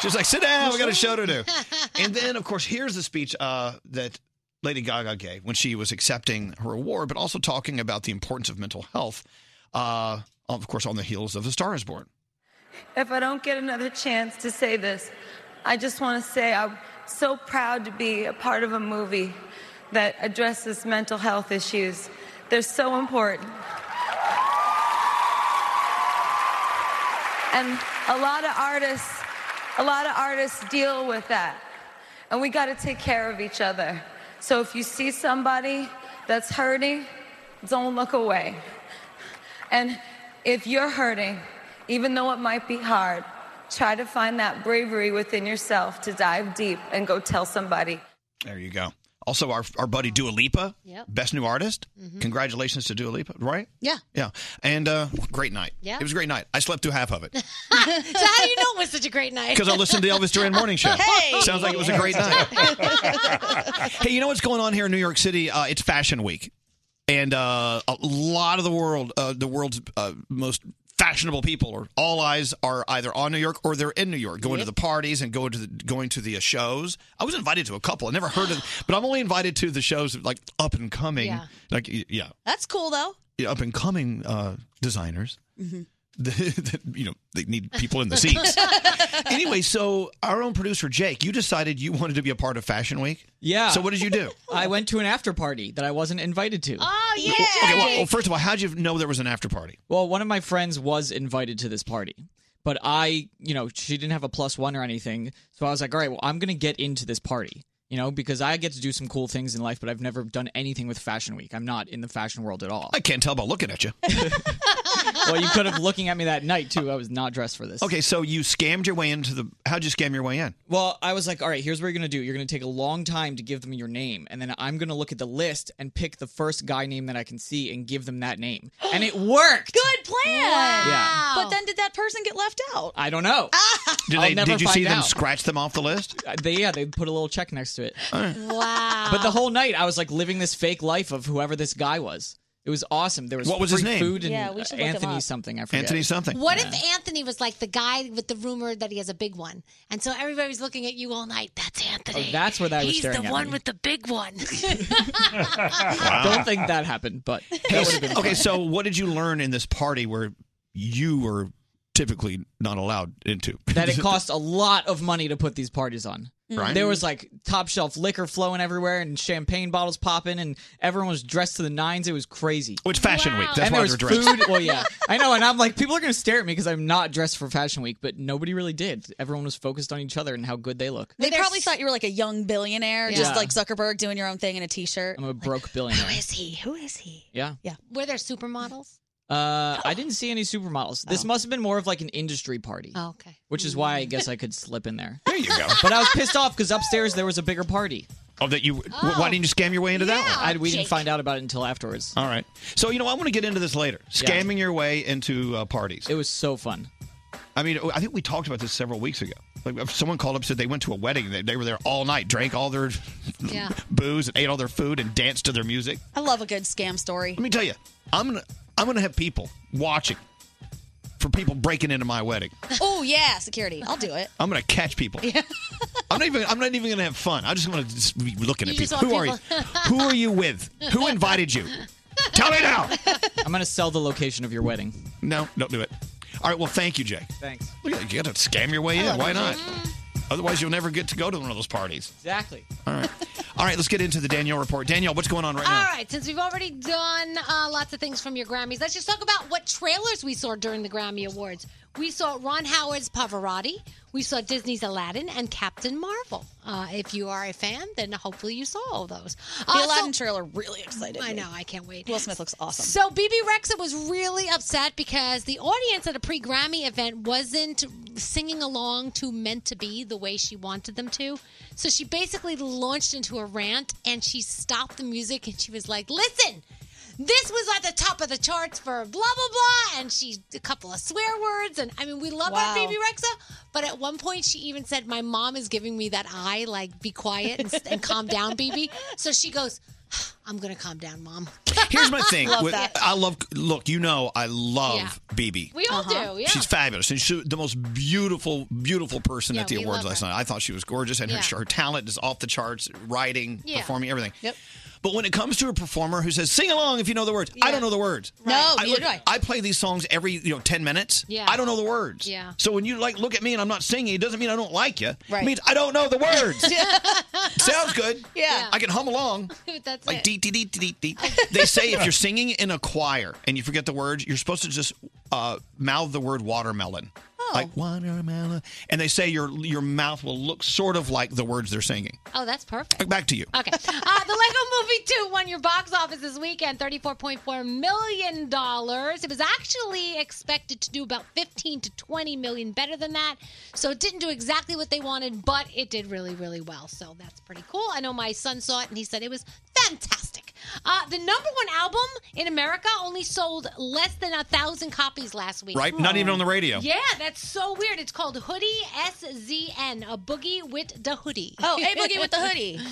Speaker 1: She's like, sit down, we got a show to
Speaker 6: *laughs*
Speaker 4: *laughs*
Speaker 1: do. And then, of course, here's the speech uh, that Lady Gaga gave when she was accepting her award, but also talking about the importance of mental health, uh, of course, on the heels of The Star is Born.
Speaker 27: If I don't get another chance to say this, I just want to say I'm so proud to be a part of a movie that addresses mental health issues. They're so important. And a lot of artists, a lot of artists deal with that. And we got to take care of each other. So if you see somebody that's hurting, don't look away. And if you're hurting, even though it might be hard, try to find that bravery within yourself to dive deep and go tell somebody.
Speaker 1: There you go. Also, our, our buddy Dua Lipa,
Speaker 27: Yep.
Speaker 1: best new artist.
Speaker 27: Mhm.
Speaker 1: Congratulations to Dua Lipa, right?
Speaker 4: Mm-hmm. Yeah.
Speaker 1: Yeah. And uh, great night.
Speaker 4: Yeah.
Speaker 1: It was a great night. I slept through half of it
Speaker 4: *laughs* so how do you know it was such a great night?
Speaker 1: because I listened to the Elvis Duran Morning Show.
Speaker 4: Hey!
Speaker 1: Sounds like it was a great night. hey, you know what's going on here in New York City? Uh, it's Fashion Week, and uh, a lot of the world, uh, the world's uh, most fashionable people, or all eyes are either on New York or they're in New York, going to the parties and going to the going to the uh, shows. I was invited to a couple. I never heard of, but I'm only invited to the shows like up and coming,
Speaker 6: Yeah.
Speaker 1: like y- yeah,
Speaker 6: That's cool though. Mm-hmm.
Speaker 1: yeah, up and coming uh, designers. *laughs* that you know they need people in the
Speaker 2: *laughs*
Speaker 1: seats. *laughs* anyway, so our own producer Jake, you decided you wanted to be a part of Fashion Week.
Speaker 31: Yeah.
Speaker 1: So what did you *laughs* do?
Speaker 31: I went to an after party that I wasn't invited to.
Speaker 4: Oh yeah.
Speaker 1: Okay, well, well, first of all, how'd you know there was an after party?
Speaker 31: Well, one of my friends was invited to this party, but I, you know, she didn't have a plus one or anything. So I was like, all right, well, I'm going to get into this party, you know, because I get to do some cool things in life, but I've never done anything with Fashion Week. I'm not in the fashion world at all.
Speaker 1: I can't tell by looking at you.
Speaker 31: *laughs* well, you could have looking at me that night, too. I was not dressed for this.
Speaker 1: Okay, so you scammed your way into the. How'd you scam your way in?
Speaker 31: Well, I was like, all right, here's what you're going to do. You're going to take a long time to give them your name, and then I'm going to look at the list and pick the first guy name that I can see and give them
Speaker 4: *gasps*
Speaker 31: that name. And it worked.
Speaker 6: Good plan.
Speaker 31: Yeah.
Speaker 6: But then did that person get left out?
Speaker 31: I don't know.
Speaker 1: Did,
Speaker 4: Ah.
Speaker 31: I'll
Speaker 1: they,
Speaker 31: never
Speaker 1: did you
Speaker 31: find
Speaker 1: see them
Speaker 31: out.
Speaker 1: scratch them off the list?
Speaker 31: Uh, They, yeah, they put a little check next to it.
Speaker 4: Wow.
Speaker 31: But the whole night, I was like living this fake life of whoever this guy was. It was awesome. There was
Speaker 1: What was his
Speaker 31: free
Speaker 1: name?
Speaker 31: Food and
Speaker 4: Yeah, we should
Speaker 31: uh,
Speaker 4: look him
Speaker 31: Anthony
Speaker 4: up.
Speaker 31: something. I forget.
Speaker 1: Anthony something.
Speaker 4: What if Anthony was like the guy with the rumor that he has a big one, and so everybody's looking at you all night? That's Anthony.
Speaker 31: Oh, that's what I was
Speaker 4: He's
Speaker 31: staring
Speaker 4: the
Speaker 31: at
Speaker 4: one
Speaker 31: me.
Speaker 4: with the big one.
Speaker 1: *laughs*
Speaker 4: *laughs*
Speaker 31: Don't think that happened, but that would have been
Speaker 1: okay,
Speaker 31: fun.
Speaker 1: so what did you learn in this party where you were typically not allowed into? *laughs*
Speaker 31: that it cost a lot of money to put these parties on.
Speaker 4: Mm-hmm.
Speaker 1: Right.
Speaker 31: There was like top shelf liquor flowing everywhere and champagne bottles popping and everyone was dressed to the nines. It was crazy.
Speaker 1: It's Fashion Week. That's
Speaker 31: and
Speaker 1: why
Speaker 31: there was
Speaker 1: they're dressed.
Speaker 31: food. Well, yeah, I know, and I'm like, people are gonna stare at me because I'm not dressed for Fashion Week, but nobody really did. Everyone was focused on each other and how good they look.
Speaker 6: *laughs* They probably thought you were like a young billionaire, just
Speaker 31: Yeah.
Speaker 6: like Zuckerberg doing your own thing in a t-shirt.
Speaker 31: I'm a broke billionaire.
Speaker 4: Who is he? Who is he?
Speaker 31: Yeah.
Speaker 6: Yeah.
Speaker 4: Were
Speaker 1: *laughs*
Speaker 4: there supermodels?
Speaker 31: Uh, I didn't see any supermodels. This must have been more of like an industry party.
Speaker 4: Oh, okay.
Speaker 31: Which is why I guess I could slip in there.
Speaker 1: There you go.
Speaker 31: *laughs* But I was pissed off because upstairs there was a bigger party.
Speaker 1: Oh, that you. Why didn't you scam your way into that one?
Speaker 31: I, we didn't find out about it until afterwards.
Speaker 1: All right. So you know, I want to get into this later.
Speaker 31: Yeah.
Speaker 1: Scamming your way into uh, parties. It
Speaker 31: was so fun.
Speaker 1: I mean, I think we talked about this several weeks ago. Like, if someone called up and said they went to a wedding. They, they were there all night, drank all their
Speaker 6: Yeah.
Speaker 1: booze, and ate all their food, and danced to their music.
Speaker 6: I love a good scam
Speaker 1: *laughs*
Speaker 6: story.
Speaker 1: Let me tell you, I'm gonna I'm gonna have people watching for people breaking into my wedding.
Speaker 6: Oh yeah, security. I'll do
Speaker 4: *laughs*
Speaker 6: it.
Speaker 1: I'm gonna catch people. I'm not even I'm not even gonna have fun. I just want to just be looking
Speaker 6: You
Speaker 1: at
Speaker 6: just
Speaker 1: people.
Speaker 6: want
Speaker 1: Who are
Speaker 4: *laughs*
Speaker 1: you?
Speaker 6: people-
Speaker 1: Who are you with? Who invited you? Tell me now.
Speaker 31: I'm gonna sell the location of your wedding.
Speaker 1: No, don't do it. All right. Well, thank you, Jake.
Speaker 31: Thanks.
Speaker 1: Look at you. Got to scam your way
Speaker 31: I
Speaker 4: Oh,
Speaker 1: in.
Speaker 31: love
Speaker 1: Why
Speaker 31: it.
Speaker 1: not? Otherwise, you'll never get to go to one of those parties.
Speaker 31: Exactly.
Speaker 1: All right. *laughs* All right. Let's get into the Danielle report. Danielle, what's going on right now?
Speaker 4: All right, since we've already done uh, lots of things from your Grammys, let's just talk about what trailers we saw during the Grammy Awards. We saw Ron Howard's Pavarotti, we saw Disney's Aladdin, and Captain Marvel. Uh, if you are a fan, then hopefully you saw all those.
Speaker 6: The
Speaker 4: Uh, so-
Speaker 6: Aladdin trailer really excited.
Speaker 4: I
Speaker 6: me.
Speaker 4: know, I can't wait.
Speaker 6: Will Smith looks awesome.
Speaker 4: So BB Rexa was really upset because the audience at a pre-Grammy event wasn't singing along to "Meant to Be" the way she wanted them to. So she basically launched into a rant and she stopped the music and she was like, "Listen." This was at the top of the charts for blah blah blah, and she a couple of swear words, and I mean we love
Speaker 6: Wow.
Speaker 4: our BB Rexa, but at one point she even said, "My mom is giving me that eye, like be quiet and, and calm down, BB." So she goes, "I'm gonna calm down, mom."
Speaker 1: Here's my thing.
Speaker 4: *laughs* Love
Speaker 1: with-
Speaker 4: that.
Speaker 1: I love. Look, you know, I love
Speaker 4: Yeah.
Speaker 1: BB.
Speaker 4: We all do, Oh, yeah.
Speaker 1: She's fabulous, and she's the most beautiful, beautiful person
Speaker 4: Yeah,
Speaker 1: at the
Speaker 4: we
Speaker 1: awards
Speaker 4: love
Speaker 1: last
Speaker 4: her.
Speaker 1: night. I thought she was gorgeous, and
Speaker 4: Yeah.
Speaker 1: her, her talent is off the charts. Writing,
Speaker 4: Yeah.
Speaker 1: performing, everything.
Speaker 4: Yep.
Speaker 1: But when it comes to a performer who says, sing along if you know the words, I don't know the words.
Speaker 4: No,
Speaker 1: I,
Speaker 4: neither
Speaker 1: look-
Speaker 4: do I.
Speaker 1: play these songs every, you know, 10 minutes.
Speaker 4: Yeah.
Speaker 1: I don't know the words.
Speaker 4: Yeah.
Speaker 1: So when you like look at me and I'm not singing, it doesn't mean I don't like you.
Speaker 4: Right.
Speaker 1: It means I don't know the
Speaker 4: *laughs*
Speaker 1: words. Sounds good.
Speaker 4: Yeah.
Speaker 1: I can hum along.
Speaker 4: *laughs* That's
Speaker 1: Like
Speaker 4: it.
Speaker 1: dee dee dee dee dee. dee. They say if you're singing in a choir and you forget the words, you're supposed to just uh, mouth the word watermelon.
Speaker 4: Oh.
Speaker 1: Like watermelon, and they say your your mouth will look sort of like the words they're singing.
Speaker 4: Oh, that's perfect.
Speaker 1: Back to you. *laughs*
Speaker 4: Okay. Uh, the Lego Movie 2 won your box office this weekend, $34.4 million. It was actually expected to do about 15 to 20 million better than that. So it didn't do exactly what they wanted, but it did really, really well. So that's pretty cool. I know my son saw it and he said it was fantastic. Uh, the number one album in America only sold less than a thousand copies last week. Hmm.
Speaker 1: Right? Not even on the radio.
Speaker 4: Yeah, that's so weird. It's called Hoodie SZN, a boogie with the hoodie.
Speaker 6: Oh, a boogie with the hoodie.
Speaker 4: *laughs*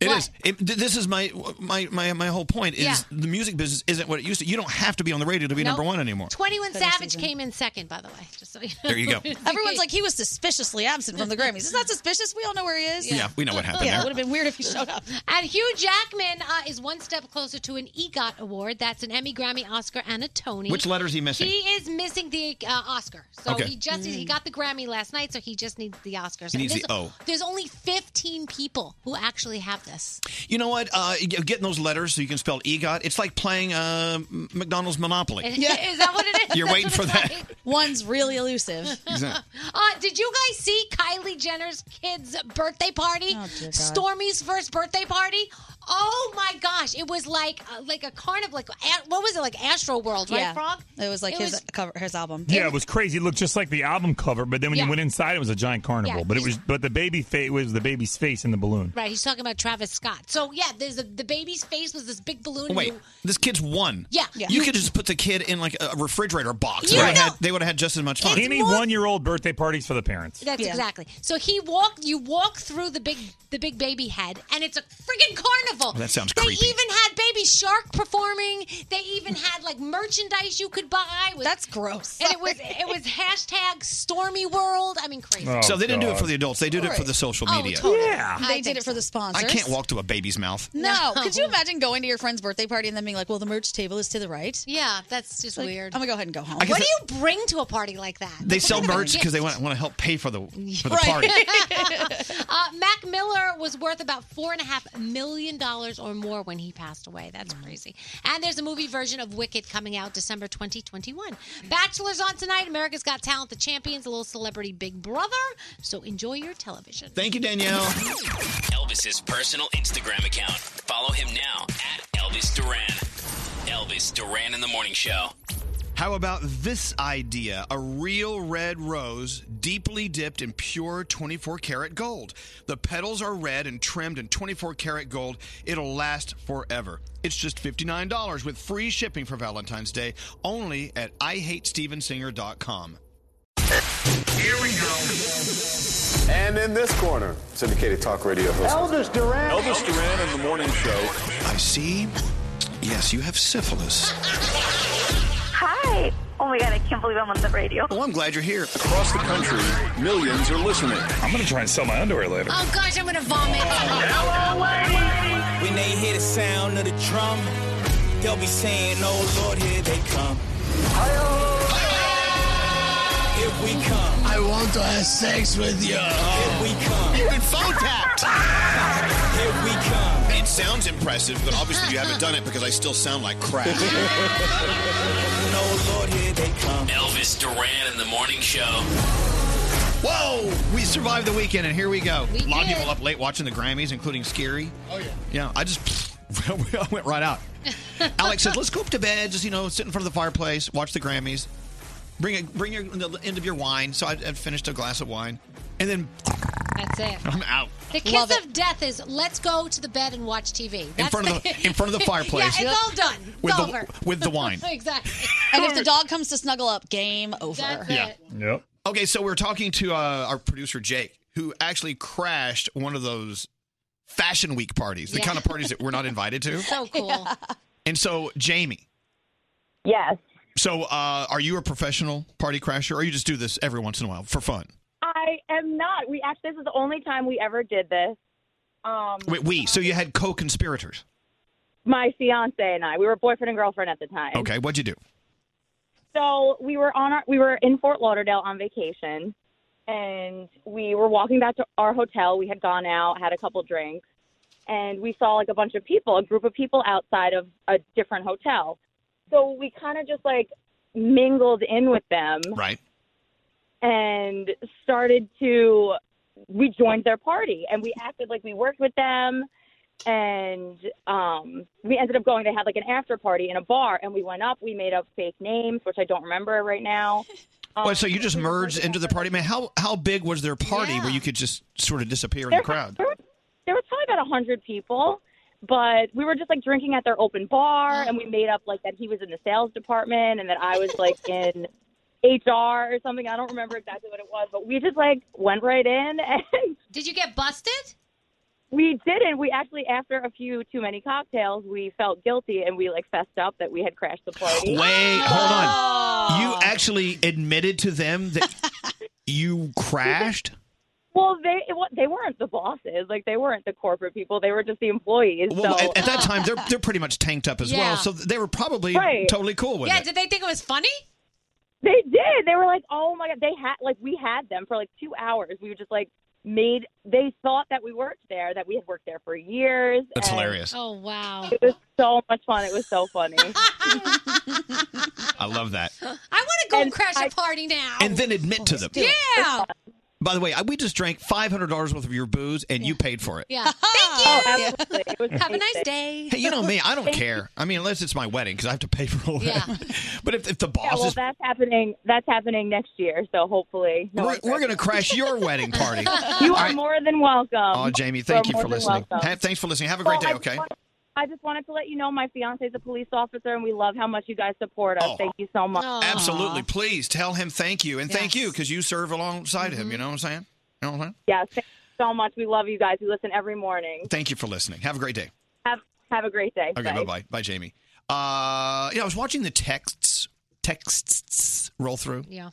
Speaker 1: It is. It, th- this is my my my my whole point is
Speaker 4: Yeah.
Speaker 1: the music business isn't what it used to. You don't have to be on the radio to be
Speaker 4: Nope.
Speaker 1: number one anymore.
Speaker 4: 21 Savage came in second, by the way. Just so you know.
Speaker 1: There you go.
Speaker 6: Everyone's like, he was suspiciously absent from the Grammys. It's not suspicious. We all know where he is.
Speaker 1: Yeah, we know what happened
Speaker 6: Yeah, it
Speaker 1: there.
Speaker 6: would have been weird if he showed up.
Speaker 4: *laughs* And Hugh Jackman uh, is one step closer to an EGOT award. That's an Emmy, Grammy, Oscar, and a Tony.
Speaker 1: Which letter is he missing?
Speaker 4: He is missing the uh, Oscar. So
Speaker 1: Okay.
Speaker 4: he just
Speaker 6: Mm.
Speaker 4: he got the Grammy last night, so he just needs the Oscars.
Speaker 1: He needs
Speaker 4: And
Speaker 1: the
Speaker 4: there's-
Speaker 1: O.
Speaker 4: There's only 15 people who actually have this.
Speaker 1: You know what? Uh, you get- getting those letters so you can spell E EGOT. It's like playing uh, McDonald's Monopoly.
Speaker 4: *laughs* Is that what it
Speaker 1: *laughs*
Speaker 4: is?
Speaker 1: You're
Speaker 4: That's
Speaker 1: waiting
Speaker 4: what
Speaker 1: for
Speaker 4: it's
Speaker 1: that.
Speaker 4: like.
Speaker 6: *laughs* One's really elusive.
Speaker 1: Exactly.
Speaker 4: *laughs* Uh, did you guys see Kylie Jenner's kids' birthday party?
Speaker 6: Oh,
Speaker 4: Stormy's first birthday party. Oh my gosh! It was like uh, like a carnival. Like a- what was it? Like Astro World, right?
Speaker 6: Yeah.
Speaker 4: Frog.
Speaker 6: It was like
Speaker 4: It
Speaker 6: his
Speaker 4: was-
Speaker 6: cover, his album.
Speaker 7: Yeah, it was crazy. It looked just like the album cover, but then when
Speaker 4: Yeah.
Speaker 7: you went inside, it was a giant carnival.
Speaker 4: Yeah.
Speaker 7: But it was, but the baby face was the baby's face in the balloon.
Speaker 4: Right. He's talking about Travis Scott. So yeah, there's a, the baby's face was this big balloon. and
Speaker 1: Wait,
Speaker 4: you-
Speaker 1: this kid's one.
Speaker 4: Yeah. Yeah.
Speaker 1: You could just put the kid in like a refrigerator box.
Speaker 4: You
Speaker 1: They would've
Speaker 4: know-
Speaker 1: had, they would have had just as much fun.
Speaker 4: It's Any more-
Speaker 7: one-year-old birthday parties for the parents.
Speaker 4: That's exactly. So he walked. You walk through the big, the big baby head, and it's a freaking carnival.
Speaker 1: That sounds
Speaker 4: They
Speaker 1: creepy.
Speaker 4: even had Baby Shark performing. They even had like merchandise you could buy. That's
Speaker 6: gross.
Speaker 4: And it was it was hashtag Stormy World. I mean, crazy.
Speaker 1: Oh.
Speaker 7: Oh,
Speaker 1: so they didn't do it for the adults. They did it for
Speaker 6: Right.
Speaker 1: the social
Speaker 6: Oh,
Speaker 1: media.
Speaker 6: totally.
Speaker 4: I
Speaker 6: They did
Speaker 4: think
Speaker 6: it for the sponsors.
Speaker 1: I can't walk to a baby's mouth.
Speaker 6: No. Could you imagine going to your friend's birthday party and then being like, well, the merch table is to the right?
Speaker 4: Yeah, that's just weird.
Speaker 6: I'm going to go ahead and go home.
Speaker 1: I guess
Speaker 4: What do you bring to a party like that?
Speaker 1: They
Speaker 4: What
Speaker 1: sell
Speaker 4: kind of
Speaker 1: merch because they
Speaker 4: gift?
Speaker 1: want, want to help pay for the for the
Speaker 4: Right.
Speaker 1: party.
Speaker 4: *laughs* uh, Mac Miller was worth about four and a half million dollars or more when he passed away. That's crazy. And there's a movie version of Wicked coming out December 2021. Bachelor's on tonight. America's Got Talent, The Champions, a little celebrity Big Brother. So enjoy your television.
Speaker 1: Thank you, Danielle.
Speaker 12: Elvis's personal Instagram account. Follow him now at Elvis Duran. Elvis Duran in the Morning Show.
Speaker 1: How about this idea? A real red rose deeply dipped in pure 24 karat gold. The petals are red and trimmed in 24 karat gold. It'll last forever. It's just $59 with free shipping for Valentine's Day only at IHateStevensinger.com.
Speaker 9: Here we go. And in this corner, syndicated talk radio host
Speaker 1: Elvis
Speaker 9: Duran. Elvis Duran and the Morning Show.
Speaker 1: I see. Yes, you have syphilis.
Speaker 28: Hi. Oh my god, I can't believe I'm on the radio.
Speaker 1: Well, I'm glad you're here.
Speaker 9: Across the country, millions are listening.
Speaker 7: I'm gonna try and sell my underwear later.
Speaker 28: Oh gosh, I'm gonna vomit.
Speaker 10: When they hear the sound of the drum, they'll be saying, Oh Lord, here they come. Here we come. I want to have sex with you. Here we come.
Speaker 1: *laughs* You've been phone
Speaker 10: *laughs*
Speaker 1: tapped. Uh,
Speaker 10: Here we come.
Speaker 1: It sounds impressive, but obviously you haven't done it because I still sound like
Speaker 10: *laughs*
Speaker 1: crap.
Speaker 10: Oh Lord, here they come.
Speaker 12: Elvis Duran in the Morning Show.
Speaker 1: Whoa! We survived the weekend, and here we go.
Speaker 12: We
Speaker 1: a lot
Speaker 12: did.
Speaker 1: of people up late watching the Grammys, including Scary. Oh yeah. Yeah, I just *laughs* I went right out. *laughs* Alex said, "Let's go up to bed, just you know, sit in front of the fireplace, watch the Grammys, bring a, bring your the end of your wine." So I, I finished a glass of wine, and then *laughs*
Speaker 4: That's it.
Speaker 1: I'm out.
Speaker 4: The kiss of death is let's go to the bed and watch TV. That's
Speaker 1: front
Speaker 4: *laughs*
Speaker 1: of the- in front
Speaker 6: *laughs*
Speaker 1: of the fireplace.
Speaker 4: yeah,
Speaker 1: Yep.
Speaker 4: it's all done. It's
Speaker 1: With the-
Speaker 4: over.
Speaker 1: with the wine.
Speaker 4: *laughs* exactly.
Speaker 6: And if the dog comes to snuggle up, game over.
Speaker 1: Yeah. Yep. Okay, so we're talking to uh, our producer Jake, who actually crashed one of those fashion week parties, the
Speaker 28: Yeah.
Speaker 1: kind of parties that we're not invited
Speaker 6: *laughs*
Speaker 1: to.
Speaker 28: So cool.
Speaker 1: And so, Jamie.
Speaker 28: Yes.
Speaker 1: So, uh, are you a professional party crasher, or you just do this every once in a while for fun?
Speaker 28: I am not. We actually this is the only time we ever did this. Um
Speaker 1: Wait, we. So you had co-conspirators.
Speaker 19: my fiance and I. We were boyfriend and girlfriend at the time.
Speaker 1: Okay, what'd you do?
Speaker 19: So we were on our we were in Fort Lauderdale on vacation, and we were walking back to our hotel. We had gone out, had a couple drinks, and we saw like a bunch of people, a group of people outside of a different hotel. So we kind of just like mingled in with them,
Speaker 1: right?
Speaker 19: And started to we joined their party and we acted like we worked with them and um, we ended up going. They had like an after party in a bar, and we went up. We made up fake names, which I don't remember right now. Um,
Speaker 1: Well, so you just merged into the party, man. How how big was their party where you could just sort of disappear in the crowd?
Speaker 19: There was, there was probably about a hundred people, but we were just like drinking at their open bar, and we made up like that he was in the sales department and that I was like in *laughs* HR or something. I don't remember exactly what it was, but we just like went right in. *laughs* And
Speaker 4: did you get busted?
Speaker 19: We didn't. We actually, after a few too many cocktails, we felt guilty and we like fessed up that we had crashed the party.
Speaker 1: Wait, hold
Speaker 19: Oh.
Speaker 1: on. You actually admitted to them
Speaker 19: *laughs*
Speaker 1: that you crashed?
Speaker 19: Well, they it, wa- they weren't the bosses. Like they weren't the corporate people. They were just the employees.
Speaker 1: Well,
Speaker 19: so
Speaker 1: at, at that time they're they're pretty much tanked up as
Speaker 19: Yeah.
Speaker 1: well, so they were probably
Speaker 19: Right.
Speaker 1: totally cool with
Speaker 19: Yeah,
Speaker 1: it.
Speaker 19: did-
Speaker 4: Did they think it was funny?
Speaker 19: they did. They were like, "Oh my god!" They had like we had them for like two hours. We were just like made. They thought that we worked there, that we had worked there for years.
Speaker 1: That's
Speaker 19: and
Speaker 1: hilarious.
Speaker 4: Oh wow!
Speaker 19: It was so much fun. It was
Speaker 4: *laughs*
Speaker 19: so funny.
Speaker 1: I love that.
Speaker 4: I want to go crash a party now.
Speaker 1: And then admit to them.
Speaker 4: yeah.
Speaker 1: By the way, I, we just drank five hundred dollars worth of your booze, and you paid for it.
Speaker 4: Yeah. *laughs* Thank you.
Speaker 1: was
Speaker 4: Have a nice day.
Speaker 1: Hey, you know me, I don't care. I mean, unless it's my wedding because I have to pay for all that. *laughs* But if, if the boss
Speaker 19: yeah, well,
Speaker 1: is,
Speaker 19: that's happening. That's happening next year. So hopefully, no
Speaker 1: we're,
Speaker 19: one-
Speaker 1: we're going to crash your wedding
Speaker 19: *laughs*
Speaker 1: party.
Speaker 19: you
Speaker 1: All
Speaker 19: are
Speaker 1: right.
Speaker 19: more than welcome.
Speaker 1: Oh, Jamie, thank you
Speaker 19: are
Speaker 1: for
Speaker 19: more than
Speaker 1: listening.
Speaker 19: welcome.
Speaker 1: Ha- thanks for listening. Have a great
Speaker 19: Well,
Speaker 1: day.
Speaker 19: I just
Speaker 1: Okay.
Speaker 19: wanted- I just wanted to let you know my fiance is a police officer, and we love how much you guys support us. Thank you so much.
Speaker 1: Oh. Absolutely. Please tell him thank you and thank you because you serve alongside
Speaker 19: Mm-hmm.
Speaker 1: him. You know what I'm saying? You know what I'm saying?
Speaker 19: Yes, thank you so much. We love you guys. We listen every morning.
Speaker 1: Thank you for listening. Have a great day.
Speaker 19: Have have a great day.
Speaker 1: Okay. Bye bye. Bye, Jamie. Uh, yeah, I was watching the texts texts roll through.
Speaker 4: Yeah.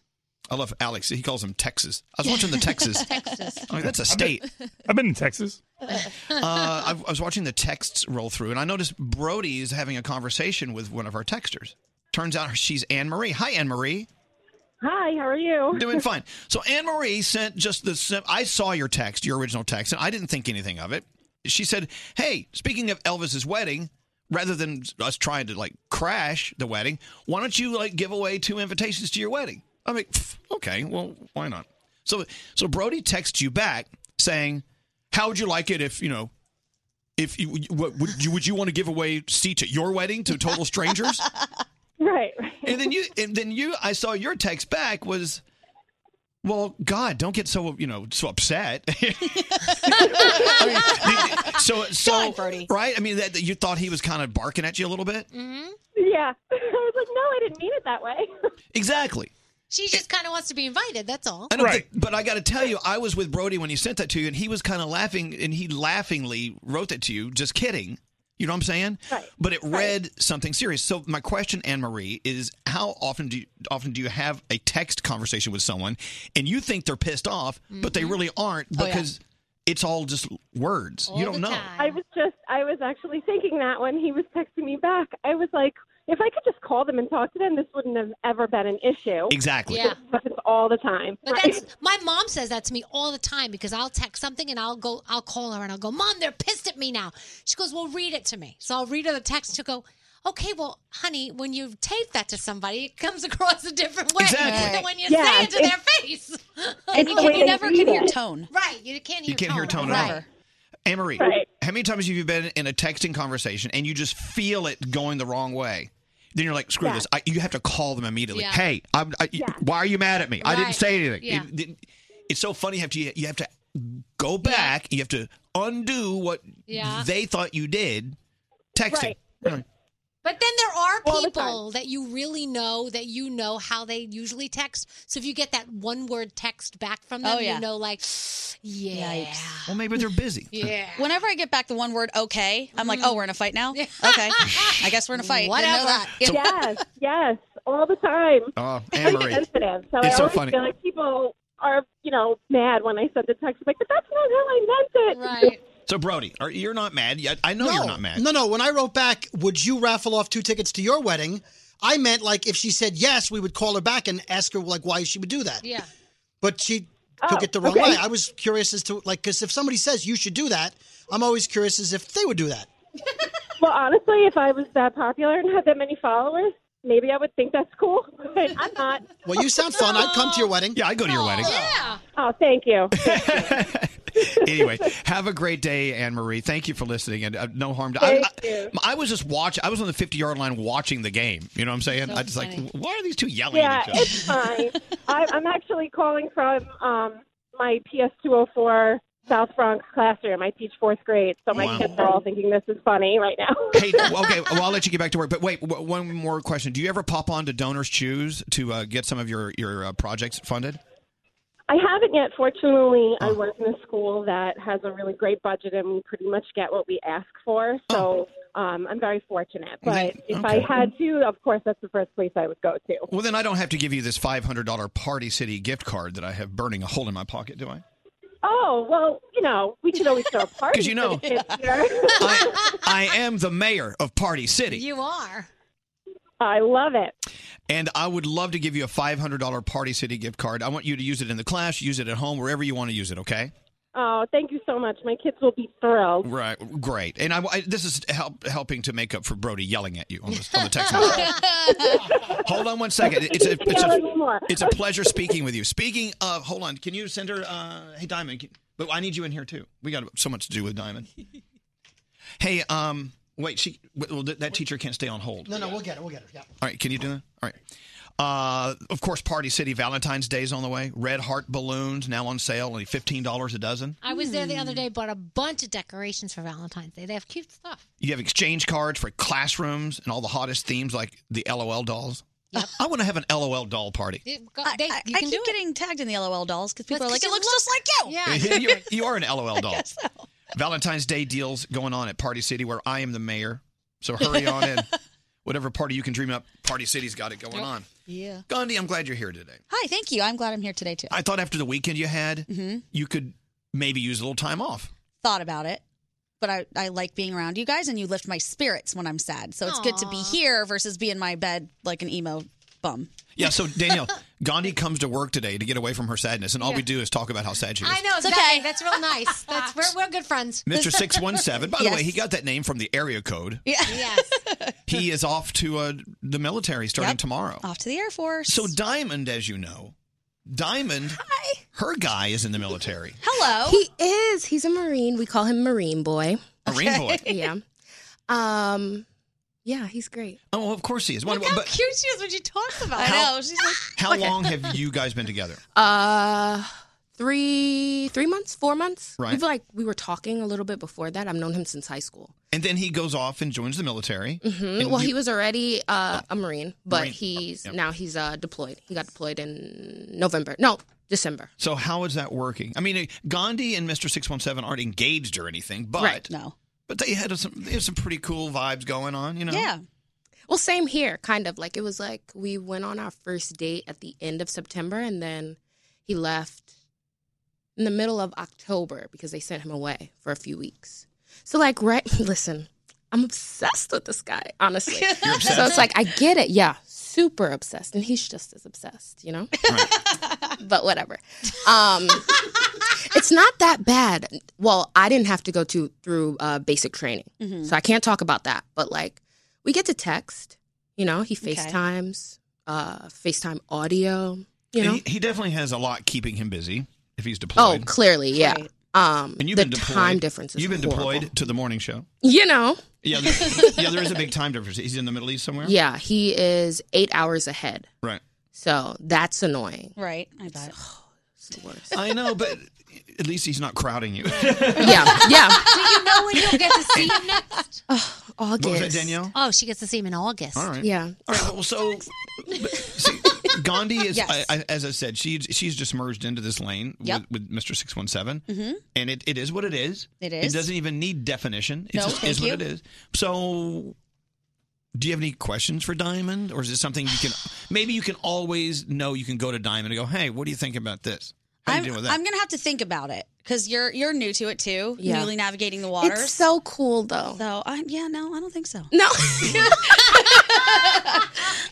Speaker 1: I love Alex. He calls them Texas. I was watching the
Speaker 2: *laughs*
Speaker 6: *laughs*
Speaker 1: Texas.
Speaker 4: Texas.
Speaker 1: I mean, that's a state.
Speaker 7: I've been in Texas.
Speaker 1: uh, I, I was watching the texts roll through, and I noticed Brody is having a conversation with one of our texters. Turns out she's Anne Marie. Hi, Anne Marie.
Speaker 13: Hi, how are you? *laughs*
Speaker 1: Doing fine. So Anne Marie sent just the. sim- I saw your text, your original text, and I didn't think anything of it. She said, "Hey, speaking of Elvis's wedding." Rather than us trying to like crash the wedding, why don't you like give away two invitations to your wedding? I mean, pff, okay, well, why not? So, so Brody texts you back saying, "How would you like it if you know if you what, would you would you want to give away seats at your wedding to total strangers?
Speaker 19: *laughs* right,
Speaker 1: And then you and then you I saw your text back was well, God, don't get so you know so upset. *laughs* I mean, so so right? I mean, that, that you thought he was kind of barking at you a little bit.
Speaker 4: Mm-hmm.
Speaker 19: Yeah, *laughs* I was like, no, I didn't mean it that way.
Speaker 1: Exactly.
Speaker 4: She just kind of wants to be invited. That's all.
Speaker 1: I know, right. but I got to tell you, I was with Brody when he sent that to you, and he was kind of laughing, and he laughingly wrote that to you, just kidding. You know what I'm saying? Right. But it read something serious. So my question, Anne Marie, is how often do you, often do you have a text conversation with someone, and you think they're pissed off, but they
Speaker 19: Mhm.
Speaker 1: really aren't
Speaker 19: Oh, yeah.
Speaker 1: because it's all just words. you don't know.
Speaker 19: I was just, I was actually thinking that when he was texting me back, I was like, if I could just call them and talk to them, this wouldn't have ever been an issue.
Speaker 1: Exactly.
Speaker 4: Yeah.
Speaker 19: happens *laughs* all the time.
Speaker 4: But that's my mom says that to me all the time because I'll text something and I'll go I'll call her and I'll go, Mom, they're pissed at me now. She goes, Well, read it to me. So I'll read her the text and she'll go, Okay, well, honey, when you tape that to somebody, it comes *laughs* across a different way
Speaker 1: Exactly.
Speaker 4: than when you
Speaker 1: Yeah,
Speaker 4: say it to
Speaker 1: it's-
Speaker 4: their face. *laughs*
Speaker 6: And you, can, you never can hear tone.
Speaker 4: Right. You can't hear
Speaker 1: You can't hear tone at all. Anne Marie,
Speaker 4: Right.
Speaker 1: how many times have you been in a texting conversation and you just feel it going the wrong way? Then you're like, screw
Speaker 19: Yeah.
Speaker 1: this. I, you have to call them immediately.
Speaker 19: Yeah.
Speaker 1: Hey, I'm, I, why are you mad at me? I didn't
Speaker 19: Right.
Speaker 1: say anything.
Speaker 19: Yeah.
Speaker 1: It- it- it's so funny. You have to, you have to go back. You have to undo what
Speaker 4: Yeah.
Speaker 1: they thought you did texting. Right.
Speaker 4: But then there are
Speaker 19: All the
Speaker 4: people that you really know that you know how they usually text. So if you get that one word text back from them,
Speaker 6: Oh, yeah.
Speaker 4: you know like yeah.
Speaker 1: Well, maybe they're busy.
Speaker 4: Yeah.
Speaker 6: Whenever I get back the one word okay, I'm like, oh, we're in a fight
Speaker 4: *laughs*
Speaker 6: now? Okay. I guess we're in a fight. Didn't know
Speaker 19: Whatever.
Speaker 6: that. *laughs*
Speaker 19: yes, yes, all the time.
Speaker 1: Oh,
Speaker 19: I'm
Speaker 1: Anne Marie.
Speaker 19: sensitive, so
Speaker 1: It's
Speaker 19: I
Speaker 1: so
Speaker 19: always
Speaker 1: funny.
Speaker 19: feel like people are, you know, mad when I send the text. I'm like, but that's not how I meant it. Right.
Speaker 1: So Brody, are, you're not mad. yet. I know
Speaker 15: no,
Speaker 1: you're not mad.
Speaker 15: No, no. When I wrote back, would you raffle off two tickets to your wedding? I meant like if she said yes, we would call her back and ask her like why she would do that.
Speaker 4: Yeah.
Speaker 15: But she
Speaker 4: Oh,
Speaker 15: took it the wrong
Speaker 4: okay.
Speaker 15: way. I was curious as to like because if somebody says you should do that, I'm always curious as if they would do that.
Speaker 13: Well, honestly, if I was that popular and had that many followers, maybe I would think that's cool. *laughs* But I'm not.
Speaker 15: Well, you sound fun. I'd come to your wedding.
Speaker 1: Yeah, I'd go to your wedding.
Speaker 13: Oh, thank
Speaker 1: *laughs*
Speaker 13: you.
Speaker 1: anyway, have a great day, Anne Marie. Thank you for listening, and uh, no harm to.
Speaker 13: Thank
Speaker 1: I, I, I was just watch. I was on the fifty yard line watching the game. You know what I'm saying? I just like, why are these two yelling
Speaker 13: yeah,
Speaker 1: at each other?
Speaker 13: it's fine. I, I'm actually calling from um, my PS204 South Bronx classroom. I teach fourth grade, so my
Speaker 1: Wow.
Speaker 13: kids are all thinking this is funny right now.
Speaker 1: hey, *laughs* well, okay. Well, I'll let you get back to work. But wait, w- one more question. Do you ever pop on to Donors Choose to uh, get some of your your uh, projects funded?
Speaker 13: I haven't yet. Fortunately,
Speaker 1: Oh.
Speaker 13: I work in a school that has a really great budget, and we pretty much get what we ask for. So um, I'm very fortunate. But if I
Speaker 1: Oh. okay.
Speaker 13: had to, of course, that's the first place I would go to.
Speaker 1: Well, then I don't have to give you this five hundred dollar Party City gift card that I have burning a hole in my pocket, do I? *laughs*
Speaker 13: Oh well, you know, we could always throw a party.
Speaker 1: 'Cause you know-
Speaker 13: for the kids here.
Speaker 1: I am the mayor of Party City,
Speaker 13: you are. I love it.
Speaker 1: and I would love to give you a five hundred dollar Party City gift card. I want you to use it in the class, use it at home, wherever you want to use it. Okay.
Speaker 13: Oh, thank you so much. My kids will be thrilled.
Speaker 1: Right, great, and I, I- this is help, helping to make up for Brody yelling at you on the, on the
Speaker 13: *laughs*
Speaker 1: text. message. Hold on one second. It's a, it's
Speaker 13: Tell
Speaker 1: a,
Speaker 13: us more.
Speaker 1: it's a pleasure speaking with you. Speaking of, hold on. Can you send her? Uh, hey, Diamond. can- But I need you in here too. We got so much to do with Diamond. Hey, um, wait. She well, th- that teacher can't stay on hold.
Speaker 15: No, no, we'll get it. We'll get it. Yeah.
Speaker 1: All right, can you do that? All right. Uh, of course, Party City Valentine's Day's on the way. Red Heart balloons now on sale, only fifteen dollars a dozen.
Speaker 4: I was there the other day, bought a bunch of decorations for Valentine's Day. They have cute stuff.
Speaker 1: You have exchange cards for classrooms and all the hottest themes like the LOL dolls. I want to have an LOL doll party.
Speaker 6: I, I- I keep getting tagged in the LOL dolls because people are like, it looks just like you.
Speaker 1: *laughs* You're- you are an
Speaker 6: *laughs*
Speaker 1: LOL doll. Valentine's Day deals going on at Party City where I am the mayor. So hurry on in. Whatever party you can dream up, Party City's got it going
Speaker 6: Yep.
Speaker 1: on.
Speaker 6: Yeah.
Speaker 1: Gandhi, I'm glad you're here today.
Speaker 6: Hi, thank you. I'm glad I'm here today too.
Speaker 1: I thought after the weekend you had,
Speaker 6: hmm
Speaker 1: you could maybe use a little time off.
Speaker 6: Thought about it, but I, I like being around you guys and you lift my spirits when I'm sad. So it's good to be here versus be in my bed like an emo bum.
Speaker 1: Yeah, so
Speaker 6: *laughs*
Speaker 1: Danielle, Gandhi comes to work today to get away from her sadness, and all we
Speaker 6: Yeah.
Speaker 1: do is talk about how sad she is.
Speaker 4: I know. It's okay. That's real nice. That's we're, we're good friends. *laughs*
Speaker 1: Mr. 617, by the
Speaker 4: Yes.
Speaker 1: way, he got that name from the area code.
Speaker 6: Yeah.
Speaker 4: Yes.
Speaker 1: He is off to uh, the military starting tomorrow.
Speaker 6: Off to the Air Force.
Speaker 1: So Diamond, as you know, Diamond, her guy is in the military.
Speaker 6: Hello.
Speaker 20: He is. He's a Marine. We call him Marine Boy.
Speaker 1: Marine Okay. boy.
Speaker 20: yeah. Um, yeah, he's great.
Speaker 1: Oh, of course he is. What- but
Speaker 20: cute she is when she talks about
Speaker 6: I
Speaker 1: How-
Speaker 6: know. She's like,
Speaker 1: how long have you guys been together?
Speaker 20: Uh, three, three months, four months.
Speaker 1: Right.
Speaker 20: We've like, we were talking a little bit before that. I've known him since high school.
Speaker 1: And then he goes off and joins the military.
Speaker 20: hmm
Speaker 1: Mm-hmm. And
Speaker 20: Well,
Speaker 1: you-
Speaker 20: he was already uh, a Marine, but
Speaker 1: Marine.
Speaker 20: he's
Speaker 1: Yep.
Speaker 20: now he's uh, deployed. He got deployed in November. No, December.
Speaker 1: So how is that working? I mean, Gandhi and Mr. Six One Seven aren't engaged or anything, but
Speaker 20: Right. No.
Speaker 1: But they had some they have some pretty cool vibes going on, you know.
Speaker 20: Well, same here, kind of. Like it was like we went on our first date at the end of September and then he left in the middle of October because they sent him away for a few weeks. So like right *laughs* listen, I'm obsessed with this guy, honestly. *laughs* So it's like I get it. Yeah, super obsessed and he's just as obsessed, you know? *laughs* but whatever. Um It's not that bad. Well, I didn't have to go to through uh, basic training,
Speaker 14: Mhm.
Speaker 20: so I can't talk about that. But like, we get to text. You know, he
Speaker 1: Okay.
Speaker 20: FaceTimes, uh, FaceTime audio. You know,
Speaker 1: And he, he definitely has a lot keeping him busy if he's
Speaker 20: oh,
Speaker 1: deployed.
Speaker 20: clearly, yeah. Um,
Speaker 1: and you've
Speaker 20: the
Speaker 1: been deployed.
Speaker 20: time difference is
Speaker 1: You've been
Speaker 20: horrible.
Speaker 1: deployed to the morning show.
Speaker 20: You know,
Speaker 1: Yeah,
Speaker 20: *laughs*
Speaker 1: there, yeah, there is a big time difference. He's in the Middle East somewhere.
Speaker 20: yeah, he is eight hours ahead,
Speaker 1: Right.
Speaker 20: so that's annoying.
Speaker 6: right. I bet.
Speaker 1: I know, but at least he's not crowding you.
Speaker 20: *laughs* Yeah, yeah.
Speaker 4: Do you know when you'll get to see him next?
Speaker 20: August.
Speaker 1: What was that, Danielle?
Speaker 4: Oh, she gets to see him in August.
Speaker 1: All right.
Speaker 20: Yeah.
Speaker 1: All right. Well, so but- see, Gandhi is,
Speaker 4: Yes.
Speaker 1: I, I, as I said, she's she's just merged into this lane
Speaker 4: Yep.
Speaker 1: with, with Mr. Six One Seven,
Speaker 6: Mm-hmm.
Speaker 1: and it, it is what it is.
Speaker 6: It
Speaker 1: It
Speaker 6: is.
Speaker 1: doesn't even need definition. It's
Speaker 6: No,
Speaker 1: just
Speaker 6: thank
Speaker 1: is what
Speaker 6: you.
Speaker 1: it is. So, do you have any questions for *sighs* Diamond, or is it something you can maybe you can always know? You can go to Diamond and go, "Hey, what do you think about this?" How you
Speaker 6: I'm,
Speaker 1: doing with that?
Speaker 6: I'm gonna have to think about it because you're you're new to it too.
Speaker 20: Yeah.
Speaker 6: Newly navigating the waters.
Speaker 20: It's so cool though.
Speaker 6: So I, yeah, no, I don't think so.
Speaker 20: No.
Speaker 6: *laughs*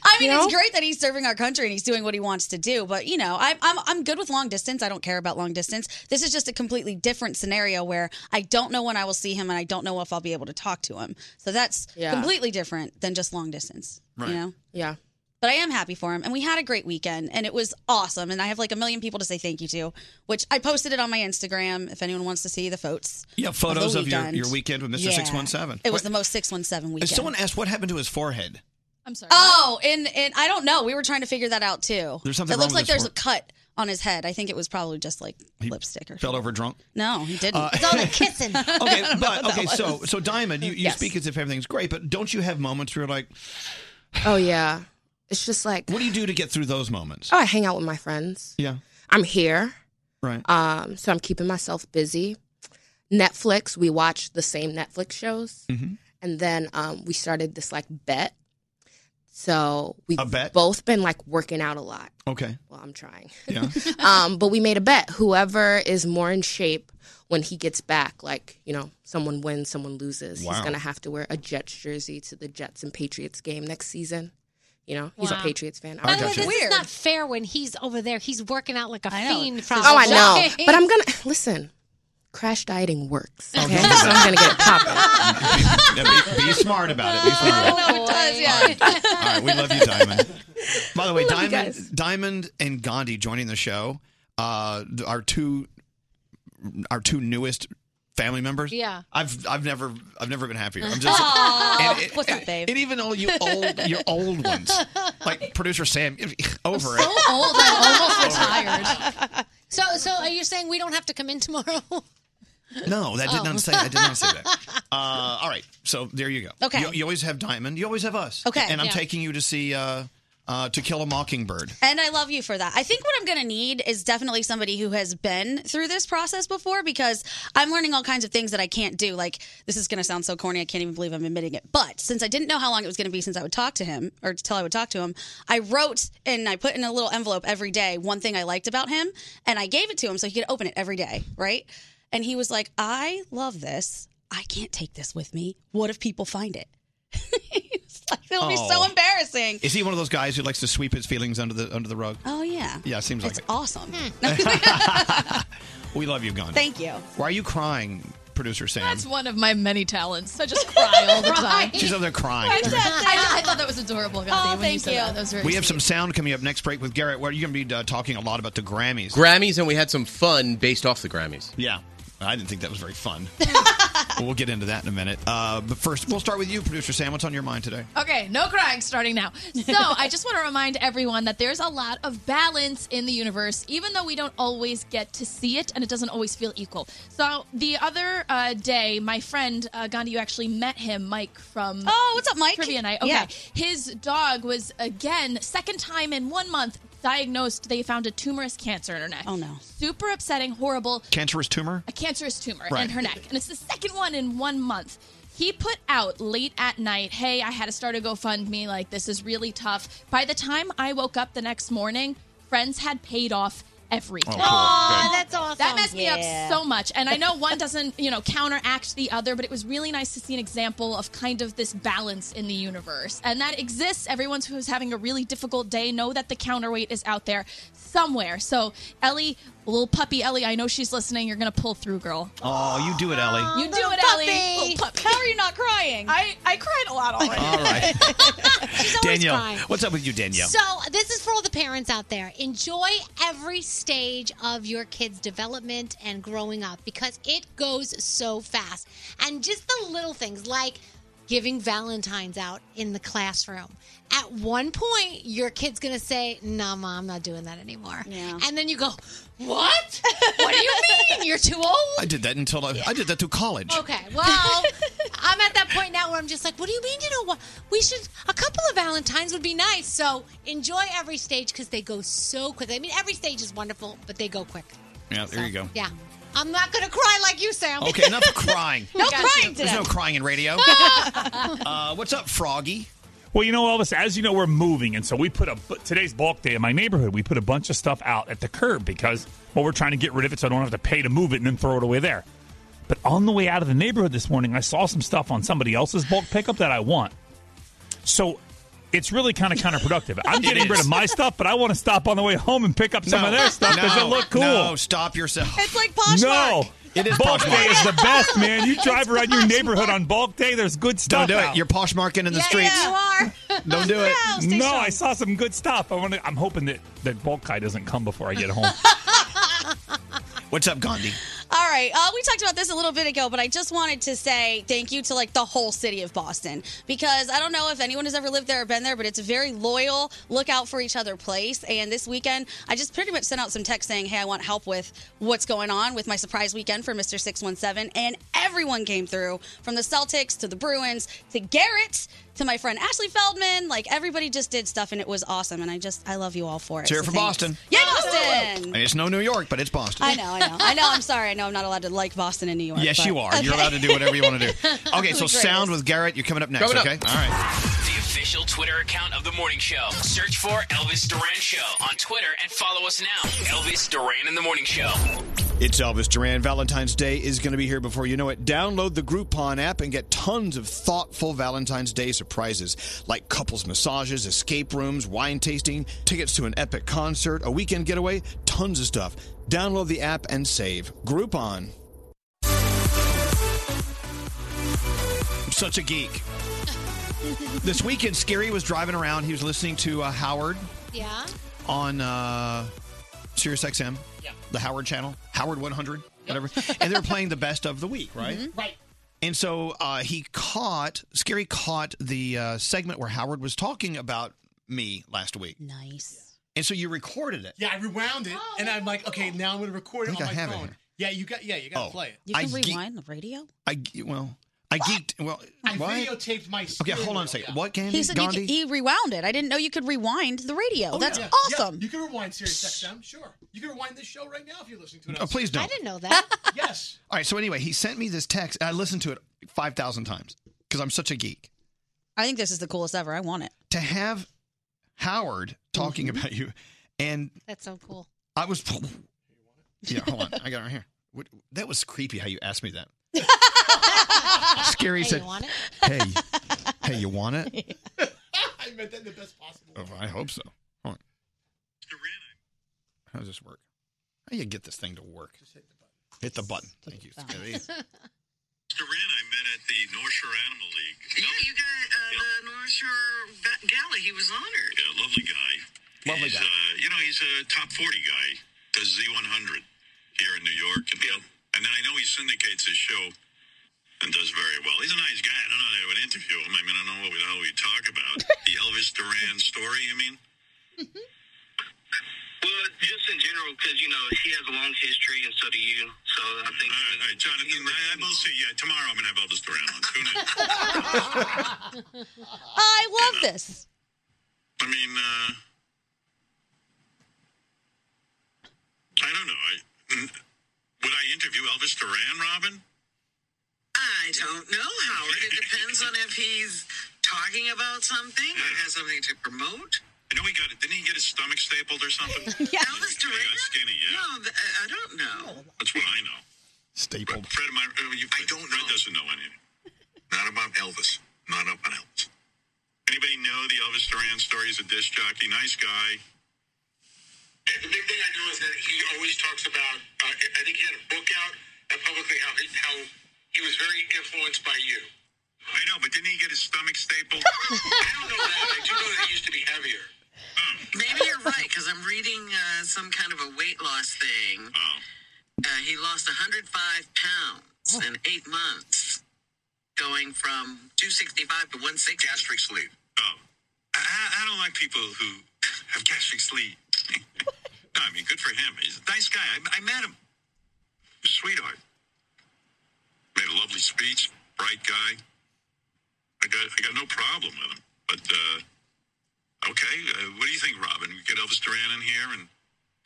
Speaker 6: I mean,
Speaker 20: You know?
Speaker 6: it's great that he's serving our country and he's doing what he wants to do, but you know, I'm I'm I'm good with long distance. I don't care about long distance. This is just a completely different scenario where I don't know when I will see him and I don't know if I'll be able to talk to him. So that's
Speaker 20: Yeah.
Speaker 6: completely different than just long distance.
Speaker 20: Right.
Speaker 6: You know?
Speaker 20: Yeah.
Speaker 6: But I am happy for him, and we had a great weekend, and it was awesome. And I have like a million people to say thank you to, which I posted it on my Instagram. If anyone wants to see the photos,
Speaker 1: Yeah, photos
Speaker 6: the
Speaker 1: of your- your weekend with Mr. 617.
Speaker 6: It was
Speaker 1: What-
Speaker 6: the most six one seven weekend.
Speaker 1: Someone asked what happened to his forehead.
Speaker 6: I'm sorry. Oh, and and I don't know. We were trying to figure that out too.
Speaker 1: There's something
Speaker 6: It
Speaker 1: wrong
Speaker 6: looks
Speaker 1: with
Speaker 6: like
Speaker 1: his
Speaker 6: there's a cut on his head. I think it was probably just like lipstick or
Speaker 1: Fell over drunk.
Speaker 20: *laughs*
Speaker 6: no, he didn't.
Speaker 1: Uh,
Speaker 6: it's all the kissing.
Speaker 1: *laughs*
Speaker 6: *laughs*
Speaker 1: Okay, but okay, so so Diamond, you, you speak as if everything's great, but don't you have moments where you're like,
Speaker 20: Oh yeah. It's just like
Speaker 1: what do you do to get through those moments?
Speaker 20: Oh, I hang out with my friends.
Speaker 1: Yeah.
Speaker 20: I'm here.
Speaker 1: Right.
Speaker 20: Um, so I'm keeping myself busy. Netflix, we watch the same Netflix shows.
Speaker 1: Mhm.
Speaker 20: And then um, we started this like bet. So we've
Speaker 1: A bet?
Speaker 20: both been like working out a lot. *laughs*
Speaker 1: Okay.
Speaker 20: Well, I'm trying. *laughs*
Speaker 1: Yeah.
Speaker 20: um, but we made a bet. Whoever is more in shape when he gets back, like, you know, someone wins, someone loses. He's
Speaker 28: Wow.
Speaker 20: going to have to wear a Jets jersey to the Jets and Patriots game next season. You know, he's
Speaker 4: Wow.
Speaker 20: a Patriots fan.
Speaker 4: By the way,
Speaker 20: Obviously.
Speaker 4: this is not fair when he's over there. He's working out like a fiend. Probably.
Speaker 20: Oh, I know. But I'm going to listen. Crash dieting works. Okay. so I'm going to get it popping.
Speaker 1: *laughs* Yeah, be, be smart about it. Be smart about it.
Speaker 6: no, Oh, it does. Yeah.
Speaker 1: All right, we love you, Diamond. By the way,
Speaker 20: Love you
Speaker 1: Diamond, Diamond and Gandhi joining the show. Uh, our two, our two newest family members.
Speaker 4: Yeah.
Speaker 1: I've I've never I've never been happier. I'm just.
Speaker 4: Aw,
Speaker 1: and, it-
Speaker 4: what's up, babe?
Speaker 1: and even all you old your old ones, like producer Sam, over it.
Speaker 4: *laughs* old,
Speaker 1: I'm almost
Speaker 4: retired. *laughs* So, so are you saying we don't have to come in tomorrow?
Speaker 1: No, Oh, that did
Speaker 4: Oh.
Speaker 1: not say. I did not say
Speaker 4: *laughs*
Speaker 1: that. Uh, all right, so there you go.
Speaker 6: Okay.
Speaker 1: you, you always have Diamond. You always have us.
Speaker 6: Okay.
Speaker 1: and I'm
Speaker 6: Yeah.
Speaker 1: taking you to see uh, uh, To Kill a Mockingbird.
Speaker 6: And I love you for that. I think what I'm going to need is definitely somebody who has been through this process before because I'm learning all kinds of things that I can't do. Like, this is going to sound so corny. I can't even believe I'm admitting it. But since I didn't know how long it was going to be since I would talk to him or till I would talk to him, I wrote and I put in a little envelope every day one thing I liked about him and I gave it to him so he could open it every day. Right. And he was like, I love this. I can't take this with me. What if people find it? *laughs* It's like, it'll be so
Speaker 1: Oh.
Speaker 6: embarrassing.
Speaker 1: Is he one of those guys who likes to sweep his feelings under the under the rug?
Speaker 6: Oh, yeah.
Speaker 1: Yeah, seems like
Speaker 6: It's
Speaker 1: it.
Speaker 6: awesome.
Speaker 1: We love you, Gandhi.
Speaker 14: Thank you.
Speaker 1: Why are you crying, producer Sam?
Speaker 14: That's one of my many talents. I just cry all the time.
Speaker 1: She's over there crying.
Speaker 14: I, just- I- I thought that was adorable, Gandhi, when you
Speaker 6: Oh, thank
Speaker 14: said
Speaker 6: you.
Speaker 14: that. That was very
Speaker 1: We have some
Speaker 14: sweet.
Speaker 1: sound coming up next break with Garrett. Where you're going to be uh, talking a lot about the Grammys.
Speaker 32: Grammys, and we had some fun based off the Grammys.
Speaker 1: Yeah, I didn't think that was very fun. we'll get into that in a minute. Uh, but first, we'll start with you, producer Sam. What's on your mind today?
Speaker 14: Okay, no crying starting now. So, I just want to remind everyone that there's a lot of balance in the universe, even though we don't always get to see it and it doesn't always feel equal. So, the other uh, day, my friend uh, Gandhi, you actually met him, Mike from
Speaker 6: Oh, what's up, Mike?
Speaker 14: Trivia Night. Okay.
Speaker 6: Yeah.
Speaker 14: His dog was again, second time in one month, diagnosed. They found a tumorous cancer in her neck. Oh,
Speaker 6: no.
Speaker 14: Super upsetting, horrible
Speaker 1: Cancerous tumor.
Speaker 14: a cancerous tumor
Speaker 1: Right.
Speaker 14: in her neck, and it's the second one in one month. He put out late at night, "Hey, I had to start a GoFundMe. Like this is really tough." By the time I woke up the next morning, friends had paid off everything.
Speaker 4: Oh, cool. Aw, Good. that's awesome.
Speaker 14: That messed me
Speaker 4: Yeah.
Speaker 14: up so much, and
Speaker 6: *laughs*
Speaker 14: I know one doesn't, you know, counteract the other, but it was really nice to see an example of kind of this balance in the universe, and that exists. Everyone who's having a really difficult day know that the counterweight is out there somewhere. So, Ellie, little puppy Ellie, I know she's listening. You're gonna pull through, girl.
Speaker 1: Oh, you do it, Ellie.
Speaker 14: You do
Speaker 6: little
Speaker 14: it,
Speaker 6: puppy.
Speaker 14: Ellie. How are you not crying? I, I cried a lot already.
Speaker 1: All right, Danielle.
Speaker 4: crying.
Speaker 1: What's up with you, Danielle?
Speaker 4: So, this is for all the parents out there. Enjoy every stage of your kids' development and growing up because it goes so fast. And just the little things like giving Valentine's out in the classroom. At one point, your kid's going to say, Nah, mom, I'm not doing that anymore. And then you go, What? what do you mean? You're too old?
Speaker 1: I did that until I, I did that through college.
Speaker 4: Okay, well, I'm at that point now where I'm just like, what do you mean you know what? We should, a couple of Valentines would be nice. So enjoy every stage because they go so quick. I mean, every stage is wonderful, but they go quick.
Speaker 1: Yeah, there you go.
Speaker 4: Yeah. I'm not going to cry like you, Sam.
Speaker 1: Okay, enough of crying.
Speaker 4: *laughs* No crying
Speaker 1: There's
Speaker 4: *laughs* today.
Speaker 1: no crying in radio. uh, what's up, Froggy?
Speaker 7: Well, you know, Elvis, as you know, we're moving. And so we put a, today's bulk day in my neighborhood, we put a bunch of stuff out at the curb because, well, we're trying to get rid of it so I don't have to pay to move it and then throw it away there. But on the way out of the neighborhood this morning, I saw some stuff on somebody else's bulk pickup that I want. So it's really kind
Speaker 1: *laughs*
Speaker 7: of counterproductive. I'm
Speaker 1: It
Speaker 7: getting rid
Speaker 1: is.
Speaker 7: of my stuff, but I want to stop on the way home and pick up some of their stuff because
Speaker 1: no,
Speaker 7: it looked cool.
Speaker 1: No, stop yourself.
Speaker 6: It's like
Speaker 7: No.
Speaker 1: It is
Speaker 7: bulk
Speaker 1: Poshmark.
Speaker 7: day is the best, man. You drive around your neighborhood on bulk day. There's good
Speaker 1: Don't
Speaker 7: stuff.
Speaker 1: do
Speaker 7: out.
Speaker 1: it. You're Poshmarking in the streets.
Speaker 7: *laughs*
Speaker 1: Don't do it.
Speaker 7: No, I saw some good stuff. I want to, I'm hoping that that bulk guy doesn't come before I get *laughs* home.
Speaker 1: What's up, Gandhi?
Speaker 6: All right. Uh, we talked about this a little bit ago, but I just wanted to say thank you to like the whole city of Boston because I don't know if anyone has ever lived there or been there, but it's a very loyal, look out for each other place. And this weekend, I just pretty much sent out some text saying, "Hey, I want help with what's going on with my surprise weekend for Mister Six One Seven, and everyone came through from the Celtics to the Bruins to Garrett to my friend Ashley Feldman. Like everybody just did stuff, and it was awesome. And I just I love you all for it.
Speaker 1: Cheer for
Speaker 6: thanks.
Speaker 1: Boston.
Speaker 6: Yeah, Boston.
Speaker 1: And it's no New York, but it's Boston.
Speaker 6: I know, I know, I know. I'm sorry. I know I'm not allowed to like Boston and New York.
Speaker 1: Yes,
Speaker 6: but-
Speaker 1: you are. You're
Speaker 6: Okay.
Speaker 1: allowed to do whatever you want to do. Okay, so
Speaker 6: Great.
Speaker 1: sound with Garrett, you're coming up next,
Speaker 12: Coming up.
Speaker 1: okay? All right.
Speaker 12: The official Twitter account of the morning show. Search for Elvis Duran Show on Twitter and follow us now. Elvis Duran in the morning show.
Speaker 1: It's Elvis Duran. Valentine's Day is going to be here before you know it. Download the Groupon app and get tons of thoughtful Valentine's Day surprises like couples massages, escape rooms, wine tasting, tickets to an epic concert, a weekend getaway, tons of stuff. Download the app and save. Groupon. I'm such a
Speaker 4: *laughs*
Speaker 1: geek. this weekend, Scary was driving around. He was listening to uh, Howard
Speaker 4: Yeah.
Speaker 1: on uh, Sirius XM,
Speaker 4: Yeah.
Speaker 1: the Howard Channel, Howard 100, whatever. and they're playing the best of the
Speaker 5: *laughs* Mm-hmm.
Speaker 1: week, right?
Speaker 6: Mm-hmm.
Speaker 4: Right.
Speaker 1: And so uh, he caught, Scary caught the uh, segment where Howard was talking about me last week.
Speaker 6: Nice.
Speaker 1: And so you recorded it.
Speaker 5: Yeah, I rewound it, and I'm like, okay, now I'm going to record
Speaker 1: I
Speaker 5: it on
Speaker 1: think I
Speaker 5: my
Speaker 1: have it
Speaker 5: phone.
Speaker 1: here.
Speaker 5: Yeah, you got. Yeah, you got to
Speaker 1: Oh.
Speaker 5: play it.
Speaker 1: You can I ge-
Speaker 6: Rewind the radio. Oh,
Speaker 1: I ge- well, I geeked. Well,
Speaker 5: I
Speaker 1: what?
Speaker 5: videotaped my.
Speaker 1: Okay,
Speaker 5: steering
Speaker 1: hold on
Speaker 5: wheel.
Speaker 1: a second. What can
Speaker 6: *laughs* He said you
Speaker 1: Gandhi?
Speaker 6: could, he rewound it. I didn't know you could rewind the radio.
Speaker 5: Oh,
Speaker 6: That's
Speaker 5: yeah. Yeah,
Speaker 6: awesome.
Speaker 5: You can rewind Sirius XM, sure. You can rewind this show right now if you're listening to it.
Speaker 1: Oh, please don't. I
Speaker 5: didn't
Speaker 4: know that.
Speaker 5: yes.
Speaker 1: All right. So anyway, he sent me this text, and I listened to it five thousand times because I'm such a geek.
Speaker 6: *laughs* I think this is the coolest ever. I want it.
Speaker 1: To have Howard talking
Speaker 5: Mm-hmm.
Speaker 1: about you, and
Speaker 4: That's so cool.
Speaker 1: I was. Yeah, hold on. I got it right here. What, that was creepy how you asked me that.
Speaker 4: *laughs*
Speaker 1: Scary
Speaker 4: Hey,
Speaker 1: said,
Speaker 4: you want it?
Speaker 1: "Hey, hey, you want it?
Speaker 5: *laughs* I meant that in the best possible.
Speaker 1: Oh, I hope so. Hold on. How does this work? How do you get this thing to work? Hit the button. Thank you.
Speaker 4: *laughs*
Speaker 1: Scary.
Speaker 16: Duran, I met at the North Shore Animal League. Yeah, you got uh, the North Shore Ga- Gala. He was honored. Yeah, lovely guy. Lovely he's, guy. Uh, you know, he's a top 40 guy. Does Z100 here in New York. And, and then I know he syndicates his show and does very well. He's a nice guy. I don't know that I would interview him. I mean, I don't know what the hell we talk about.
Speaker 2: *laughs*
Speaker 16: the Elvis Duran story, you mean?
Speaker 2: Well, just in general, because you know she has a long history, and so do you. So I think.
Speaker 16: All right, all right Jonathan, I, I will see. Yeah, tomorrow I'm going to have Elvis Duran on. Tune in.
Speaker 2: *laughs*
Speaker 6: *laughs* *laughs* I love this.
Speaker 16: I mean, uh, I don't know. I, n- would I interview Elvis Duran, Robin?
Speaker 2: I don't know, Howard. It depends on if he's talking about something or has something to promote.
Speaker 16: I know he got it. Didn't he get his stomach stapled or something?
Speaker 2: Elvis Duran.
Speaker 16: He got skinny, yeah.
Speaker 2: No, th- uh, I I don't know.
Speaker 16: That's what I know.
Speaker 1: Stapled.
Speaker 16: Fred, my, uh, you, I don't Fred doesn't know anything. Not about Elvis. Not about Elvis. Anybody know the Elvis Duran story? He's a disc jockey. Nice guy.
Speaker 33: The big thing I know is that he always talks about. Uh, I think he had a book out and publicly how he, how he was very influenced by you.
Speaker 16: I know, but didn't he get his stomach stapled?
Speaker 18: Oh,
Speaker 2: I don't know that. I do know that he used to be heavier. Maybe you're right because I'm reading uh, some kind of a weight loss thing.
Speaker 16: Oh.
Speaker 2: Uh, he lost 105 pounds in eight months, going from 265 to 160. Gastric sleeve.
Speaker 16: Oh. I, I- I don't like people who *laughs* have gastric sleeve. no, I mean, good for him. He's a nice guy. I, I met him. Sweetheart. Made a lovely speech. Bright guy. I got I got no problem with him. But uh, okay, uh, what do you think, Robin? We get Elvis Duran in here, and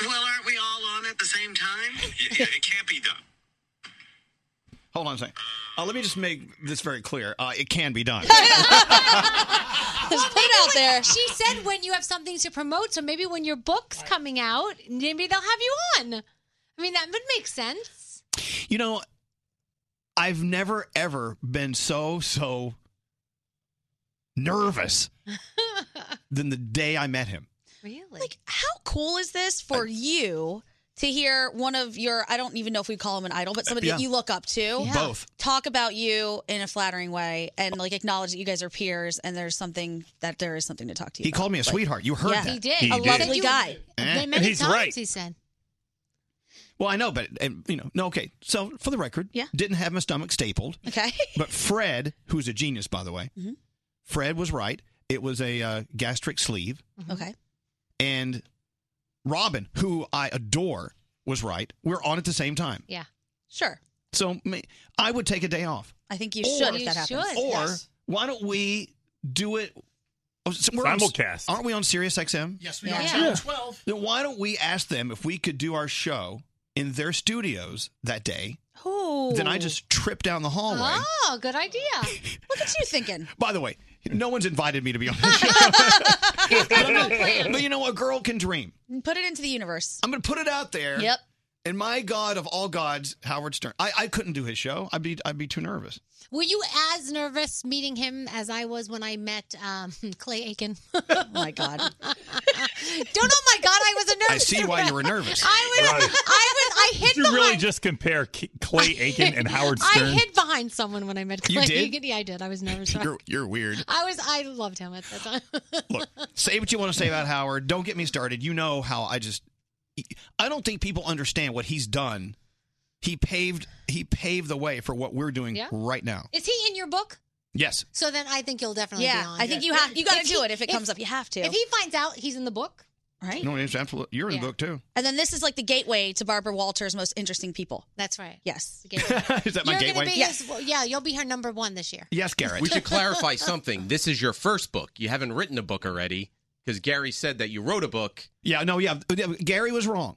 Speaker 2: Well, aren't we all on at the same time?
Speaker 16: Oh, yeah, it can't be done.
Speaker 4: *laughs*
Speaker 1: Hold on a second. Uh, let me just make this very clear. Uh, it can be done.
Speaker 6: is put out there.
Speaker 4: She said when you have something to promote, so maybe when your book's coming out, maybe they'll have you on. I mean, that would make sense.
Speaker 1: You know, I've never ever been so so nervous than the day I met him.
Speaker 4: Really?
Speaker 6: Like, how cool is this for you to hear one of your, I don't even know if we call him an idol, but somebody
Speaker 1: Yeah.
Speaker 6: that you look up to?
Speaker 1: Yeah. Both.
Speaker 6: Talk about you in a flattering way and like acknowledge that you guys are peers and there's something that there is something to talk to you
Speaker 1: He
Speaker 6: about.
Speaker 1: called me a
Speaker 6: Like-
Speaker 1: sweetheart. You heard
Speaker 6: yeah.
Speaker 1: that.
Speaker 6: He did. a lovely guy.
Speaker 1: Eh?
Speaker 4: *laughs* said.
Speaker 1: Well, I know, but and, you know, no. Okay, so for the record, yeah, didn't have my stomach stapled.
Speaker 6: Okay,
Speaker 1: but Fred, who's a genius by the way,
Speaker 6: Mhm.
Speaker 4: Mm-hmm.
Speaker 1: Fred was right. It was a uh, gastric sleeve,
Speaker 6: Okay.
Speaker 1: and Robin, who I adore, was right. We're on at the same time,
Speaker 4: Yeah.
Speaker 6: Sure.
Speaker 1: so ma- I would take a day off.
Speaker 6: I think you
Speaker 1: Or-
Speaker 6: should if that happens.
Speaker 1: Or why don't we do it? oh, so we're on-
Speaker 7: Simulcast.
Speaker 1: aren't we on Sirius XM?
Speaker 25: Yes,
Speaker 1: we
Speaker 25: are.
Speaker 1: *laughs*
Speaker 25: Yeah. Channel 12.
Speaker 1: Then why don't we ask them if we could do our show in their studios that day?
Speaker 6: Ooh.
Speaker 1: Then I just trip down the hallway.
Speaker 4: Oh,
Speaker 1: *laughs*
Speaker 4: good idea.
Speaker 6: Look at you thinking.
Speaker 1: By the way, no one's invited me to be
Speaker 6: *laughs*
Speaker 1: on this show. but you know, a girl can dream.
Speaker 6: Put it into the universe.
Speaker 1: I'm going to put it out there.
Speaker 6: Yep.
Speaker 1: And my God of all gods, Howard Stern. I, I couldn't do his show. I'd be I'd be too
Speaker 6: *laughs*
Speaker 1: nervous.
Speaker 4: Were you as nervous meeting him as I was when I met um, *laughs* Clay Aiken? oh
Speaker 6: my God!
Speaker 4: *laughs* Don't oh my God! I was a nervous.
Speaker 7: I see why
Speaker 4: *laughs*
Speaker 7: you were nervous.
Speaker 4: I was.
Speaker 7: Right.
Speaker 4: I was. I hid
Speaker 7: Did you
Speaker 4: behind.
Speaker 7: really just compare K- Clay Aiken and Howard Stern?
Speaker 4: *laughs* I hid behind someone when I met
Speaker 7: You
Speaker 4: Clay
Speaker 7: did?
Speaker 4: Aiken. Yeah, I did. I was nervous.
Speaker 1: You're you're weird.
Speaker 4: I was. I loved him at that time.
Speaker 1: Say what you want to say about Howard. Don't get me started. You know how I just I don't think people understand what he's done. He paved he paved the way for what we're doing
Speaker 4: Yeah.
Speaker 1: right now.
Speaker 4: *laughs* Is he in your book?
Speaker 1: Yes.
Speaker 4: So then I think you'll definitely
Speaker 6: Yeah,
Speaker 4: be on.
Speaker 6: I think you have- you gotta
Speaker 4: If
Speaker 6: do it if it comes up. You have to.
Speaker 4: If he finds out he's in the book,
Speaker 6: right?
Speaker 1: No, it's absolute. You're in
Speaker 6: Yeah.
Speaker 1: the book too.
Speaker 6: And then this is like the gateway to Barbara Walters' most interesting people.
Speaker 4: That's right.
Speaker 6: Yes.
Speaker 1: Is that
Speaker 4: You're
Speaker 14: my
Speaker 4: gonna
Speaker 14: gateway?
Speaker 4: be
Speaker 14: Yes.
Speaker 4: his- well, yeah, you'll be her number one this year.
Speaker 1: Yes, Garrett.
Speaker 14: We should clarify something. This is your first book. You haven't written a book already because Gary said that you wrote a book.
Speaker 1: Yeah, no, yeah. Gary was wrong.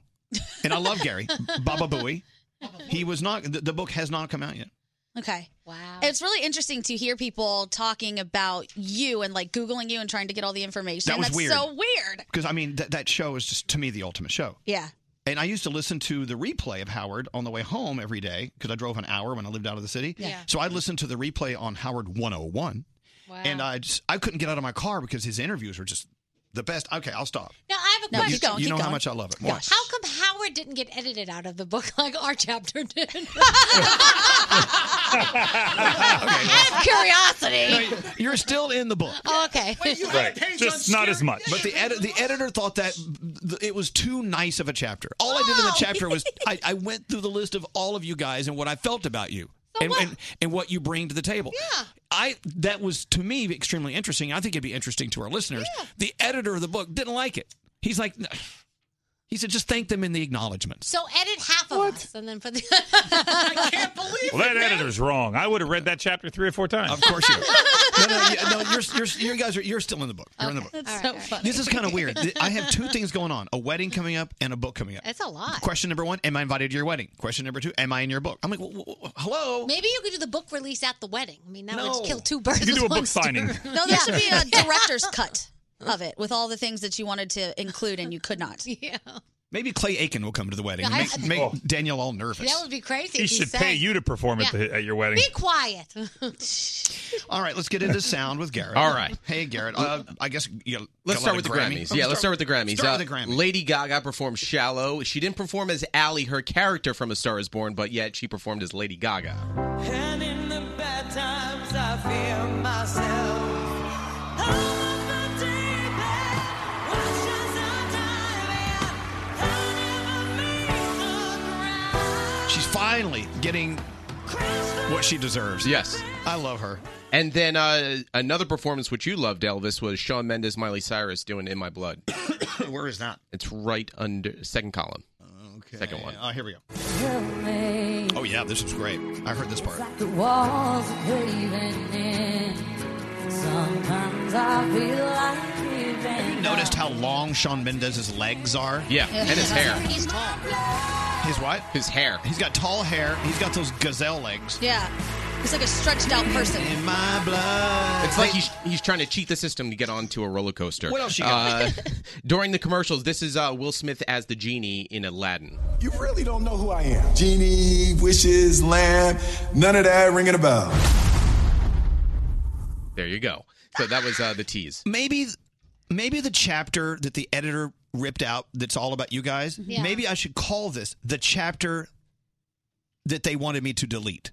Speaker 1: And I love Gary. Baba Booey. He was not the, the book has not come out yet.
Speaker 6: Okay. Wow. It's really interesting to hear people talking about you and like Googling you and trying to get all the information.
Speaker 1: That was
Speaker 6: That's
Speaker 1: weird.
Speaker 6: so weird.
Speaker 1: Because I mean that that show is just to me the ultimate show.
Speaker 6: Yeah.
Speaker 1: And I used to listen to the replay of Howard on the way home every day because I drove an hour when I lived out of the city.
Speaker 10: Yeah.
Speaker 1: So I listened to the replay on Howard 101. And I just I couldn't get out of my car because his interviews were just the best. Okay, I'll stop.
Speaker 4: Now I have a
Speaker 1: No,
Speaker 4: question.
Speaker 1: keep going, You keep know how going. much I love it. What?
Speaker 4: How come Howard didn't get edited out of the book like our chapter did? *laughs*
Speaker 1: Out
Speaker 4: of curiosity.
Speaker 1: No, you're still in the book.
Speaker 4: oh, okay.
Speaker 7: Just not as much.
Speaker 1: But the edit, the editor thought that th- it was too nice of a chapter. All I did in the chapter was I, I went through the list of all of you guys and what I felt about you and, and and what you bring to the table. Yeah. I that was to me extremely interesting. I think it'd be interesting to our listeners. The editor of the book didn't like it. He's like "No." he said just thank them in the
Speaker 4: *laughs*
Speaker 1: acknowledgments.
Speaker 4: So edit half of us and then put the. *laughs*
Speaker 7: Well, that editor's wrong. I would have read that chapter three or four times. Of
Speaker 1: course you.
Speaker 7: *laughs*
Speaker 1: no, no, you, no, you're, you're, you guys are you're still in the book. You're in the book.
Speaker 4: That's so funny.
Speaker 1: This is kind of weird. Th- I have two things going on: a wedding coming up and a book coming up.
Speaker 4: That's a
Speaker 1: *laughs*
Speaker 4: lot.
Speaker 1: Question number one: Am I invited to your wedding? Question number two: Am I in your book? I'm like, "Wh- wh- wh- hello.
Speaker 4: Maybe you could do the book release at the *laughs* wedding. I mean, that
Speaker 1: No.
Speaker 4: would kill two birds.
Speaker 1: You could do
Speaker 4: with
Speaker 1: a book
Speaker 4: one stone. *laughs*
Speaker 1: signing.
Speaker 6: No, there should be a director's cut of it with all the things that you wanted to include and you could not.
Speaker 4: Yeah.
Speaker 1: Maybe Clay Aiken will come to the wedding. and
Speaker 4: I-
Speaker 1: make make
Speaker 7: Oh.
Speaker 1: Danielle all nervous.
Speaker 4: That would be crazy.
Speaker 7: He
Speaker 4: if
Speaker 7: should
Speaker 4: said-
Speaker 7: pay
Speaker 6: *laughs*
Speaker 7: you to perform at,
Speaker 4: Yeah.
Speaker 7: the, at your wedding.
Speaker 4: Be quiet. *laughs*
Speaker 1: All right, let's get into sound with Garrett.
Speaker 14: All right.
Speaker 1: Hey, Garrett. Uh, I guess you
Speaker 14: Let's start with the Grammys. Yeah, let's start with the Grammys.
Speaker 1: Start with
Speaker 14: Uh,
Speaker 1: the Grammys.
Speaker 14: Lady Gaga performed "Shallow." She didn't perform as Ally, her character from A Star Is Born, but yet she performed as Lady Gaga.
Speaker 10: And in the bad times, I fear myself. Out of the deep end, watch as I dive in.
Speaker 1: She's finally getting what she deserves.
Speaker 14: Yes.
Speaker 1: I love her.
Speaker 14: And then uh, another performance which you loved, Elvis, was Sean Mendes, Miley Cyrus doing "In My Blood."
Speaker 1: *coughs* Where is that?
Speaker 14: It's right under second column.
Speaker 1: Okay.
Speaker 14: Second one.
Speaker 1: Oh, here we go.
Speaker 10: Help me.
Speaker 1: Oh yeah, this is great. I heard this part.
Speaker 10: The walls are caving in. Sometimes I feel like giving
Speaker 1: You noticed how long Sean Mendez's legs are?
Speaker 14: Yeah, and his hair.
Speaker 4: He's tall.
Speaker 1: His what?
Speaker 14: His hair.
Speaker 1: He's got tall hair. He's got those gazelle legs.
Speaker 6: Yeah. He's like a stretched out person.
Speaker 1: In my blood.
Speaker 34: It's like he's, he's trying to cheat the system to get onto a roller coaster.
Speaker 1: What else you got? *laughs*
Speaker 34: Uh, during the commercials, this is uh, Will Smith as the genie in Aladdin.
Speaker 8: You really don't know who I am. Genie, wishes, lamb, none of that ringing a bell.
Speaker 34: There you go. So that was uh, the tease.
Speaker 1: Maybe, maybe the chapter that the editor ripped out that's all about you guys.
Speaker 34: Yeah.
Speaker 1: Maybe I should call this the chapter that they wanted me to delete.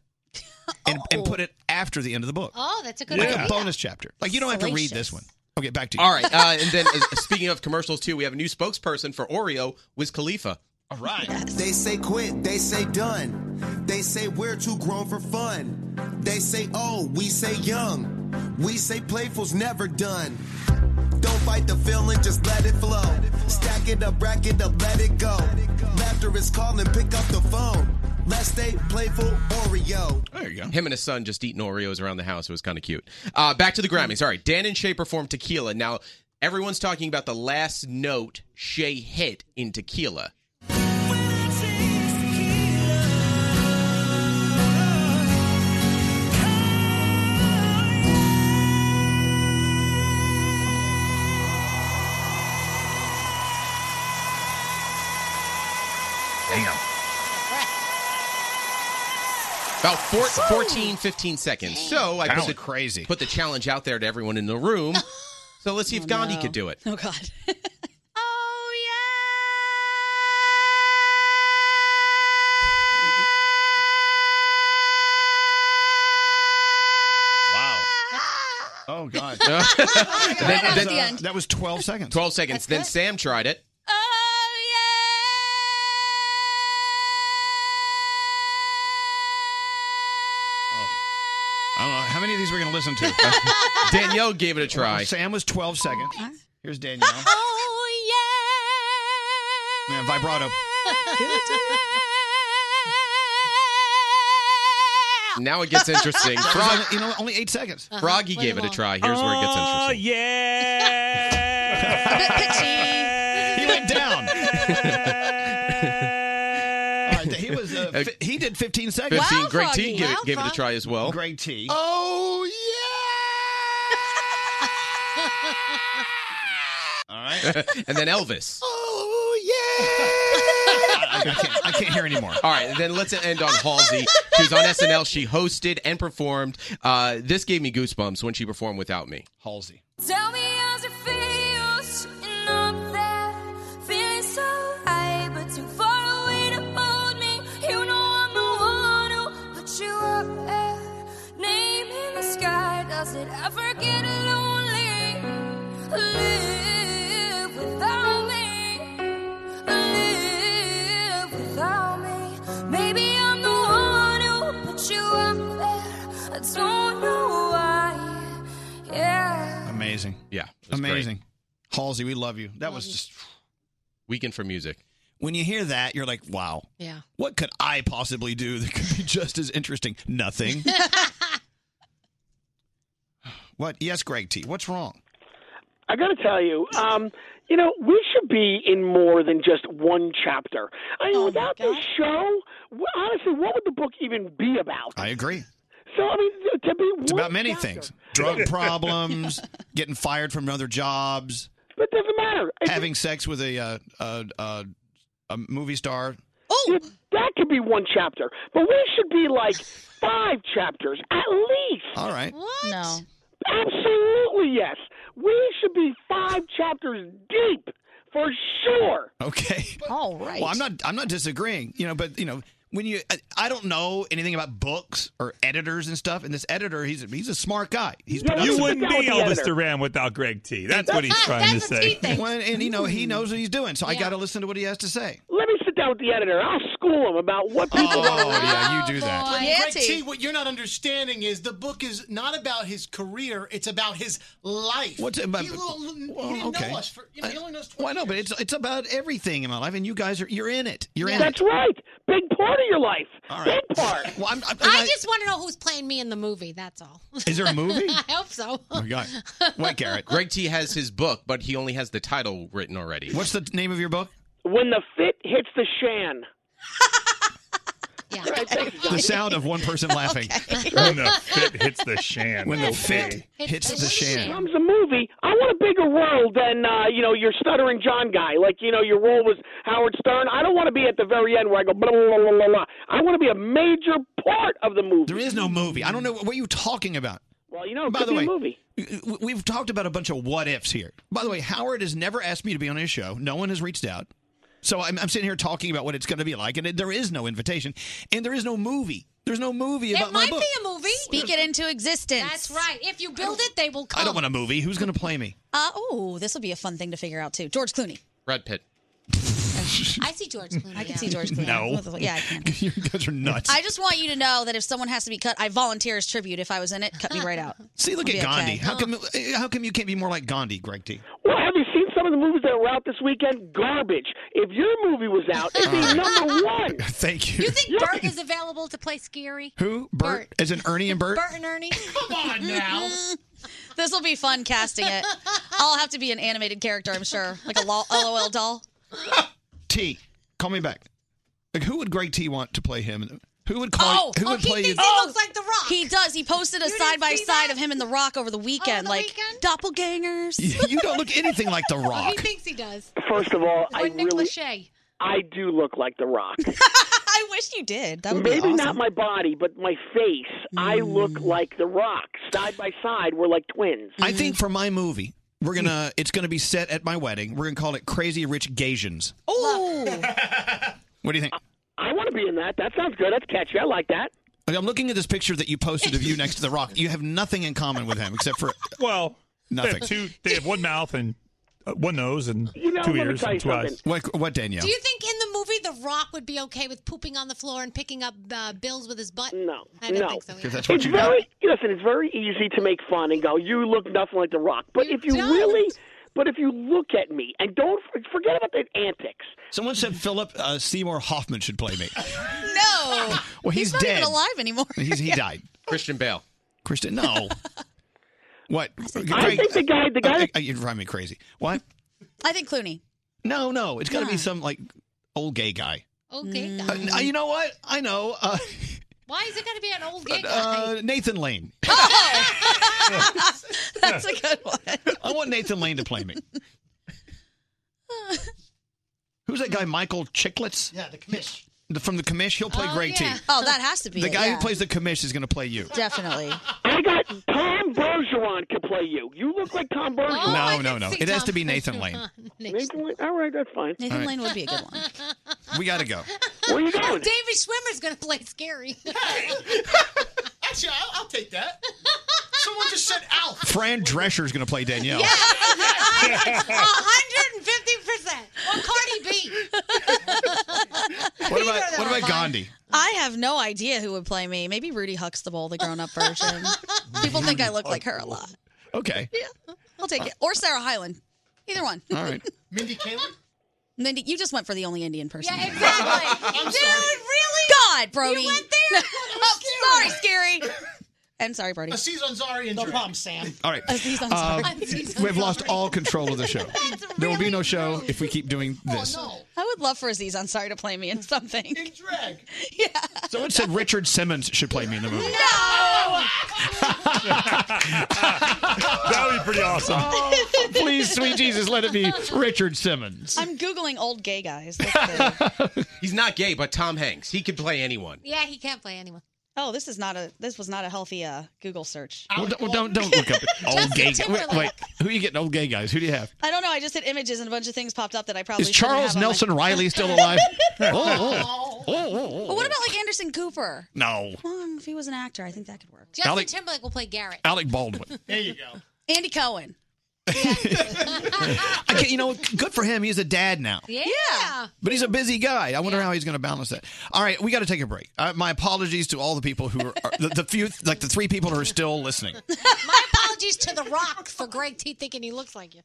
Speaker 1: And, and put it after the end of the book.
Speaker 4: Oh, that's a good
Speaker 1: like
Speaker 4: idea.
Speaker 1: a bonus chapter. Like you don't have to read this one. Okay, back to you.
Speaker 34: All right. Uh, and then uh, speaking of commercials, too, we have a new spokesperson for Oreo, Wiz Khalifa.
Speaker 1: All right.
Speaker 22: They say quit, they say done. They say we're too grown for fun. They say, oh, we say young. We say playful's never done. Don't fight the feeling, just let it flow. Stack it up, rack it up, let it go. Laughter is calling, pick up the phone. Let's stay playful, Oreo.
Speaker 1: There you go.
Speaker 34: Him and his son just eating Oreos around the house. It was kind of cute. Uh, back to the Grammys. All right. Dan and Shay performed Tequila. Now, everyone's talking about the last note Shay hit in Tequila.
Speaker 1: Damn.
Speaker 34: About four, 14, 15 seconds. So I put
Speaker 1: That was
Speaker 34: the,
Speaker 1: crazy.
Speaker 34: put the challenge out there to everyone in the
Speaker 1: *laughs*
Speaker 34: room. So let's see if Gandhi could do it.
Speaker 6: Oh God.
Speaker 1: Wow.
Speaker 34: *laughs*
Speaker 1: Oh
Speaker 34: That-
Speaker 1: God. that, was,
Speaker 34: that-
Speaker 1: uh, that
Speaker 34: *laughs*
Speaker 1: was 12 seconds.
Speaker 34: 12 seconds. Then Sam tried it.
Speaker 1: Oh. I don't know. How many of these we're going to listen to?
Speaker 34: Danielle gave it a try.
Speaker 1: Sam was 12 seconds. Here's Danielle. Oh, yeah. Man, vibrato.
Speaker 34: Now it gets
Speaker 1: *laughs*
Speaker 34: interesting.
Speaker 1: That was uh-huh.
Speaker 34: Frog,
Speaker 1: only- you know, only eight seconds.
Speaker 34: Froggy gave it a try. Here's where it gets
Speaker 1: Oh.
Speaker 34: interesting.
Speaker 1: he went down. *laughs*
Speaker 34: *laughs*
Speaker 1: All right, he was. Uh, fi- he did 15 seconds.
Speaker 34: 15. Greg T gave, it, gave it a try as well.
Speaker 1: Greg T.
Speaker 22: Oh,
Speaker 1: *laughs* All right.
Speaker 34: *laughs* and then Elvis.
Speaker 1: Oh, I, I can't, I can't hear anymore.
Speaker 34: All right, then let's end on Halsey. She was on SNL. She hosted and performed. Uh, this gave me goosebumps when she performed without me.
Speaker 1: Halsey.
Speaker 28: Tell me how's it feel sitting up there, feeling so high but too far away to hold me. You know I'm the one who put you up there, name in the sky. Does it ever get lonely? Live without me, live without me. Maybe I'm the one who put you up there. I don't know why. Yeah.
Speaker 1: Amazing.
Speaker 34: Yeah.
Speaker 1: Amazing. Halsey, we love you. That was just
Speaker 34: Weekend for Music.
Speaker 1: When you hear that, you're like, wow.
Speaker 4: Yeah.
Speaker 1: What could I possibly do that could be just as interesting? Nothing. what? Yes, Greg T. What's wrong?
Speaker 2: I got to tell you, um, you know, we should be in more than just one chapter. I mean, without this show, w- honestly, what would the book even be about?
Speaker 1: I agree.
Speaker 2: So, I mean, to be
Speaker 1: It's
Speaker 2: one
Speaker 1: about many
Speaker 2: chapter-
Speaker 1: things
Speaker 2: *laughs*
Speaker 1: drug problems, getting fired from other jobs.
Speaker 2: But it doesn't matter.
Speaker 1: Having sex with a, uh, uh, uh, a movie star.
Speaker 2: Yeah, That could be one chapter, but we should be like five chapters at least.
Speaker 1: All right.
Speaker 2: What? No. Absolutely yes. We should be five chapters deep for sure.
Speaker 1: Okay.
Speaker 2: All
Speaker 1: Well, *laughs* I'm not. I'm not disagreeing. You know, but you know, when you, I, I don't know anything about books or editors and stuff. And this editor, he's he's a smart guy. He's put out
Speaker 7: you
Speaker 1: some-
Speaker 7: wouldn't be Elvis Duran without Greg T. That's what he's trying to say.
Speaker 1: Well, and, and, you know, he knows what he's doing, so I got to listen to what he has to say.
Speaker 2: Let me sit down with the editor. I'll school him about what people.
Speaker 1: Oh, yeah, you do that.
Speaker 2: boy.
Speaker 5: But
Speaker 2: Yeah,
Speaker 5: Greg
Speaker 2: T.
Speaker 5: T, what you're not understanding is the book is not about his career; it's about his life.
Speaker 1: What's it about-
Speaker 5: He, lo- lo- he
Speaker 1: Well,
Speaker 5: didn't
Speaker 1: okay. Uh,
Speaker 5: know us for you know, he only knows.
Speaker 1: Well, I know, but it's it's about everything in my life, and you guys are you're in it. You're in
Speaker 2: That's
Speaker 1: it.
Speaker 2: right. Big part of your life.
Speaker 1: All right.
Speaker 2: Big part.
Speaker 1: *laughs* Well, I'm, I'm,
Speaker 4: I just want to know who's playing me in the movie. That's all.
Speaker 1: Is there a movie?
Speaker 4: *laughs* I hope so.
Speaker 1: Oh my God. What, Garrett?
Speaker 34: Greg T has his book, but he only has the title written already.
Speaker 1: What's the name of your book?
Speaker 2: When the fit hits the shan.
Speaker 4: *laughs* Yeah.
Speaker 1: The sound of one *laughs* person laughing.
Speaker 7: When the fit hits the shan.
Speaker 1: When the fit hits the shan.
Speaker 2: comes a movie, I want a bigger role than uh, you know your stuttering John guy. Like you know your role was Howard Stern. I don't want to be at the very end where I go blah blah blah blah blah. I want to be a major part of the movie.
Speaker 1: There is no movie. I don't know what are you talking about.
Speaker 2: Well, you know, it
Speaker 1: By
Speaker 2: could
Speaker 1: the
Speaker 2: be
Speaker 1: way,
Speaker 2: a movie.
Speaker 1: w- we've talked about a bunch of what ifs here. By the way, Howard has never asked me to be on his show. No one has reached out. So I'm, I'm sitting here talking about what it's going to be like, and it, there is no invitation, and there is no movie. There's no movie
Speaker 6: There
Speaker 1: about my
Speaker 6: might
Speaker 1: book.
Speaker 6: be a movie. Speak it into existence. That's
Speaker 4: right. If you build it, they will come.
Speaker 1: I don't want a movie. Who's going to play me?
Speaker 6: Uh, oh, this will be a fun thing to figure out too. George Clooney.
Speaker 1: Brad Pitt.
Speaker 6: *laughs* I see George Clooney. I can see George Clooney.
Speaker 1: No.
Speaker 6: Yeah, I can.
Speaker 1: *laughs* you guys are nuts.
Speaker 6: I just want you to know that if someone has to be cut, I volunteer as tribute. If I was in it, cut me right out.
Speaker 1: *laughs* See, look
Speaker 6: I'll
Speaker 1: at
Speaker 6: be
Speaker 1: Gandhi.
Speaker 6: okay. Oh.
Speaker 1: How come? uh, How come you can't be more like Gandhi, Greg T?
Speaker 2: Well, have you seen some of the movies that were out this weekend? Garbage. If your movie was out, it'd be
Speaker 1: All right.
Speaker 2: number one.
Speaker 1: *laughs* Thank you.
Speaker 4: You think Bert is available to play Scary?
Speaker 1: Who? Bert? As in Ernie and Bert?
Speaker 4: Bert
Speaker 1: *laughs*
Speaker 4: and Ernie? Come
Speaker 1: on now.
Speaker 6: *laughs* this will be fun casting it. I'll have to be an animated character, I'm sure, like a lo- LOL doll.
Speaker 1: T, call me back. Like, who would Greg T want to play him? Who would
Speaker 6: Oh,
Speaker 1: call? who would play you? Oh!
Speaker 6: looks like The Rock. He does. He posted a side by side of him and The Rock over Oh, the weekend, Oh, like
Speaker 1: *laughs*
Speaker 6: doppelgangers.
Speaker 1: you don't look anything like The Rock.
Speaker 4: thinks Oh, he does.
Speaker 2: First of all,
Speaker 4: Or
Speaker 2: I
Speaker 4: Nick
Speaker 2: really,
Speaker 4: Lachey.
Speaker 2: I do look like The Rock.
Speaker 6: *laughs* I wish you did. That would
Speaker 2: Maybe
Speaker 6: be awesome. Mm.
Speaker 2: not my body, but my face. I look like The Rock. Side by side, we're like twins.
Speaker 1: I
Speaker 6: Mm-hmm. Mm.
Speaker 1: think for my movie, we're gonna. It's gonna be set at my wedding. We're gonna call it Crazy Rich Gasians.
Speaker 6: Oh, *laughs*
Speaker 1: What do you think?
Speaker 2: I want to be in that. That sounds good. That's catchy. I like that.
Speaker 1: Like, I'm looking at this picture that you posted of you next to The Rock. You have nothing in common with him except for
Speaker 7: *laughs* well, They
Speaker 1: nothing.
Speaker 7: have two. They have one mouth and uh, one nose and
Speaker 1: know,
Speaker 7: two
Speaker 1: let me
Speaker 7: ears
Speaker 1: tell you
Speaker 7: and two eyes.
Speaker 1: something. What, what Danielle?
Speaker 4: Do you think in the movie The Rock would be okay with pooping on the floor and picking up uh, bills with his butt? No. I don't
Speaker 2: no,
Speaker 4: think so.
Speaker 1: that's
Speaker 2: it's very listen. It's very easy to make fun and go, "You look nothing like The Rock." But if you really, but if you look at me and don't forget about the antics.
Speaker 1: Someone said Philip uh, Seymour Hoffman should play me.
Speaker 6: *laughs* no.
Speaker 1: Well, he's
Speaker 6: not
Speaker 1: dead.
Speaker 6: even alive anymore.
Speaker 1: *laughs* He's,
Speaker 6: *laughs*
Speaker 1: he died.
Speaker 14: Christian Bale.
Speaker 1: Christian, no. what?
Speaker 6: I think the guy- the guy-
Speaker 1: Uh, you drive me crazy. What?
Speaker 6: I think Clooney.
Speaker 1: No, no. It's got to be some like old gay guy.
Speaker 4: Okay,
Speaker 1: Uh,
Speaker 6: Mm-hmm.
Speaker 1: n- uh, you know what? I know. Uh,
Speaker 4: Why is it going to be an old
Speaker 1: *laughs*
Speaker 4: gay guy?
Speaker 1: uh, Nathan
Speaker 6: *laughs*
Speaker 1: Lane.
Speaker 4: *laughs*
Speaker 6: That's a good one.
Speaker 1: I want Nathan Lane to
Speaker 6: *laughs*
Speaker 1: play me. Who's that guy? Michael Chicklets.
Speaker 15: Yeah, the commish.
Speaker 1: The- From the commish, he'll play Greg T.
Speaker 6: Oh, that has to be
Speaker 1: The
Speaker 6: it,
Speaker 1: guy
Speaker 6: yeah.
Speaker 1: who plays the commish is going to play you.
Speaker 6: Definitely.
Speaker 2: I got Tom Bergeron could play you. You look like Tom
Speaker 6: Oh,
Speaker 2: Bergeron.
Speaker 1: no, no, no. It has to be Nathan Lane.
Speaker 2: Nathan Lane. All right, that's fine.
Speaker 1: Nathan All right. Lane would
Speaker 6: be a good one.
Speaker 1: We got to
Speaker 6: *laughs*
Speaker 1: go.
Speaker 2: Where you going?
Speaker 4: David Schwimmer's going to play Scary.
Speaker 25: Actually, I'll, I'll take that. Someone just said Alf.
Speaker 1: Fran Drescher's going to play Danielle.
Speaker 4: hundred and fifty percent. Or Cardi B.
Speaker 1: What about what about Gandhi?
Speaker 6: I have no idea who would play me. Maybe Rudy Huxtable, the grown up version. People think I look like her a lot.
Speaker 1: Okay.
Speaker 6: I'll take it. Or Sarah Hyland. Either one.
Speaker 1: All
Speaker 6: *laughs*
Speaker 1: right.
Speaker 25: Mindy Kaling?
Speaker 6: Mindy, you just went for the only Indian person.
Speaker 25: Yeah, exactly.
Speaker 4: I'm Dude, sorry. really?
Speaker 6: God, Brody.
Speaker 4: You went there?
Speaker 6: *laughs* oh, sorry, Scary. And sorry, Brody.
Speaker 25: Aziz Ansari and No problem, Sam.
Speaker 1: All right.
Speaker 6: Aziz
Speaker 1: Um,
Speaker 6: Ansari. *laughs* Aziz
Speaker 1: we've lost all control of the
Speaker 6: *laughs*
Speaker 1: show. there will be no show if we keep doing
Speaker 6: Oh,
Speaker 1: this.
Speaker 6: I would love for Aziz Ansari to play me in something. In
Speaker 25: drag.
Speaker 1: Someone said Richard Simmons should play me in the movie.
Speaker 6: *laughs*
Speaker 25: *laughs*
Speaker 6: No!
Speaker 1: that
Speaker 7: would be pretty awesome.
Speaker 1: *laughs* *laughs* please, sweet Jesus, let it be Richard Simmons.
Speaker 6: I'm Googling old
Speaker 1: *laughs*
Speaker 6: gay guys.
Speaker 14: He's not gay, but Tom Hanks. He could play anyone.
Speaker 6: yeah, he can't play anyone. Oh, this is not a this was not a healthy uh, Google search.
Speaker 1: Well, don't, well, don't don't look up old gay.
Speaker 6: Justin
Speaker 1: Wait, wait,
Speaker 6: Timberlake.
Speaker 1: who are you getting? Old gay guys. Who do you have?
Speaker 6: *laughs* I don't know. I just hit images and a bunch of things popped up that I probably
Speaker 1: Is
Speaker 6: shouldn't
Speaker 1: Charles
Speaker 6: have on my- *laughs*
Speaker 1: Nelson Riley still alive? oh, oh, oh, oh,
Speaker 6: But what about like Anderson Cooper?
Speaker 1: no?
Speaker 6: Well, if he was an actor, I think that could work.
Speaker 1: Justin Alec-
Speaker 6: Timberlake will play Garrett.
Speaker 1: Alec
Speaker 6: *laughs*
Speaker 1: Baldwin.
Speaker 25: There you go.
Speaker 6: Andy Cohen.
Speaker 1: I can't, you know, good for him. He's a dad now.
Speaker 6: Yeah.
Speaker 1: But he's a busy guy. I wonder how he's going to balance that. All right, we got to take a break. Uh, my apologies to all the people who are, are the, the few, like the three people who are still listening.
Speaker 4: My apologies to The Rock for Greg T thinking he looks like you.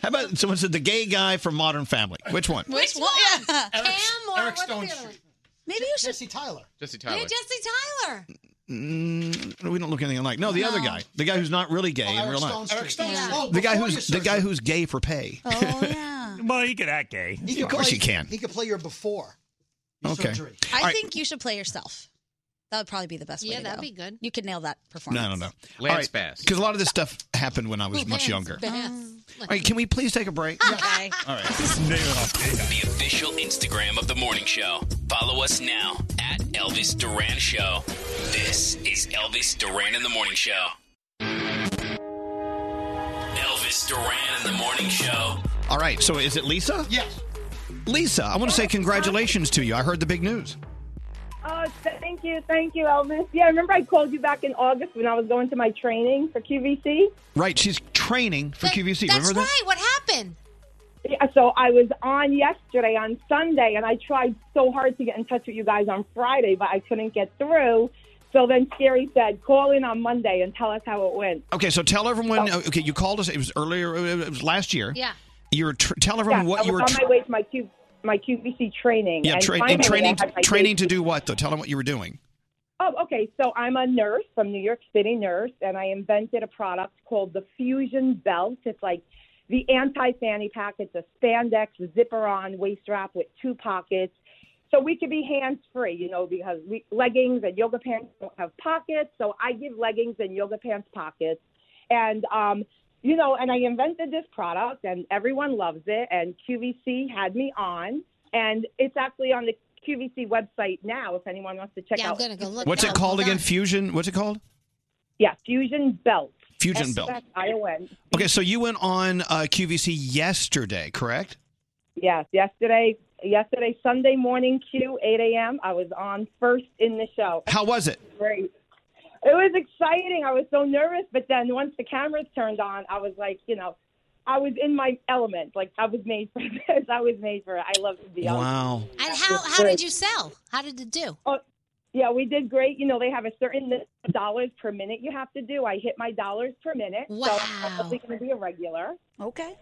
Speaker 1: How about someone said the gay guy from Modern Family? Which one?
Speaker 6: Which one? Yeah.
Speaker 25: Eric,
Speaker 4: or
Speaker 25: Eric
Speaker 4: what's the
Speaker 25: Stone
Speaker 4: other one?
Speaker 6: Maybe you
Speaker 25: should. Jesse Tyler.
Speaker 14: Jesse
Speaker 4: Yeah, Jesse Tyler.
Speaker 1: Mm, we don't look anything alike. No, the other
Speaker 4: No.
Speaker 1: guy, the guy who's not really gay in
Speaker 25: Eric
Speaker 1: real
Speaker 25: Stone
Speaker 1: life.
Speaker 25: Street. Eric Stone
Speaker 4: Yeah.
Speaker 15: oh,
Speaker 25: Street.
Speaker 1: the guy who's the guy who's gay for pay.
Speaker 6: Oh yeah.
Speaker 7: *laughs* well, you get that gay.
Speaker 1: Of course you can.
Speaker 15: He could play your before.
Speaker 1: Okay.
Speaker 6: I
Speaker 1: All right.
Speaker 6: think you should play yourself. That would probably be the best way. Yeah, that'd be
Speaker 4: good.
Speaker 6: You could nail that performance.
Speaker 1: No, no, no.
Speaker 14: Lance Bass.
Speaker 1: Because a lot of this stuff happened when I was much younger.
Speaker 6: Oh.
Speaker 1: All right, can we please take a break?
Speaker 6: Okay.
Speaker 1: All right.
Speaker 6: *laughs*
Speaker 12: The official Instagram of the morning show. Follow us now at Elvis Duran Show. This is Elvis Duran in the Morning Show. Elvis Duran in the Morning Show.
Speaker 1: All right, so is it Lisa?
Speaker 25: Yes.
Speaker 1: Lisa, I want to say congratulations to you. I heard the big news.
Speaker 26: Oh, th- thank you, thank you, Elvis. Yeah, I remember I called you back in August when I was going to my training for QVC.
Speaker 1: Right, she's training for QVC.
Speaker 26: that's
Speaker 1: Remember that?
Speaker 26: right.
Speaker 4: What happened?
Speaker 26: Yeah, so I was on yesterday on Sunday, and I tried so hard to get in touch with you guys on Friday, but I couldn't get through. So then Sherry said, "Call in on Monday and tell us how it went."
Speaker 1: Okay, so tell everyone.
Speaker 26: Oh.
Speaker 1: Okay, you called us. It was earlier. It was last year.
Speaker 26: Yeah.
Speaker 1: You were tr- tell everyone
Speaker 26: Yeah,
Speaker 1: what
Speaker 26: I was
Speaker 1: you were.
Speaker 26: on
Speaker 1: tr-
Speaker 26: my way to my Q- my QVC training.
Speaker 1: yeah,
Speaker 26: and
Speaker 1: tra-
Speaker 26: finally
Speaker 1: and
Speaker 26: I
Speaker 1: training.
Speaker 26: had my
Speaker 1: Training to do what though? Tell them what you were doing.
Speaker 26: Oh, okay. So I'm a nurse. I'm New York City nurse, and I invented a product called the Fusion Belt. It's like the anti fanny pack. It's a spandex zipper on waist wrap with two pockets. So we could be hands free, you know, because we, leggings and yoga pants don't have pockets. So I give leggings and yoga pants pockets. And, um, you know, and I invented this product, and everyone loves it. And QVC had me on, and it's actually on the QVC website now. If anyone wants to check
Speaker 4: Yeah, I'm
Speaker 26: out,
Speaker 4: gonna go look.
Speaker 1: What's
Speaker 26: um,
Speaker 1: it called again? Fusion. What's it called?
Speaker 26: Yeah, Fusion Belt.
Speaker 1: Fusion Belt.
Speaker 26: S-F-I-O-N.
Speaker 1: Okay, so you went on uh, QVC yesterday, correct?
Speaker 26: Yes, yesterday, yesterday Sunday morning Q, 8 a.m. I was on first in the show.
Speaker 1: How was it?
Speaker 26: Great. It was exciting. I was so nervous, but then once the cameras turned on, I was like, you know, I was in my element. Like I was made for *laughs* this. I was made for it. I love to be on.
Speaker 1: Wow.
Speaker 4: And how how did you sell? How did it do?
Speaker 26: Oh, yeah, we did great. You know, they have a certain n- dollars per minute you have to do. I hit my dollars per minute. So I'm probably going to be a regular.
Speaker 6: Okay.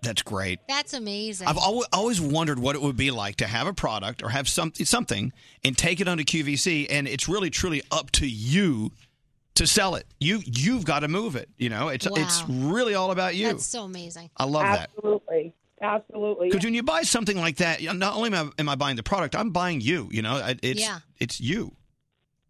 Speaker 1: That's great.
Speaker 4: That's amazing.
Speaker 1: I've always, always wondered what it would be like to have a product or have something something and take it onto QVC, and it's really truly up to you to sell it. You you've got to move it. You know, it's it's
Speaker 4: Wow.
Speaker 1: really all about you.
Speaker 4: That's so amazing.
Speaker 1: I love that.
Speaker 26: Absolutely. Absolutely.
Speaker 1: Because when you buy something like that, you know, not only am I, am I buying the product, I'm buying you. You know, I- it's
Speaker 26: Yeah.
Speaker 1: it's you.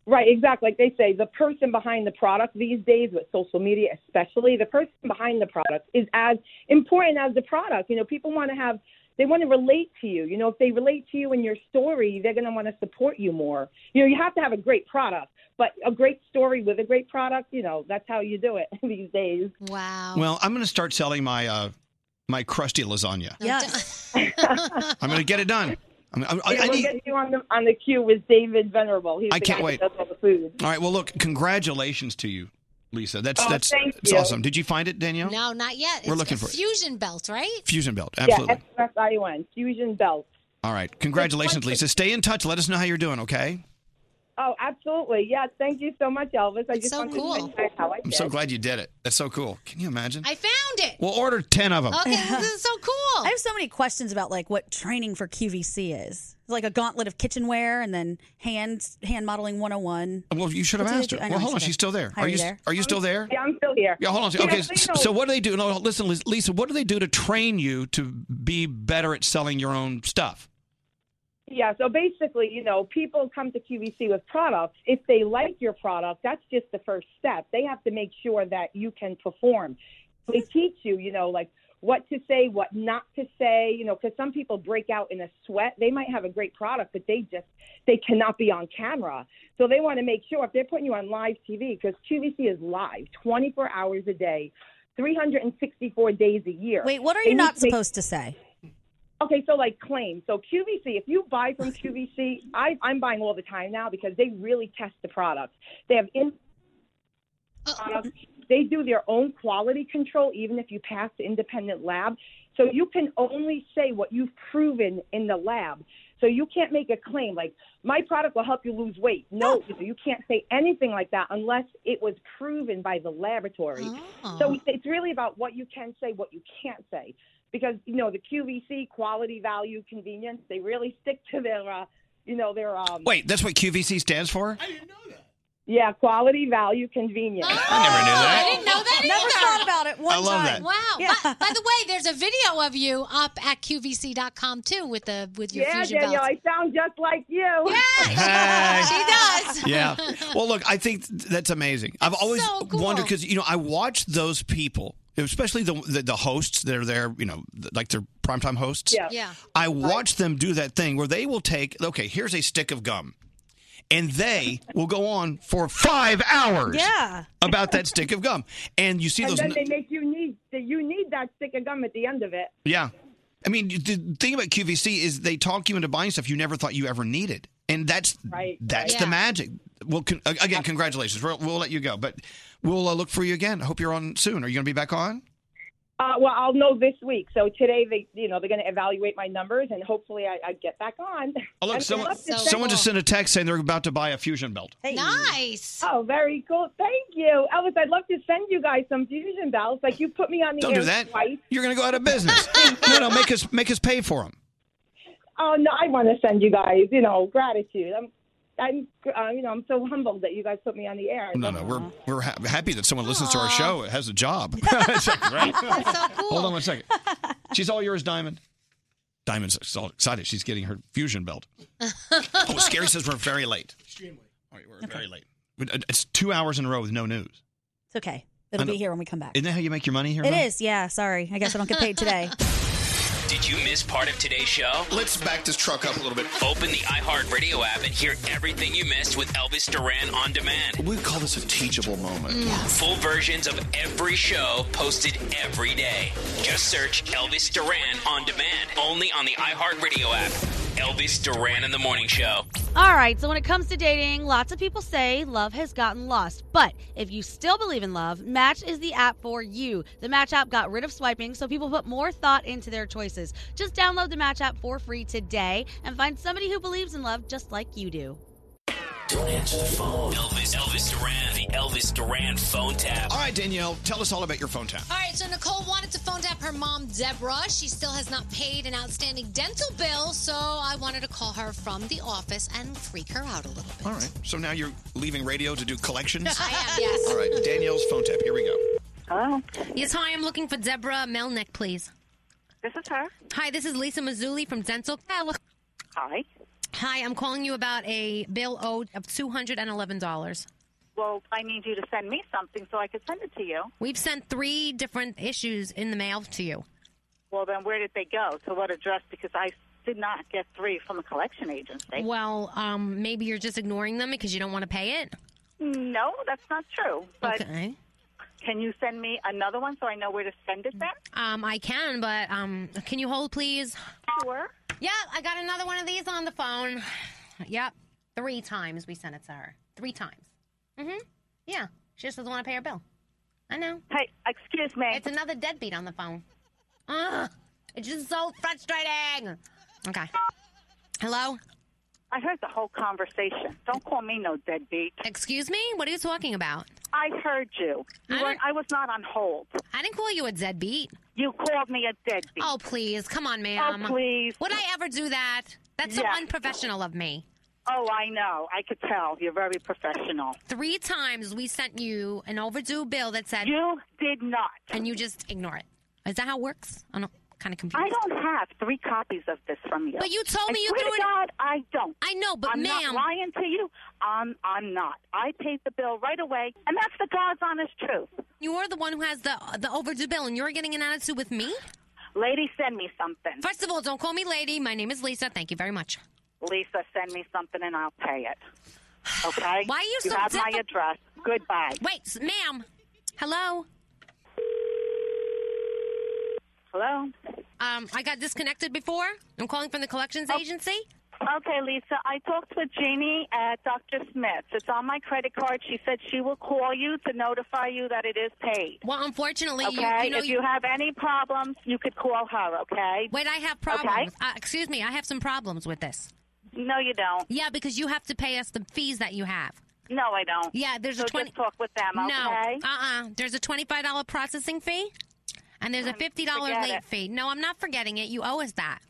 Speaker 26: Right, exactly. Like they say, the person behind the product these days, with social media especially, the person behind the product is as important as the product. You know, people want to have, they want to relate to you. You know, if they relate to you and your story, they're going to want to support you more. You know, you have to have a great product, but a great story with a great product, you know, that's how you do it *laughs* these days.
Speaker 4: Wow.
Speaker 1: Well, I'm going to start selling my uh, my crusty lasagna.
Speaker 4: Yes.
Speaker 1: I'm going to get it done. I'm, I'm, I, I
Speaker 26: we'll
Speaker 1: need-
Speaker 26: get you on the, on the queue with David Venerable. He's
Speaker 1: I
Speaker 26: the
Speaker 1: can't
Speaker 26: guy
Speaker 1: wait.
Speaker 26: That does all the food.
Speaker 1: All right. Well, look, congratulations to you, Lisa. That's
Speaker 26: Oh,
Speaker 1: that's
Speaker 26: thank
Speaker 1: that's
Speaker 26: you.
Speaker 1: awesome. Did you find it, Danielle?
Speaker 4: No, not yet.
Speaker 1: We're
Speaker 4: It's
Speaker 1: looking
Speaker 4: a
Speaker 1: for it.
Speaker 4: fusion belt, right?
Speaker 1: Fusion belt. Absolutely.
Speaker 26: Yeah, S-F-I-O-N, Fusion Belt.
Speaker 1: All right. Congratulations, Lisa. Stay in touch. Let us know how you're doing, okay?
Speaker 26: Oh, absolutely. Yeah, thank you so much, Elvis. I just
Speaker 4: so
Speaker 26: wanted
Speaker 4: cool.
Speaker 26: to mention how I
Speaker 1: I'm
Speaker 26: did.
Speaker 1: so glad you did it. That's so cool. Can you imagine?
Speaker 4: I found it.
Speaker 1: We'll order 10 of them.
Speaker 4: this is so cool.
Speaker 6: I have so many questions about like what training for QVC is. It's like a gauntlet of kitchenware and then hand hand modeling 101.
Speaker 1: Well, you should have
Speaker 6: What do they
Speaker 1: asked her.
Speaker 6: do? I know,
Speaker 1: Well,
Speaker 6: I
Speaker 1: hold on. She's
Speaker 6: should have.
Speaker 1: still there.
Speaker 6: Are you there?
Speaker 1: Are you still there?
Speaker 26: Yeah, I'm still here.
Speaker 1: Yeah, hold on.
Speaker 26: Yeah,
Speaker 1: Okay.
Speaker 26: so,
Speaker 1: s-
Speaker 26: you know-
Speaker 1: So, what do they do? No, listen, Lis- Lisa. What do they do to train you to be better at selling your own stuff?
Speaker 26: Yeah, so basically, you know, people come to QVC with products. If they like your product, that's just the first step. They have to make sure that you can perform. They teach you, you know, like what to say, what not to say, you know, because some people break out in a sweat. They might have a great product, but they just they cannot be on camera. So they want to make sure if they're putting you on live TV, because QVC is live 24 hours a day, 364 days a year.
Speaker 6: Wait, what are
Speaker 26: They
Speaker 6: you
Speaker 26: need
Speaker 6: not
Speaker 26: to make-
Speaker 6: supposed to say?
Speaker 26: Okay, so like claim. So QVC, if you buy from QVC, I, I'm buying all the time now because they really test the products. They have in products. Uh, They do their own quality control, even if you pass the independent lab. So you can only say what you've proven in the lab. So you can't make a claim like my product will help you lose weight. No, you can't say anything like that unless it was proven by the laboratory.
Speaker 4: Oh.
Speaker 26: So it's really about what you can say, what you can't say, because you know the QVC quality, value, convenience. They really stick to their, uh, you know, their um,
Speaker 1: Wait, that's what QVC stands for?
Speaker 26: Yeah, quality, value, convenience.
Speaker 4: Oh, I didn't know that
Speaker 2: Never
Speaker 4: either.
Speaker 2: thought about it one I love time. that.
Speaker 4: Wow. By, by the way, there's a video of you up at QVC.com too with the with your
Speaker 26: Yeah,
Speaker 4: fusion
Speaker 26: Danielle,
Speaker 4: belts.
Speaker 26: I sound just like you.
Speaker 4: Yeah,
Speaker 2: *laughs*
Speaker 4: *laughs* she
Speaker 26: *laughs*
Speaker 4: does.
Speaker 1: yeah. Well, look, I think th- that's amazing. I've always wondered because you know I watch those people, especially the the, the hosts that are there. You know, th- like they're primetime hosts.
Speaker 6: Yeah. Yeah.
Speaker 1: I watch them do that thing where they will take okay, here's a stick of gum, and they will go on for five hours.
Speaker 26: Yeah.
Speaker 1: About that stick of gum, and you see
Speaker 26: and
Speaker 1: those.
Speaker 26: then they make you need you need that stick of gum at the end of it.
Speaker 1: Yeah. I mean, the thing about QVC is they talk you into buying stuff you never thought you ever needed. And that's
Speaker 26: Right,
Speaker 1: that's
Speaker 26: right.
Speaker 1: the
Speaker 26: Yeah.
Speaker 1: magic. Well, con- again, congratulations. We'll, we'll let you go, but we'll uh, look for you again. I hope you're on soon. Are you going to be back on?
Speaker 26: Uh, well, I'll know this week. So today, they, you know, they're going to evaluate my numbers, and hopefully, I, I get back on.
Speaker 1: Oh, look,
Speaker 26: And I'd
Speaker 1: someone,
Speaker 26: love to thank-
Speaker 1: someone just sent a text saying they're about to buy a fusion belt.
Speaker 4: Nice.
Speaker 26: Oh, very cool. Thank you, Elvis. I'd love to send you guys some fusion bells. Like you put me on the
Speaker 1: Don't
Speaker 26: air
Speaker 1: do that.
Speaker 26: twice.
Speaker 1: You're going to go out of
Speaker 26: *laughs*
Speaker 1: business. no, no, make us make us pay for them.
Speaker 26: Oh no, I want to send you guys. You know, gratitude. I'm, I'm, uh, you know, I'm so humbled that you guys put me on the air.
Speaker 1: No, no, we're we're ha- happy that someone listens to our show. It has a
Speaker 26: *laughs*
Speaker 1: job. *laughs* It's like, right? Hold on one second. She's all yours, Diamond. Diamond's all excited. She's getting her fusion belt. Oh,
Speaker 25: *laughs*
Speaker 1: Scary says we're very late.
Speaker 35: Extremely.
Speaker 1: All right, we're very late. But uh, It's two hours in a row with no news.
Speaker 2: It's okay.
Speaker 1: I
Speaker 2: It'll
Speaker 1: know.
Speaker 2: be here when we come back.
Speaker 1: Isn't that how you make your money here?
Speaker 2: It
Speaker 1: Mel?
Speaker 2: is, yeah. Sorry. I guess I don't get paid
Speaker 4: *laughs*
Speaker 2: today.
Speaker 12: Did you miss part of today's show?
Speaker 1: Let's back this truck up a little bit.
Speaker 12: Open the iHeartRadio app and hear everything you missed with Elvis Duran on demand.
Speaker 1: We call this a teachable moment.
Speaker 23: Mm.
Speaker 12: Full versions of every show posted every day. Just search Elvis Duran on demand only on the iHeartRadio app. Elvis Duran and the Morning Show.
Speaker 6: All right, so when it comes to dating, lots of people say love has gotten lost. But if you still believe in love, Match is the app for you. The Match app got rid of swiping, so people put more thought into their choices. Just download the Match app for free today and find somebody who believes in love just like you do.
Speaker 12: Don't answer the phone. Elvis, Elvis Duran, the Elvis Duran phone tap.
Speaker 1: All right, Danielle, tell us all about your phone tap.
Speaker 4: All right, so Nicole wanted to phone tap her mom, Deborah. She still has not paid an outstanding dental bill, so I wanted to call her from the office and freak her out a little bit.
Speaker 1: All right. So now you're leaving radio to do collections?
Speaker 4: *laughs* I am, yes.
Speaker 1: All right, Danielle's phone tap. Here we go.
Speaker 4: Hello. Yes, hi. I'm looking for Deborah Melnick, please. This is her. Hi, this is Lisa Mazzulli from Dental. Hi. Hi, I'm calling you about a bill owed of two hundred and eleven dollars.
Speaker 10: Well, I need you to send me something so I could send it to you.
Speaker 4: We've sent three different issues in the mail to you.
Speaker 10: Well, then where did they go? To what address? Because I did not get three from the collection agency.
Speaker 4: Well, um, maybe you're just ignoring them because you don't want to pay it.
Speaker 10: No, that's not true. But
Speaker 4: Okay.
Speaker 10: can you send me another one so I know where to send it then?
Speaker 4: Um, I can, but um, can you hold, please?
Speaker 10: Sure.
Speaker 4: Yeah, I got another one of these on the phone. Yep, three times we sent it to her. Three times. Mm-hmm. Yeah, she just doesn't want to pay her bill. I know.
Speaker 10: Hey, excuse me.
Speaker 4: It's another deadbeat on the phone. Ugh, it's just so frustrating. Okay. Hello?
Speaker 10: I heard the whole conversation. Don't call me no deadbeat.
Speaker 4: Excuse me? What are you talking about?
Speaker 10: I heard you. You weren't- I was not on hold.
Speaker 4: I didn't call you a deadbeat.
Speaker 10: You called me a deadbeat.
Speaker 4: Oh, please. Come on, ma'am.
Speaker 10: Oh, please.
Speaker 4: Would I ever do that? That's so
Speaker 10: Yeah.
Speaker 4: unprofessional of me.
Speaker 10: Oh, I know. I could tell. You're very professional.
Speaker 4: Three times we sent you an overdue bill that said
Speaker 10: you did not,
Speaker 4: and you just ignore it. Is that how it works? I'm kind of confused.
Speaker 10: I don't have three copies of this from you.
Speaker 4: But you told
Speaker 10: I
Speaker 4: me you
Speaker 10: swear
Speaker 4: threw
Speaker 10: to
Speaker 4: it-
Speaker 10: God, I don't.
Speaker 4: I know, but
Speaker 10: I'm
Speaker 4: ma'am-
Speaker 10: not lying to you. I'm I'm not. I paid the bill right away, and that's the God's honest truth.
Speaker 4: You're the one who has the the overdue bill, and you're getting an attitude with me.
Speaker 10: Lady, send me something.
Speaker 4: First of all, don't call me lady. My name is Lisa. Thank you very much.
Speaker 10: Lisa, send me something, and I'll pay it. Okay?
Speaker 4: Why are you
Speaker 10: you
Speaker 4: so
Speaker 10: have my
Speaker 4: diffi-
Speaker 10: address. Goodbye.
Speaker 4: Wait, s- ma'am. Hello.
Speaker 10: Hello.
Speaker 4: Um, I got disconnected before. I'm calling from the collections
Speaker 10: Oh.
Speaker 4: agency.
Speaker 10: Okay, Lisa. I talked with Jeannie at Dr. Smith's. It's on my credit card. She said she will call you to notify you that it is paid.
Speaker 4: Well, unfortunately, you-
Speaker 10: okay?
Speaker 4: you know
Speaker 10: if
Speaker 4: you-
Speaker 10: you have any problems, you could call her. Okay.
Speaker 4: Wait, I have
Speaker 10: Okay?
Speaker 4: problems. Uh, excuse me, I have some problems with this.
Speaker 10: No, you don't.
Speaker 4: Yeah, because you have to pay us the fees that you have.
Speaker 10: No, I don't.
Speaker 4: Yeah, there's
Speaker 10: So
Speaker 4: a
Speaker 10: just
Speaker 4: twenty.
Speaker 10: talk with them, okay?
Speaker 4: No,
Speaker 36: uh-uh.
Speaker 4: uh, uh There's a twenty-five dollar processing fee, and there's a fifty dollar
Speaker 10: forget
Speaker 4: late
Speaker 10: it.
Speaker 4: fee. No, I'm not forgetting it. You owe us that.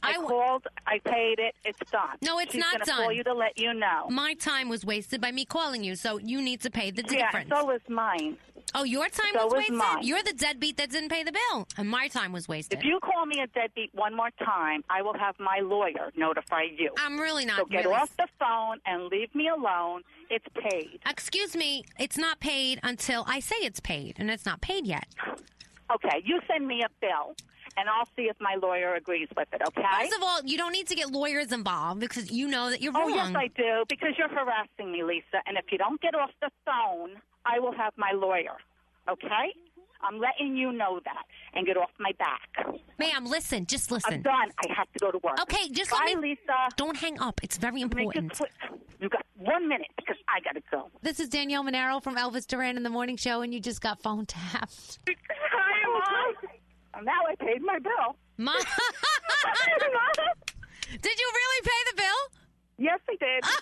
Speaker 10: I called. I paid it. It's done.
Speaker 36: No, it's
Speaker 10: She's
Speaker 36: not
Speaker 10: gonna
Speaker 36: done.
Speaker 10: call you to let you know.
Speaker 36: My time was wasted by me calling you, so you need to pay the
Speaker 10: Yeah,
Speaker 36: difference.
Speaker 10: so was mine.
Speaker 36: Oh, your time
Speaker 10: so
Speaker 36: was
Speaker 10: was
Speaker 36: wasted.
Speaker 10: mine.
Speaker 36: You're the deadbeat that didn't pay the bill, and my time was wasted.
Speaker 10: If you call me a deadbeat one more time, I will have my lawyer notify you.
Speaker 36: I'm really not
Speaker 10: So get
Speaker 36: really-
Speaker 10: off the phone and leave me alone. It's paid.
Speaker 36: Excuse me, it's not paid until I say it's paid, and it's not paid yet.
Speaker 10: Okay, you send me a bill, and I'll see if my lawyer agrees with it. Okay.
Speaker 36: First of all, you don't need to get lawyers involved because you know that you're
Speaker 10: oh
Speaker 36: wrong.
Speaker 10: yes, I do because you're harassing me, Lisa. And if you don't get off the phone, I will have my lawyer. Okay.
Speaker 36: Mm-hmm.
Speaker 10: I'm letting you know that and get off my back.
Speaker 36: Ma'am, listen, just listen.
Speaker 10: I'm done. I have to go to work.
Speaker 36: Okay, just
Speaker 10: Bye,
Speaker 36: let me.
Speaker 10: Lisa.
Speaker 36: Don't hang up. It's very important.
Speaker 10: You got one minute because I got to go.
Speaker 4: This is Danielle Monero from Elvis Duran in the Morning Show, and you just got
Speaker 36: *laughs*
Speaker 4: phone
Speaker 10: *laughs*
Speaker 4: tapped.
Speaker 10: Hi, Mom. Now I paid my bill.
Speaker 4: Mom.
Speaker 36: Did you really pay the bill?
Speaker 10: Yes, I did.
Speaker 36: Ah!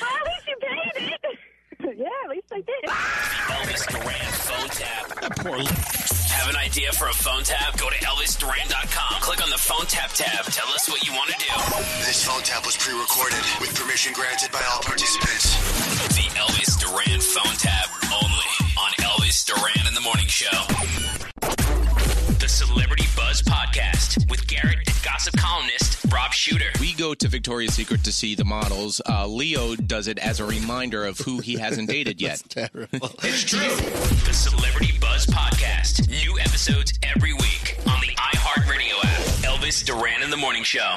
Speaker 10: well, at least you paid it. *laughs* yeah, at least I did.
Speaker 12: Elvis Duran phone tap. Have an idea for a phone tap? Go to ElvisDuran.com. Click on the phone tap tab. Tell us what you want to do.
Speaker 37: This phone tap was pre-recorded with permission granted by all participants.
Speaker 12: The Elvis Duran phone tap only on Elvis Duran in the Morning Show. The Celebrity Buzz Podcast with Garrett and gossip columnist Rob Shooter.
Speaker 34: We go to Victoria's Secret to see the models. Uh, Leo does it as a reminder of who he hasn't dated
Speaker 12: *laughs*
Speaker 34: yet. *laughs*
Speaker 12: It's true. The Celebrity Buzz Podcast. New episodes every week on the iHeartRadio app. Elvis Duran in the Morning Show.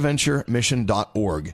Speaker 1: stbonaventuremission.org.